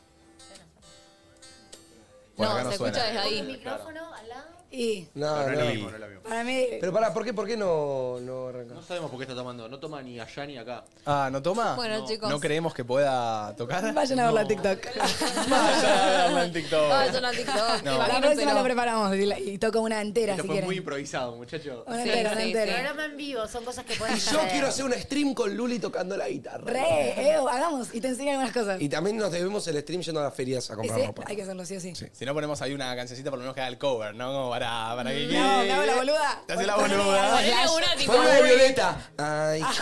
Speaker 1: Bueno,
Speaker 2: no,
Speaker 1: acá no
Speaker 2: se
Speaker 1: suena.
Speaker 2: escucha desde
Speaker 6: Con el
Speaker 2: ahí.
Speaker 6: micrófono al lado.
Speaker 4: Y
Speaker 3: No,
Speaker 7: Pero no es
Speaker 3: no.
Speaker 7: lo mismo, no es lo mismo.
Speaker 4: para mí.
Speaker 3: Pero pará, ¿por qué, por qué no, no arranca?
Speaker 7: No sabemos por qué está tomando. No toma ni allá ni acá.
Speaker 1: Ah, ¿no toma?
Speaker 2: Bueno,
Speaker 1: no,
Speaker 2: chicos.
Speaker 1: ¿No creemos que pueda tocar?
Speaker 4: Vayan a ver la TikTok.
Speaker 2: *laughs*
Speaker 1: Vayan a verla en TikTok.
Speaker 2: Vayan a TikTok.
Speaker 1: No.
Speaker 4: La próxima
Speaker 2: Imagínenselo.
Speaker 4: la preparamos y, la- y toco una entera
Speaker 7: Esto
Speaker 4: si
Speaker 7: fue muy
Speaker 4: quieren.
Speaker 7: improvisado, muchachos.
Speaker 4: Una entera, una entera.
Speaker 6: Programa en vivo, son cosas que pueden
Speaker 3: Y yo quiero hacer un stream con Luli tocando la guitarra.
Speaker 4: Re, eh. Evo, hagamos y te enseño algunas cosas.
Speaker 3: Y también nos debemos el stream yendo a las ferias a comprar
Speaker 4: Ese
Speaker 1: pues.
Speaker 3: ropa.
Speaker 4: hay que hacerlo sí o *laughs* sí.
Speaker 1: Si no ponemos ahí una cancioncita, por lo menos que haga el cover, ¿no? Como para, para que
Speaker 4: No, me hago la boluda.
Speaker 1: Te hace la boluda.
Speaker 2: Ponele una tipo.
Speaker 3: Ponme de Violeta. Ay,
Speaker 1: Ah.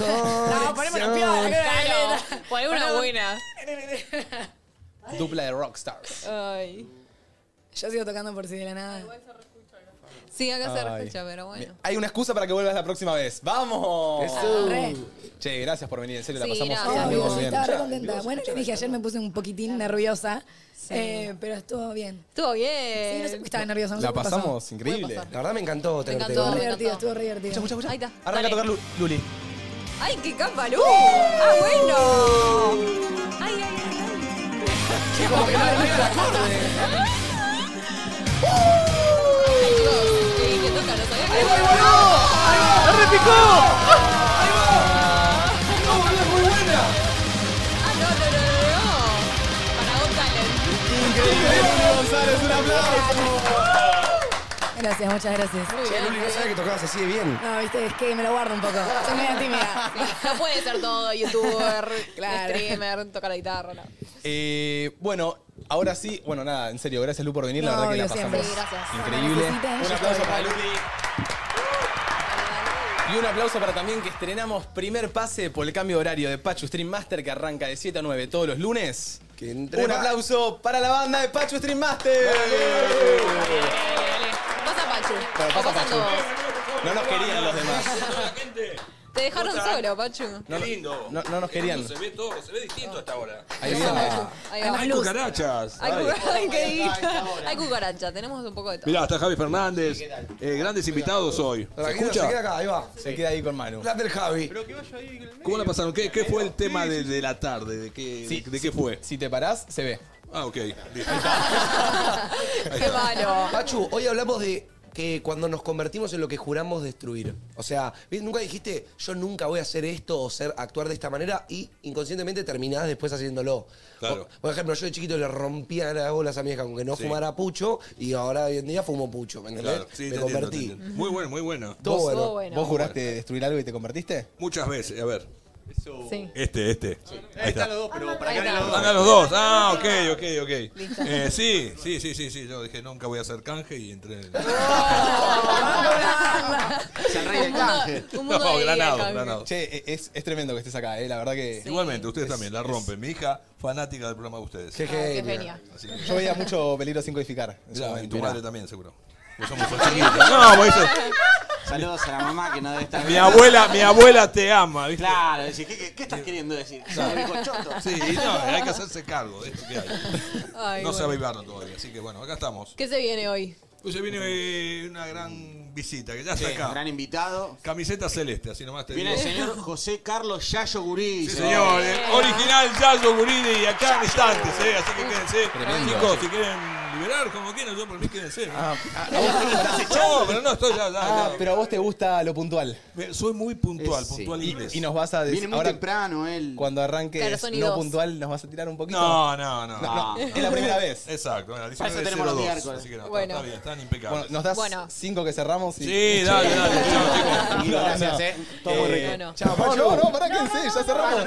Speaker 4: No, ponemos una piola.
Speaker 3: conexión.
Speaker 2: Claro. Poné una buena.
Speaker 1: Dupla de Rockstars.
Speaker 2: Ay.
Speaker 4: Yo sigo tocando por si de la nada.
Speaker 2: Sí, acá se
Speaker 1: Ay.
Speaker 2: escucha, pero bueno.
Speaker 1: Hay una excusa para que vuelvas la próxima vez. ¡Vamos!
Speaker 4: Eso. Re.
Speaker 1: Che, gracias por venir, en serio, la
Speaker 2: Sí,
Speaker 1: pasamos
Speaker 2: gracias,
Speaker 1: muy,
Speaker 2: Lu.
Speaker 1: muy bien.
Speaker 4: Estaba re contenta. Bueno, les dije, ayer me puse un poquitín nerviosa, eh, pero estuvo bien.
Speaker 2: Estuvo bien.
Speaker 4: Sí, no sé por qué estaba nerviosa. No sé
Speaker 1: La
Speaker 4: qué pasó.
Speaker 1: pasamos increíble.
Speaker 3: La verdad me encantó
Speaker 4: Me
Speaker 3: tenerte.
Speaker 4: encantó, re
Speaker 3: Luli.
Speaker 4: divertido, estuvo re divertido.
Speaker 2: Ahí está.
Speaker 1: Arranca a tocar Lu- Luli.
Speaker 2: ¡Ay, qué capa, Lu! ¡Ah, bueno! ¡Ay, ay,
Speaker 5: Sí, como que no le pega el acorde.
Speaker 2: ay, chicos! Sí, que toca, no sabía que ¡Ahí
Speaker 5: ¡La repicó!
Speaker 2: ¡No, boludo, muy buena! ¡Ah, no, no, no, no! no. Para Got Talent.
Speaker 1: Increíble, Luli González, un aplauso.
Speaker 4: Gracias, muchas gracias.
Speaker 3: Che, Luli, no sabía que tocabas así de bien.
Speaker 4: No, viste, es que me lo guardo un poco. Soy media *laughs*
Speaker 2: *laughs*
Speaker 4: tímida.
Speaker 2: No puede ser todo youtuber,
Speaker 4: Claro.
Speaker 2: streamer, tocar la guitarra, no.
Speaker 1: Eh, bueno, ahora sí. Bueno, nada, en serio, gracias Lu por venir. La
Speaker 2: No,
Speaker 1: verdad que la
Speaker 2: obvio,
Speaker 1: pasamos
Speaker 2: siempre. Sí, gracias.
Speaker 1: increíble.
Speaker 2: Cuando necesiten,
Speaker 1: Un
Speaker 2: yo
Speaker 1: aplauso
Speaker 2: estoy.
Speaker 1: para Luli. Y un aplauso para también que estrenamos primer pase por el cambio de horario de Pachu Stream Master que arranca de 7 a 9 todos los lunes.
Speaker 3: entre
Speaker 1: un
Speaker 3: más.
Speaker 1: aplauso para la banda de Pachu Stream Master.
Speaker 2: Pasa Pachu.
Speaker 1: Pero
Speaker 2: O
Speaker 1: pasa
Speaker 2: pasan
Speaker 1: Pachu.
Speaker 2: todos.
Speaker 1: No nos querían los demás.
Speaker 2: Te dejaron solo, Pachu.
Speaker 1: No, no- no- no nos querían.
Speaker 23: Se ve todo, se ve distinto hasta ahora.
Speaker 1: Ahí viene.
Speaker 2: Ahí va.
Speaker 23: Hay cucarachas.
Speaker 2: Hay,
Speaker 23: Ay.
Speaker 2: cucar- *laughs* Ay, qué guita. Hay cucaracha, tenemos un poco de todo.
Speaker 23: Mirá, está Javi Fernández. Eh, grandes invitados hoy. ¿Se escucha?
Speaker 3: ahí va.
Speaker 1: Se queda ahí con Manu.
Speaker 3: La del Javi.
Speaker 23: ¿Cómo la pasaron? ¿Qué, qué fue el tema de, de la tarde? ¿De qué, de, qué fue?
Speaker 1: Si te parás, se ve.
Speaker 23: Ah, ok.
Speaker 2: Qué malo.
Speaker 3: Pachu, hoy hablamos de que cuando nos convertimos en lo que juramos destruir. O sea, ¿ves? nunca dijiste, yo nunca voy a hacer esto o ser, actuar de esta manera y inconscientemente terminás después haciéndolo.
Speaker 23: Claro.
Speaker 3: O- por ejemplo, yo de chiquito le rompía las bolas a mi hija con que no
Speaker 23: Sí.
Speaker 3: fumara pucho y ahora hoy en día fumo pucho, ¿me
Speaker 1: ¿Eh?
Speaker 3: entendés?
Speaker 23: Claro, sí,
Speaker 3: Me
Speaker 23: te entiendo,
Speaker 3: convertí.
Speaker 23: te entiendo. Muy bueno, muy bueno.
Speaker 1: ¿Vos, vos juraste destruir algo y te convertiste?
Speaker 23: Muchas veces, a ver.
Speaker 2: Sí.
Speaker 5: Este, este.
Speaker 22: Ahí están los dos, pero para
Speaker 5: Ahí
Speaker 22: que ganen los dos.
Speaker 5: está. Ganan los dos. Ah, ok, ok, ok.
Speaker 22: Listo.
Speaker 5: Eh, sí, sí, sí, sí, sí. Yo dije, nunca voy a hacer canje y entré. en-
Speaker 2: Ah,
Speaker 22: Se rey del canje.
Speaker 5: No, granado, granado.
Speaker 1: Che, e- es, es tremendo que estés acá, eh, la verdad que.
Speaker 5: Igualmente, ustedes
Speaker 1: Es-
Speaker 5: también la rompen. Mi hija, fanática del programa de ustedes.
Speaker 1: Ah, Qué genia.
Speaker 5: Así que-
Speaker 1: Yo veía mucho peligro sin codificar. en su
Speaker 5: Ya, y
Speaker 1: momento,
Speaker 5: tu
Speaker 1: mirá.
Speaker 5: madre también, seguro. Vos somos ochoñitos. No, vos
Speaker 2: *laughs*
Speaker 5: eso-
Speaker 7: Saludos a la mamá que no debe estar
Speaker 5: Mi abuela, mi abuela te ama, ¿viste?
Speaker 7: Claro, decís, ¿qué, qué, qué estás queriendo
Speaker 5: *laughs*
Speaker 7: decir?
Speaker 5: No.
Speaker 7: Soy viejo choto.
Speaker 5: Sí, y no, hay que hacerse cargo de esto que hay.
Speaker 2: Ay,
Speaker 5: no se
Speaker 2: bueno.
Speaker 5: avivaron todavía, así que bueno, acá estamos.
Speaker 2: ¿Qué se viene hoy?
Speaker 5: Hoy se viene eh, una gran visita, que ya está
Speaker 7: Sí,
Speaker 5: acá.
Speaker 7: un gran invitado.
Speaker 5: Camiseta celeste, así nomás te
Speaker 7: Viene el
Speaker 5: digo.
Speaker 7: señor José Carlos Yayo Gurí.
Speaker 5: Sí, señor, eh, original Yayo Gurini, acá en instantes, eh, así que quédense.
Speaker 7: Tremendo.
Speaker 5: Chicos, si quieren liberar, como quieran, yo por mí quédense.
Speaker 1: eh. Ah,
Speaker 5: *laughs*
Speaker 1: ah, ah,
Speaker 5: no, pero no, estoy ya, ya,
Speaker 1: Ah,
Speaker 5: ya.
Speaker 1: pero a vos te gusta lo puntual.
Speaker 5: Soy muy puntual,
Speaker 1: Sí.
Speaker 5: puntual inglés.
Speaker 1: Y, y nos vas a decir.
Speaker 5: Viene muy
Speaker 7: temprano él.
Speaker 1: Cuando arranques
Speaker 7: Claro, son y
Speaker 1: no
Speaker 7: dos.
Speaker 1: puntual, nos vas a tirar un poquito.
Speaker 5: No, no, no.
Speaker 1: no, Es la primera vez.
Speaker 5: Exacto, bueno,
Speaker 1: Para eso
Speaker 5: 19
Speaker 1: tenemos los
Speaker 5: 02,
Speaker 1: miércoles.
Speaker 5: Así que no, está-
Speaker 1: Bueno.
Speaker 5: está bien, están impecables.
Speaker 1: Bueno, nos das cinco que cerramos. Y...
Speaker 5: Sí, dale, dale,
Speaker 1: *laughs*
Speaker 5: chao, chicos.
Speaker 1: No, no,
Speaker 5: Gracias,
Speaker 1: no.
Speaker 5: eh. Todo muy rico.
Speaker 1: no. Chao, Pacho. No, no, pará, quédense, ya cerramos.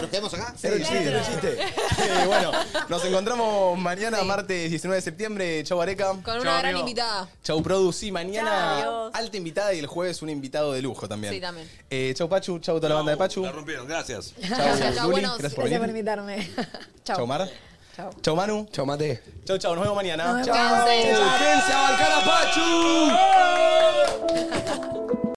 Speaker 7: ¿Nos quedamos acá?
Speaker 1: Sí, sí, lo hiciste. Eh, bueno, nos encontramos mañana, martes 19 de septiembre. Chau, Areca.
Speaker 2: Con una gran invitada.
Speaker 1: Chau, Produ. Sí, mañana
Speaker 2: Chau, adiós.
Speaker 1: alta invitada y el jueves un invitado de lujo también.
Speaker 2: Sí, también.
Speaker 1: Eh, chau, Pachu. Chau, toda la banda de Pachu. La
Speaker 5: rompieron, gracias.
Speaker 1: Chau,
Speaker 2: *laughs* Chau,
Speaker 1: Luli.
Speaker 2: buenos-
Speaker 1: Gracias por
Speaker 4: Gracias por
Speaker 1: venir.
Speaker 4: invitarme.
Speaker 1: Chau, Mar. Chau. Manu. Chau, Mate. Ah, Chau, chau. Nos vemos mañana.
Speaker 4: Nos
Speaker 1: Chau.
Speaker 4: vemos. Quédense.
Speaker 1: Quédense a Balcana, Pachu.